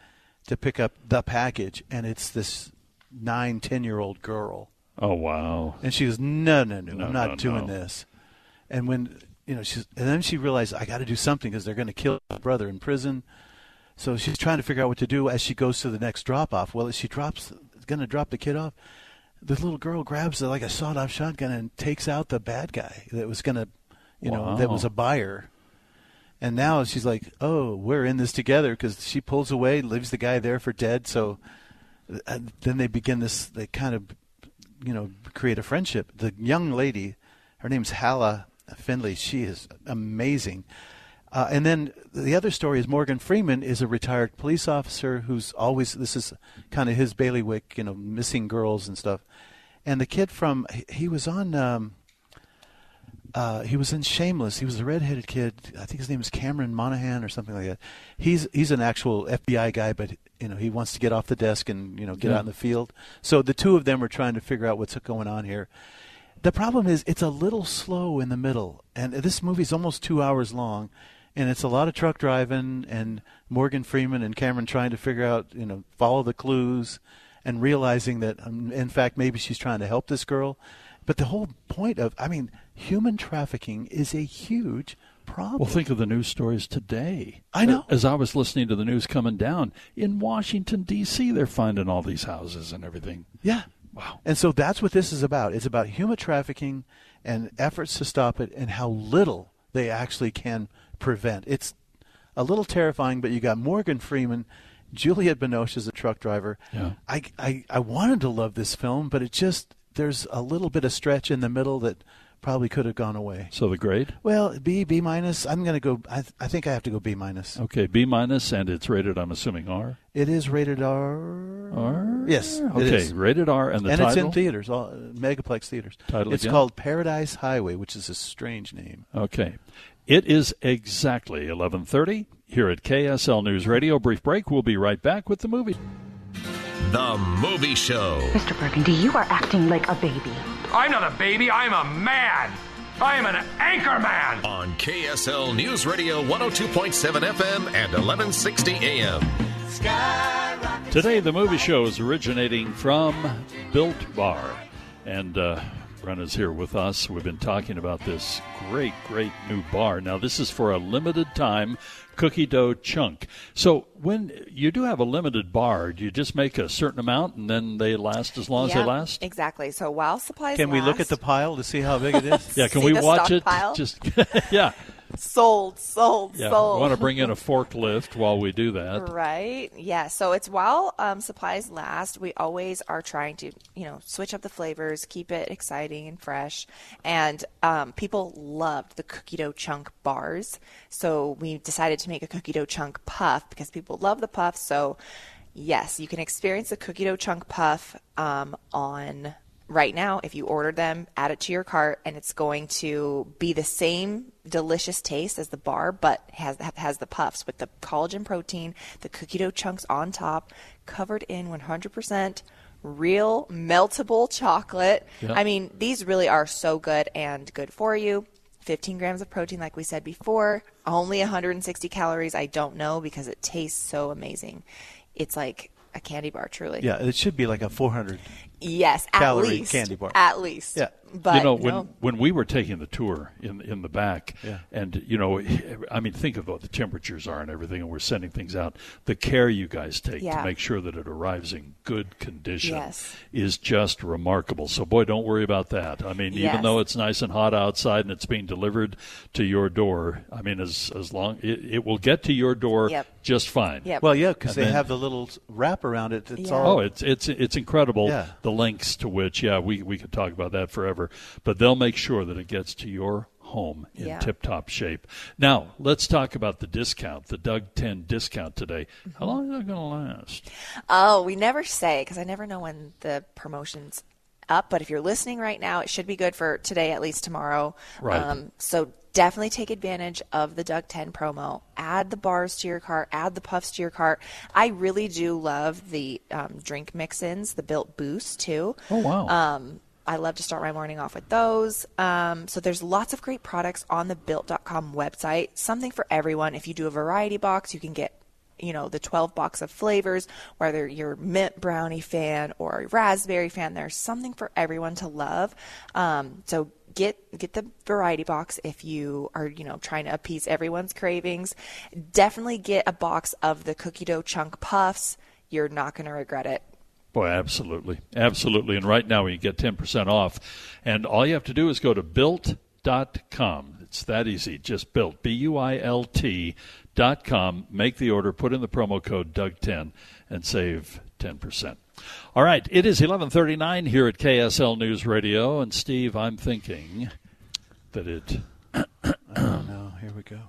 Speaker 5: to pick up the package, and it's this nine, ten-year-old girl,
Speaker 4: Oh wow.
Speaker 5: and she goes, "No, no, no,
Speaker 4: No,
Speaker 5: I'm
Speaker 4: no,
Speaker 5: not doing
Speaker 4: no.
Speaker 5: this." And when you know, she's and then she realized I got to do something because they're going to kill my brother in prison. So she's trying to figure out what to do as she goes to the next drop off. Well, as she drops, going to drop the kid off, the little girl grabs like a sawed off shotgun and takes out the bad guy that was going to, you know, that
Speaker 4: Wow.
Speaker 5: was a buyer. And now she's like, oh, we're in this together because she pulls away, leaves the guy there for dead. So uh, then they begin this, they kind of, you know, create a friendship. The young lady, her name's Hala Finley. She is amazing. Uh, and then the other story is Morgan Freeman is a retired police officer who's always, this is kind of his bailiwick, you know, missing girls and stuff. And the kid from, he- he was on, um, uh, he was in Shameless. He was a redheaded kid. I think his name is Cameron Monahan or something like that. He's he's an actual FBI guy, but you know he wants to get off the desk and you know get
Speaker 4: Yeah.
Speaker 5: out in the field. So the two of them are trying to figure out what's going on here. The problem is it's a little slow in the middle, and this movie's almost two hours long, and it's a lot of truck driving and Morgan Freeman and Cameron trying to figure out you know follow the clues, and realizing that, um, in fact, maybe she's trying to help this girl. But the whole point of, I mean, human trafficking is a huge problem.
Speaker 4: Well, think of the news stories today.
Speaker 5: I know.
Speaker 4: As I was listening to the news coming down in Washington D.C., they're finding all these houses and everything.
Speaker 5: Yeah. Wow. And so that's what this is about. It's about human trafficking and efforts to stop it and how little they actually can prevent. It's a little terrifying, but you got Morgan Freeman, Juliette Binoche is a truck driver.
Speaker 4: Yeah.
Speaker 5: I, I, I wanted to love this film, but it just, there's a little bit of stretch in the middle that probably could have gone away.
Speaker 4: So the grade?
Speaker 5: Well, B, B minus. I'm going to go, I, th- I think I have to go B minus.
Speaker 4: Okay, B minus, and it's rated, I'm assuming, R.
Speaker 5: It is rated R.
Speaker 4: R?
Speaker 5: Yes. it
Speaker 4: Okay,
Speaker 5: is.
Speaker 4: rated R, and the
Speaker 5: and it's
Speaker 4: title?
Speaker 5: in theaters, all, megaplex theaters.
Speaker 4: Title
Speaker 5: it's
Speaker 4: again?
Speaker 5: called Paradise Highway, which is a strange name.
Speaker 4: Okay. It is exactly 11:30 here at KSL News Radio. Brief break. We'll be right back with the movie.
Speaker 1: The Movie Show.
Speaker 20: Mr. Burgundy, you are acting like a baby.
Speaker 1: I'm not a baby, I'm a man. I am an anchor man. On KSL News Radio 102.7 FM and 1160 AM.
Speaker 4: Today, the movie show is originating from Built Bar. And uh, Brenna's here with us. We've been talking about this great, great new bar. Now, this is for a limited time cookie dough chunk. So, when you do have a limited bar, do you just make a certain amount and then they last as long as
Speaker 14: Yeah,
Speaker 4: they last?
Speaker 14: Exactly. So while supplies
Speaker 5: Can we look at the pile to see how big it is?
Speaker 4: Yeah, can
Speaker 14: See
Speaker 4: we
Speaker 14: the
Speaker 4: watch
Speaker 14: stockpile?
Speaker 4: it? Just yeah,
Speaker 14: sold, sold,
Speaker 4: yeah.
Speaker 14: sold.
Speaker 4: We want to bring in a forklift while we do that.
Speaker 14: Right. Yeah. So it's while um, supplies last, we always are trying to, you know, switch up the flavors, keep it exciting and fresh. And um, people loved the cookie dough chunk bars. So we decided to make a cookie dough chunk puff because people love the puff. So, yes, you can experience the cookie dough chunk puff um, on right now if you order them add it to your cart and it's going to be the same delicious taste as the bar but has has the puffs with the collagen protein the cookie dough chunks on top covered in 100% real meltable chocolate
Speaker 6: Yeah.
Speaker 14: i mean these really are so good and good for you 15 grams of protein like we said before only 160 calories i don't know because it tastes so amazing it's like a candy bar truly
Speaker 5: Yeah, it should be like a 400.
Speaker 14: Yes, at
Speaker 5: Calorie
Speaker 14: least
Speaker 5: candy bar.
Speaker 14: At least.
Speaker 5: Yeah.
Speaker 14: But
Speaker 4: you know, when
Speaker 14: no.
Speaker 4: when we were taking the tour in in the back,
Speaker 5: Yeah.
Speaker 4: and you know, I mean, think of what the temperatures are and everything, and we're sending things out. The care you guys take
Speaker 14: Yeah.
Speaker 4: to make sure that it arrives in good condition
Speaker 14: Yes.
Speaker 4: is just remarkable. So, boy, don't worry about that. I mean,
Speaker 14: Yes.
Speaker 4: even though it's nice and hot outside and it's being delivered to your door, I mean, as as long it, it will get to your door
Speaker 14: Yep.
Speaker 4: just fine.
Speaker 14: Yep.
Speaker 5: Well, yeah, because
Speaker 4: And
Speaker 5: they
Speaker 4: then-
Speaker 5: have the little s- wrap around it. It's
Speaker 14: Yeah.
Speaker 5: all.
Speaker 4: Oh, it's it's it's incredible
Speaker 5: Yeah.
Speaker 4: the lengths to which yeah we we could talk about that forever, but they'll make sure that it gets to your home in
Speaker 14: Yeah.
Speaker 4: tip top shape. Now let's talk about the discount, the Doug Ten discount today. How long is that going to last?
Speaker 14: Mm-hmm. Oh, we never say because I never know when the promotion's up. But if you're listening right now, it should be good for today, at least tomorrow. Um,
Speaker 4: Right.
Speaker 14: so definitely take advantage of the Doug 10 promo. Add the bars to your cart, add the puffs to your cart. I really do love the um, drink mix ins, the built boost too.
Speaker 4: Oh, wow.
Speaker 14: Um, I love to start my morning off with those. Um, so there's lots of great products on the built.com website. Something for everyone. If you do a variety box, you can get you know the 12 box of flavors whether you're mint brownie fan or a raspberry fan there's something for everyone to love um, so get get the variety box if you are you know trying to appease everyone's cravings definitely get a box of the cookie dough chunk puffs you're not going to regret it
Speaker 4: Boy, absolutely, absolutely. And right now you get ten percent off, and all you have to do is go to built.com. It's that easy. Just built b u i l t dot com. Make the order, put in the promo code Doug ten, and save ten percent. All right, it is eleven thirty nine here at KSL News Radio, and Steve, I'm thinking that it.
Speaker 5: Oh, no, here we go.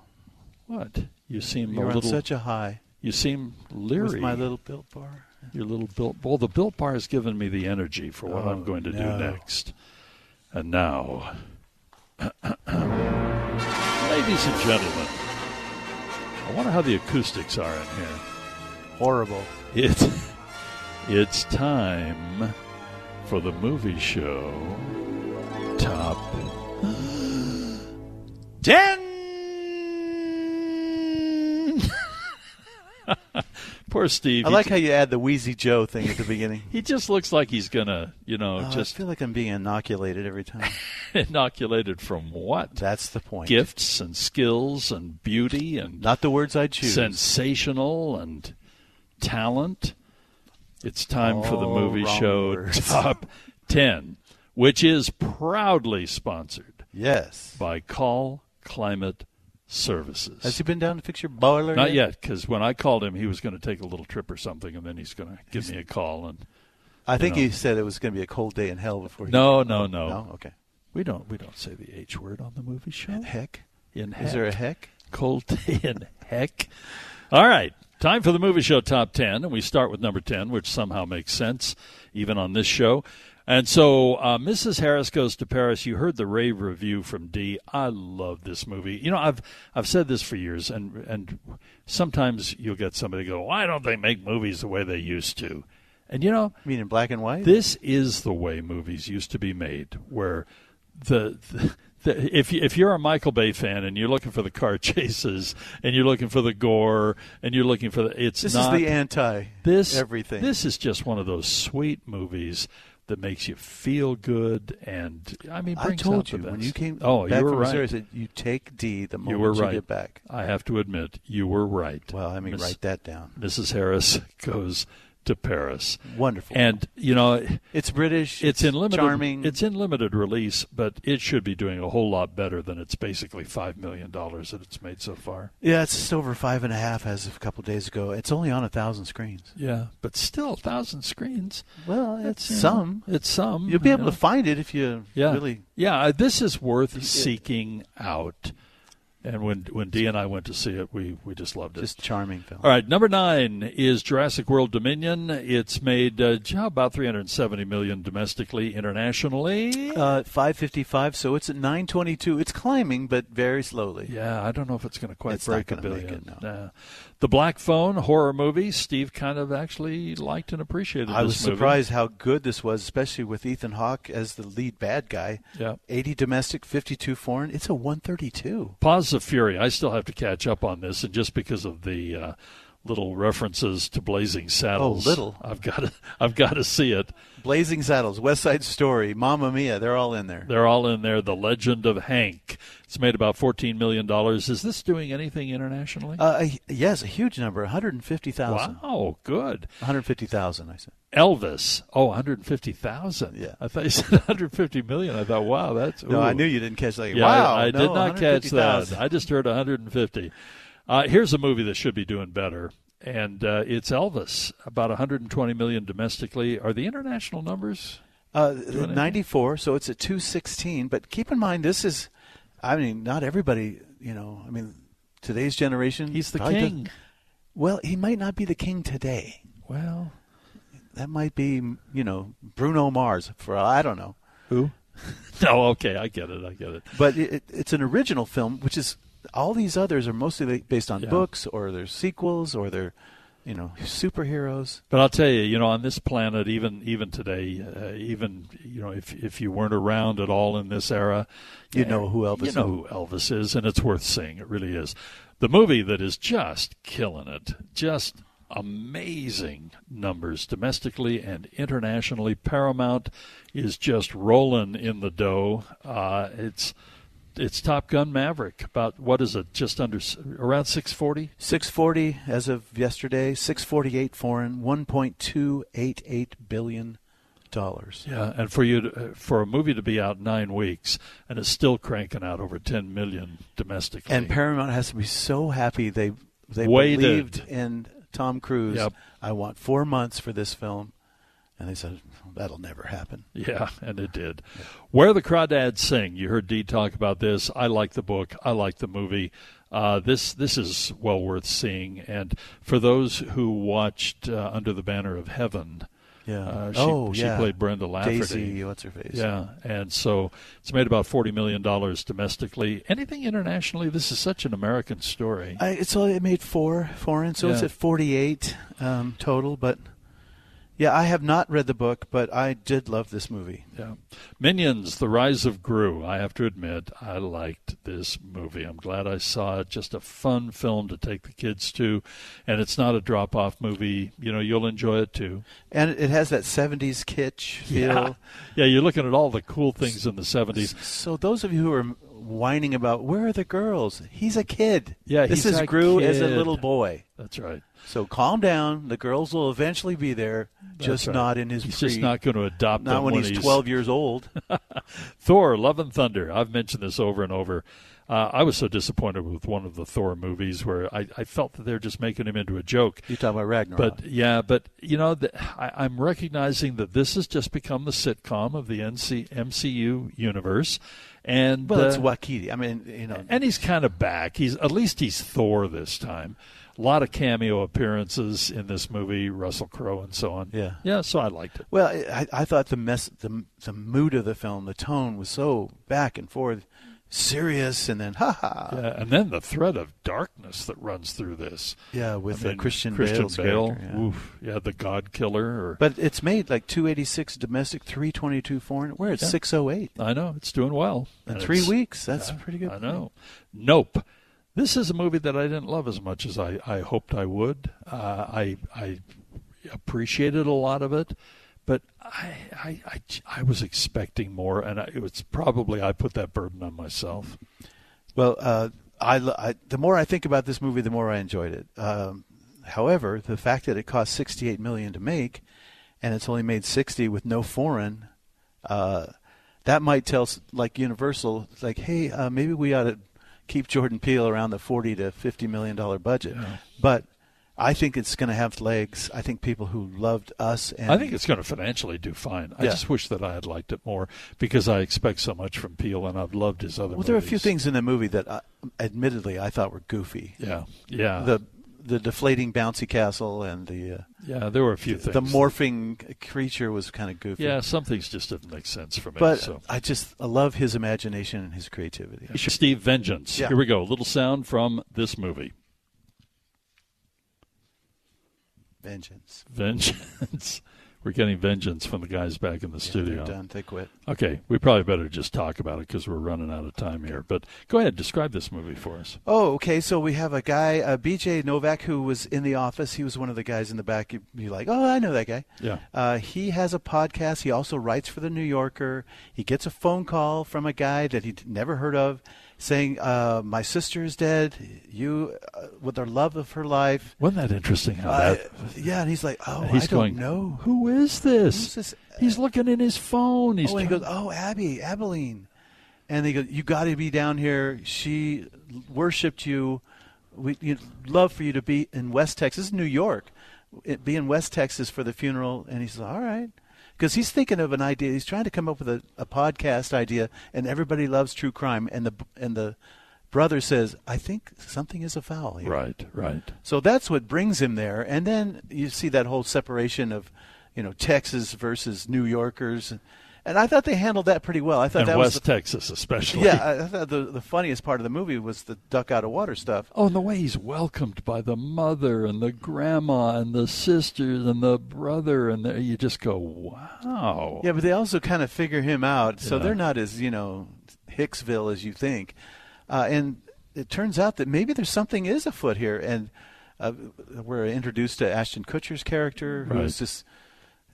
Speaker 4: What you seem
Speaker 5: You're
Speaker 4: a
Speaker 5: on
Speaker 4: little
Speaker 5: such a high.
Speaker 4: You seem leery.
Speaker 5: With my little built bar.
Speaker 4: Your little built well, the built bar has given me the energy for what
Speaker 5: Oh,
Speaker 4: I'm going to
Speaker 5: no.
Speaker 4: do next. And now, ladies and gentlemen, I wonder how the acoustics are in here.
Speaker 5: Horrible.
Speaker 4: It, it's time for the movie show top ten. Poor Steve.
Speaker 5: I
Speaker 4: He
Speaker 5: like
Speaker 4: j-
Speaker 5: how you add the Wheezy Joe thing at the beginning.
Speaker 4: He just looks like he's gonna, you know,
Speaker 5: Oh,
Speaker 4: just
Speaker 5: I feel like I'm being inoculated every time.
Speaker 4: inoculated from what?
Speaker 5: That's the point.
Speaker 4: Gifts and skills and beauty and
Speaker 5: not the words I choose.
Speaker 4: Sensational and talent. It's time for the
Speaker 5: All
Speaker 4: movie
Speaker 5: wrong
Speaker 4: show
Speaker 5: words.
Speaker 4: top ten, which is proudly sponsored.
Speaker 5: Yes,
Speaker 4: by Call Climate Services.
Speaker 5: Has he been down to fix your boiler?
Speaker 4: Not yet, because when I called him, he was going to take a little trip or something, and then he's going to give me a call. And
Speaker 5: I think
Speaker 4: you know.
Speaker 5: he said it was going to be a cold day in hell before. He
Speaker 4: No, no, no.
Speaker 5: No. Okay.
Speaker 4: We don't. We don't say the H word on the movie show.
Speaker 5: Heck.
Speaker 4: In heck.
Speaker 5: Is there a heck?
Speaker 4: Cold day in heck. All right. Time for the movie show top 10. And we start with number 10, which somehow makes sense, even on this show. And so uh, Mrs. Harris Goes to Paris. You heard the rave review from D. I love this movie. You know, I've I've said this for years, and and sometimes you'll get somebody go, why don't they make movies the way they used to? And you know,
Speaker 5: I mean, in black and white.
Speaker 4: this is the way movies used to be made, where the, the, the if you- if you're a Michael Bay fan and you're looking for the car chases and you're looking for the gore and you're looking for the it's
Speaker 5: This
Speaker 4: not
Speaker 5: is the anti.
Speaker 4: this
Speaker 5: everything.
Speaker 4: This is just one of those sweet movies that makes you feel good and I mean
Speaker 5: I
Speaker 4: brings out
Speaker 5: told
Speaker 4: the
Speaker 5: you when
Speaker 4: best.
Speaker 5: you came
Speaker 4: Oh,
Speaker 5: back
Speaker 4: you were
Speaker 5: from Missouri, I
Speaker 4: right.
Speaker 5: said you take D the moment
Speaker 4: You were right.
Speaker 5: get back.
Speaker 4: I have to admit, you were right. Well, I
Speaker 5: mean, write that down.
Speaker 4: Mrs. Harris goes to Paris.
Speaker 5: Wonderful.
Speaker 4: And you know,
Speaker 5: it's British.
Speaker 4: It's in limited.
Speaker 5: charming.
Speaker 4: It's in limited release, but it should be doing a whole lot better than it's basically five million dollars that it's made so far.
Speaker 5: Yeah, it's just over five and a half as of a couple days ago. It's only on a thousand screens.
Speaker 4: Yeah, but still, a thousand screens.
Speaker 5: Well,
Speaker 4: it's
Speaker 5: some.
Speaker 4: It's some.
Speaker 5: You'll be
Speaker 4: you
Speaker 5: able
Speaker 4: know.
Speaker 5: to find it if you
Speaker 4: Mm-hmm. Yeah,
Speaker 5: really.
Speaker 4: yeah. uh, This is worth seeking out. And when when Dee and I went to see it, we we just loved it.
Speaker 5: Just charming film.
Speaker 4: All right, number nine is Jurassic World Dominion. It's made uh, j- about three hundred seventy million domestically, internationally.
Speaker 5: Uh, five fifty-five. So it's at nine twenty-two. It's climbing, but very slowly.
Speaker 4: Yeah, I don't know if it's going to quite
Speaker 5: It's not
Speaker 4: break a
Speaker 5: gonna make
Speaker 4: billion.
Speaker 5: it,
Speaker 4: Nah. The Black Phone horror movie. Steve kind of actually liked and appreciated.
Speaker 5: I
Speaker 4: this
Speaker 5: was
Speaker 4: movie.
Speaker 5: surprised how good this was, especially with Ethan Hawke as the lead bad guy.
Speaker 4: Yeah.
Speaker 5: Eighty domestic, fifty-two foreign. It's a one thirty-two.
Speaker 4: Pause of Fury. I still have to catch up on this, and just because of the uh, little references to Blazing Saddles,
Speaker 5: Oh, little.
Speaker 4: I've got to, I've got to see it.
Speaker 5: Blazing Saddles, West Side Story, Mamma Mia. They're all in there.
Speaker 4: They're all in there. The Legend of Hank. It's made about fourteen million dollars. Is this doing anything internationally?
Speaker 5: Uh, a- yes, a huge number, one hundred and fifty thousand.
Speaker 4: wow, good.
Speaker 5: One hundred fifty thousand. I said.
Speaker 4: Elvis. Oh, 150,000. Yeah. I thought you said 150 million. I thought, wow, that's.
Speaker 5: No, I
Speaker 4: ooh.
Speaker 5: knew you didn't catch that.
Speaker 4: Yeah,
Speaker 5: Wow,
Speaker 4: I, I
Speaker 5: no,
Speaker 4: did not catch that.
Speaker 5: 150,000.
Speaker 4: I just heard 150. Uh, here's a movie that should be doing better, and uh, it's Elvis. About 120 million domestically. Are the international numbers?
Speaker 5: Uh,
Speaker 4: Do anything?
Speaker 5: 94, so it's at 216. But keep in mind, this is, I mean, not everybody, you know, I mean, today's generation. He's
Speaker 4: the king.
Speaker 5: Well, he might not be the king today.
Speaker 4: Well,
Speaker 5: That might be, you know, Bruno Mars, for I don't know.
Speaker 4: Who? no. Okay, I get it. I get it.
Speaker 5: But it, it, it's an original film, which is, all these others are mostly based on
Speaker 4: Yeah.
Speaker 5: books or they're sequels or they're, you know, superheroes.
Speaker 4: But I'll tell you, you know, on this planet, even even today, uh, even you know, if if you weren't around at all in this era,
Speaker 5: You know who Elvis
Speaker 4: You know who Elvis is, and it's worth seeing. It really is. The movie that is just killing it, just amazing numbers domestically and internationally. Paramount is just rolling in the dough. Uh, it's it's Top Gun Maverick. About what is it? Just under s- around six forty.
Speaker 5: 640 as of yesterday, 648 foreign, 1.288 billion dollars.
Speaker 4: Yeah, and for you to, uh, for a movie to be out nine weeks and it's still cranking out over ten million domestically.
Speaker 5: And Paramount has to be so happy they they
Speaker 4: Waited.
Speaker 5: believed in Tom Cruise.
Speaker 4: Yep.
Speaker 5: I want 4 months for this film. And they said that'll never happen.
Speaker 4: yeah, and it did. Where the Crawdads Sing. You heard Dee talk about this. I like the book. I like the movie. Uh, this this is well worth seeing. And for those who watched uh, Under the Banner of Heaven,
Speaker 5: Yeah.
Speaker 4: uh, she,
Speaker 5: Oh,
Speaker 4: she
Speaker 5: yeah.
Speaker 4: played Brenda Lafferty.
Speaker 5: Daisy, what's her face?
Speaker 4: Yeah, and so it's made about forty million dollars domestically. Anything internationally? This is such an American story.
Speaker 5: I, it's only it made 4 foreign, so it's
Speaker 4: Yeah.
Speaker 5: at 48 um, total, but Yeah, I have not read the book, but I did love this movie.
Speaker 4: Yeah. Minions: The Rise of Gru. I have to admit, I liked this movie. I'm glad I saw it. Just a fun film to take the kids to, and it's not a drop-off movie. You know, you'll enjoy it too.
Speaker 5: And it has that 70s kitsch feel.
Speaker 4: Yeah. Yeah, you're looking at all the cool things in the 70s.
Speaker 5: So those of you who are whining about where are the girls? He's a kid.
Speaker 4: Yeah,
Speaker 5: this
Speaker 4: he's
Speaker 5: is
Speaker 4: a
Speaker 5: Gru as a
Speaker 4: kid.
Speaker 5: little boy.
Speaker 4: That's right.
Speaker 5: So calm down. The girls will eventually be there,
Speaker 4: That's
Speaker 5: just
Speaker 4: right.
Speaker 5: not in his.
Speaker 4: He's just
Speaker 5: pre-
Speaker 4: not going to adopt
Speaker 5: Not
Speaker 4: them
Speaker 5: when
Speaker 4: when
Speaker 5: he's
Speaker 4: he's-
Speaker 5: 12 years old.
Speaker 4: Thor: Love and Thunder. I've mentioned this over and over. Uh, I was so disappointed with one of the Thor movies where I, I felt that they're just making him into a joke.
Speaker 5: You're talking about Ragnarok.
Speaker 4: But yeah, but you know, the, I, I'm recognizing that this has just become the sitcom of the NC, MCU universe, and
Speaker 5: well, it's
Speaker 4: uh,
Speaker 5: Wakiti. I mean, you know,
Speaker 4: and he's kind of back. He's at least he's Thor this time. A lot of cameo appearances in this movie, Russell Crowe and so on.
Speaker 5: Yeah.
Speaker 4: yeah. So I liked it.
Speaker 5: Well, I, I thought the mess, the the mood of the film, the tone was so back and forth, serious, and then ha ha.
Speaker 4: Yeah, Uh, and then the thread of darkness that runs through this.
Speaker 5: Yeah, with
Speaker 4: I
Speaker 5: uh,
Speaker 4: mean,
Speaker 5: Christian,
Speaker 4: Christian
Speaker 5: Bale's
Speaker 4: Bale.
Speaker 5: character, yeah.
Speaker 4: Oof. Yeah, the God Killer. Or
Speaker 5: But it's made like 286 domestic, 322 foreign. We're at
Speaker 4: Yeah.
Speaker 5: 608
Speaker 4: I know it's doing well
Speaker 5: in
Speaker 4: And
Speaker 5: three
Speaker 4: it's-
Speaker 5: weeks. That's
Speaker 4: I-
Speaker 5: pretty good.
Speaker 4: I know. Nope. This is a movie that I didn't love as much as I, I hoped I would. Uh, I I appreciated a lot of it, but I I, I, I was expecting more, and I, it's probably I put that burden on myself.
Speaker 5: Well, uh, I, lo- I the more I think about this movie, the more I enjoyed it. Um, however, the fact that it cost 68 million to make, and it's only made 60 with no foreign, uh, that might tell s- like Universal, it's like, hey, uh, maybe we ought to keep Jordan Peele around the 40 to 50 million dollar budget. But I think it's going to have legs. I think people who loved us and
Speaker 4: I think it's going to financially do fine. I
Speaker 5: Yeah.
Speaker 4: just wish that I had liked it more because I expect so much from Peele, and I've loved his other.
Speaker 5: Well, there are a few
Speaker 4: movies.
Speaker 5: things in the movie that, I, admittedly, I thought were goofy.
Speaker 4: Yeah. Yeah.
Speaker 5: The the deflating bouncy castle and the uh,
Speaker 4: Yeah, there were a few
Speaker 5: the, The
Speaker 4: things.
Speaker 5: morphing creature was kind of goofy.
Speaker 4: Yeah, some things just didn't make sense for me.
Speaker 5: but
Speaker 4: so.
Speaker 5: I just I love his imagination and his creativity.
Speaker 4: Steve Vengeance.
Speaker 5: Yeah.
Speaker 4: Here we go. A little sound from this movie.
Speaker 5: Vengeance.
Speaker 4: Vengeance. We're getting vengeance from the guys back in the studio.
Speaker 5: done. They quit.
Speaker 4: Okay, we probably better just talk about it because we're running out of time here. But go ahead, describe this movie for us.
Speaker 5: Oh, okay. So we have a guy, uh, B.J. Novak, who was in the office. He was one of the guys in the back. You'd be like, oh, I know that guy.
Speaker 4: Yeah.
Speaker 5: Uh, he has a podcast. He also writes for the New Yorker. He gets a phone call from a guy that he'd never heard of, saying, uh, "My sister is dead. You, uh, with her love of her life."
Speaker 4: Wasn't that interesting? How
Speaker 5: Uh,
Speaker 4: that
Speaker 5: yeah, and he's like, "Oh,
Speaker 4: he's
Speaker 5: I don't
Speaker 4: going,
Speaker 5: know
Speaker 4: who is this?
Speaker 5: Who's this? uh,
Speaker 4: He's looking in his phone. He's
Speaker 5: oh, and he
Speaker 4: trying-
Speaker 5: goes, "Oh, Abby, Abilene," and they go, "You got to be down here. She worshipped you. We you'd love for you to be in West Texas, This is New York. It- be in West Texas for the funeral." And he says, "All right." Because he's thinking of an idea, he's trying to come up with a, a podcast idea, and everybody loves true crime. And the and the brother says, "I think something is afoul here."
Speaker 4: Right, right.
Speaker 5: So that's what brings him there. And then you see that whole separation of, you know, Texas versus New Yorkers. And I thought they handled that pretty well. I thought
Speaker 4: And
Speaker 5: that
Speaker 4: West
Speaker 5: was the,
Speaker 4: Texas, especially.
Speaker 5: yeah. I, I thought the the funniest part of the movie was the duck out of water stuff.
Speaker 4: Oh, and the way he's welcomed by the mother and the grandma and the sisters and the brother, and the, you just go, wow.
Speaker 5: Yeah, but they also kind of figure him out, so
Speaker 4: Yeah.
Speaker 5: they're not as you know Hicksville as you think. Uh, and it turns out that maybe there's something is afoot here, and uh, we're introduced to Ashton Kutcher's character, who is
Speaker 4: Right.
Speaker 5: this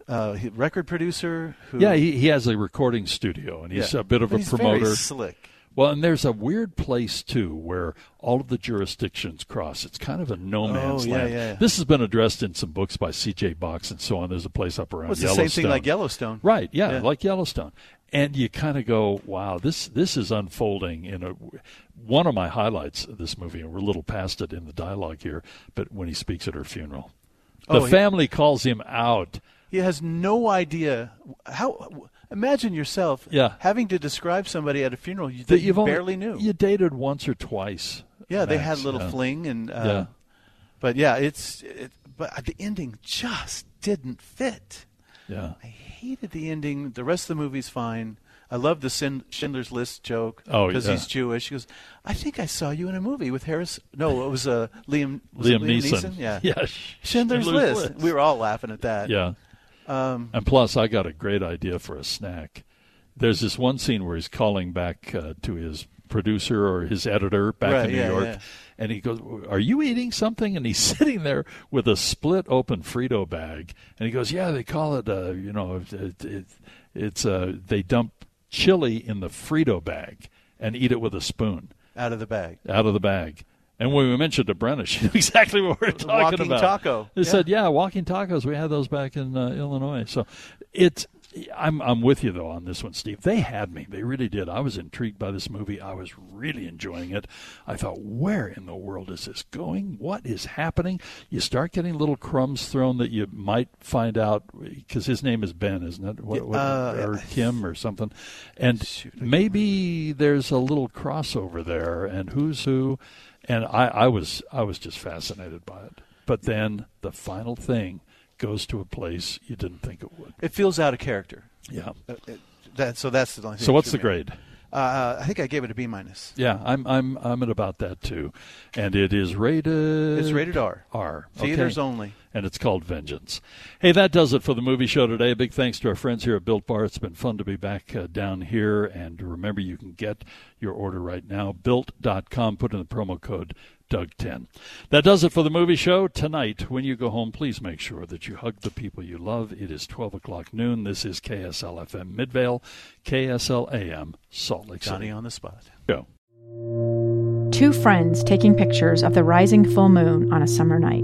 Speaker 5: uh, he- record producer. Who,
Speaker 4: Yeah, he, he has a recording studio, and he's
Speaker 5: Yeah.
Speaker 4: a bit of
Speaker 5: But
Speaker 4: a
Speaker 5: he's very
Speaker 4: promoter.
Speaker 5: slick.
Speaker 4: Well, and there's a weird place too where all of the jurisdictions cross. It's kind of a no man's
Speaker 5: Oh, yeah,
Speaker 4: land.
Speaker 5: yeah, yeah.
Speaker 4: This has been addressed in some books by C.J. Box and so on. There's a place up around
Speaker 5: Well, it's the same
Speaker 4: Yellowstone.
Speaker 5: thing like Yellowstone.
Speaker 4: right? Yeah,
Speaker 5: Yeah.
Speaker 4: like Yellowstone. And you kind of go, wow, this this is unfolding in a one of my highlights of this movie, and we're a little past it in the dialogue here. But when he speaks at her funeral, the
Speaker 5: Oh, he-
Speaker 4: family calls him out.
Speaker 5: He has no idea how. Imagine yourself
Speaker 4: Yeah.
Speaker 5: having to describe somebody at a funeral you, that you
Speaker 4: you've only-
Speaker 5: barely knew.
Speaker 4: You dated once or twice.
Speaker 5: yeah, they
Speaker 4: max,
Speaker 5: had a little
Speaker 4: yeah.
Speaker 5: fling and. Uh,
Speaker 4: Yeah.
Speaker 5: But yeah, it's. It, but the ending just didn't fit.
Speaker 4: Yeah.
Speaker 5: I hated the ending. The rest of the movie's fine. I love the Sin- Schindler's List joke
Speaker 4: Oh,
Speaker 5: because
Speaker 4: yeah.
Speaker 5: he's Jewish. He goes, "I think I saw you in a movie with Harris." No, it was uh, Liam was it
Speaker 4: Liam Neeson.
Speaker 5: Yeah,
Speaker 4: Yeah,
Speaker 5: Schindler's,
Speaker 4: Schindler's
Speaker 5: List.
Speaker 4: List.
Speaker 5: We were all laughing at that.
Speaker 4: Yeah.
Speaker 5: Um,
Speaker 4: and plus, I got a great idea for a snack. There's this one scene where he's calling back uh, to his producer or his editor back
Speaker 5: Right,
Speaker 4: in New
Speaker 5: yeah,
Speaker 4: York,
Speaker 5: yeah.
Speaker 4: and he goes, "Are you eating something?" And he's sitting there with a split open Frito bag, and he goes, "Yeah, they call it, uh, you know, it, it, it, it's uh, they dump chili in the Frito bag and eat it with a spoon."
Speaker 5: out of the bag.
Speaker 4: out of the bag. And when we mentioned to Brenna, she knew exactly what we were talking
Speaker 5: walking
Speaker 4: about.
Speaker 5: taco.
Speaker 4: They said, "Yeah, walking tacos. We had those back in uh, Illinois." So it's. I'm I'm with you though on this one, Steve. They had me. They really did. I was intrigued by this movie. I was really enjoying it. I thought, where in the world is this going? What is happening? You start getting little crumbs thrown that you might find out because his name is Ben, isn't it? What, what,
Speaker 5: Uh,
Speaker 4: or Kim or something. And maybe there's a little crossover there and who's who. And I, I was I was just fascinated by it. But then the final thing goes to a place you didn't think it would.
Speaker 5: It feels out of character.
Speaker 4: Yeah.
Speaker 5: Uh, it- that, so that's the only thing.
Speaker 4: So what's
Speaker 5: that
Speaker 4: the
Speaker 5: threw me
Speaker 4: grade?
Speaker 5: off. Uh, I think I gave it a B minus.
Speaker 4: Yeah, I'm I'm I'm at about that too. And it is rated
Speaker 5: It's rated R.
Speaker 4: Uh, R.
Speaker 5: Theaters
Speaker 4: okay.
Speaker 5: only.
Speaker 4: And it's called Vengeance. Hey, that does it for the movie show today. Big thanks to our friends here at Built Bar. It's been fun to be back uh, down here. And remember, you can get your order right now. Built.com. Put in the promo code Doug10. That does it for the movie show. Tonight, when you go home, please make sure that you hug the people you love. It is 12 o'clock noon. This is KSL FM Midvale, KSL AM Salt Lake City.
Speaker 5: Johnny on the spot.
Speaker 4: Go.
Speaker 6: Two friends taking pictures of the rising full moon on a summer night.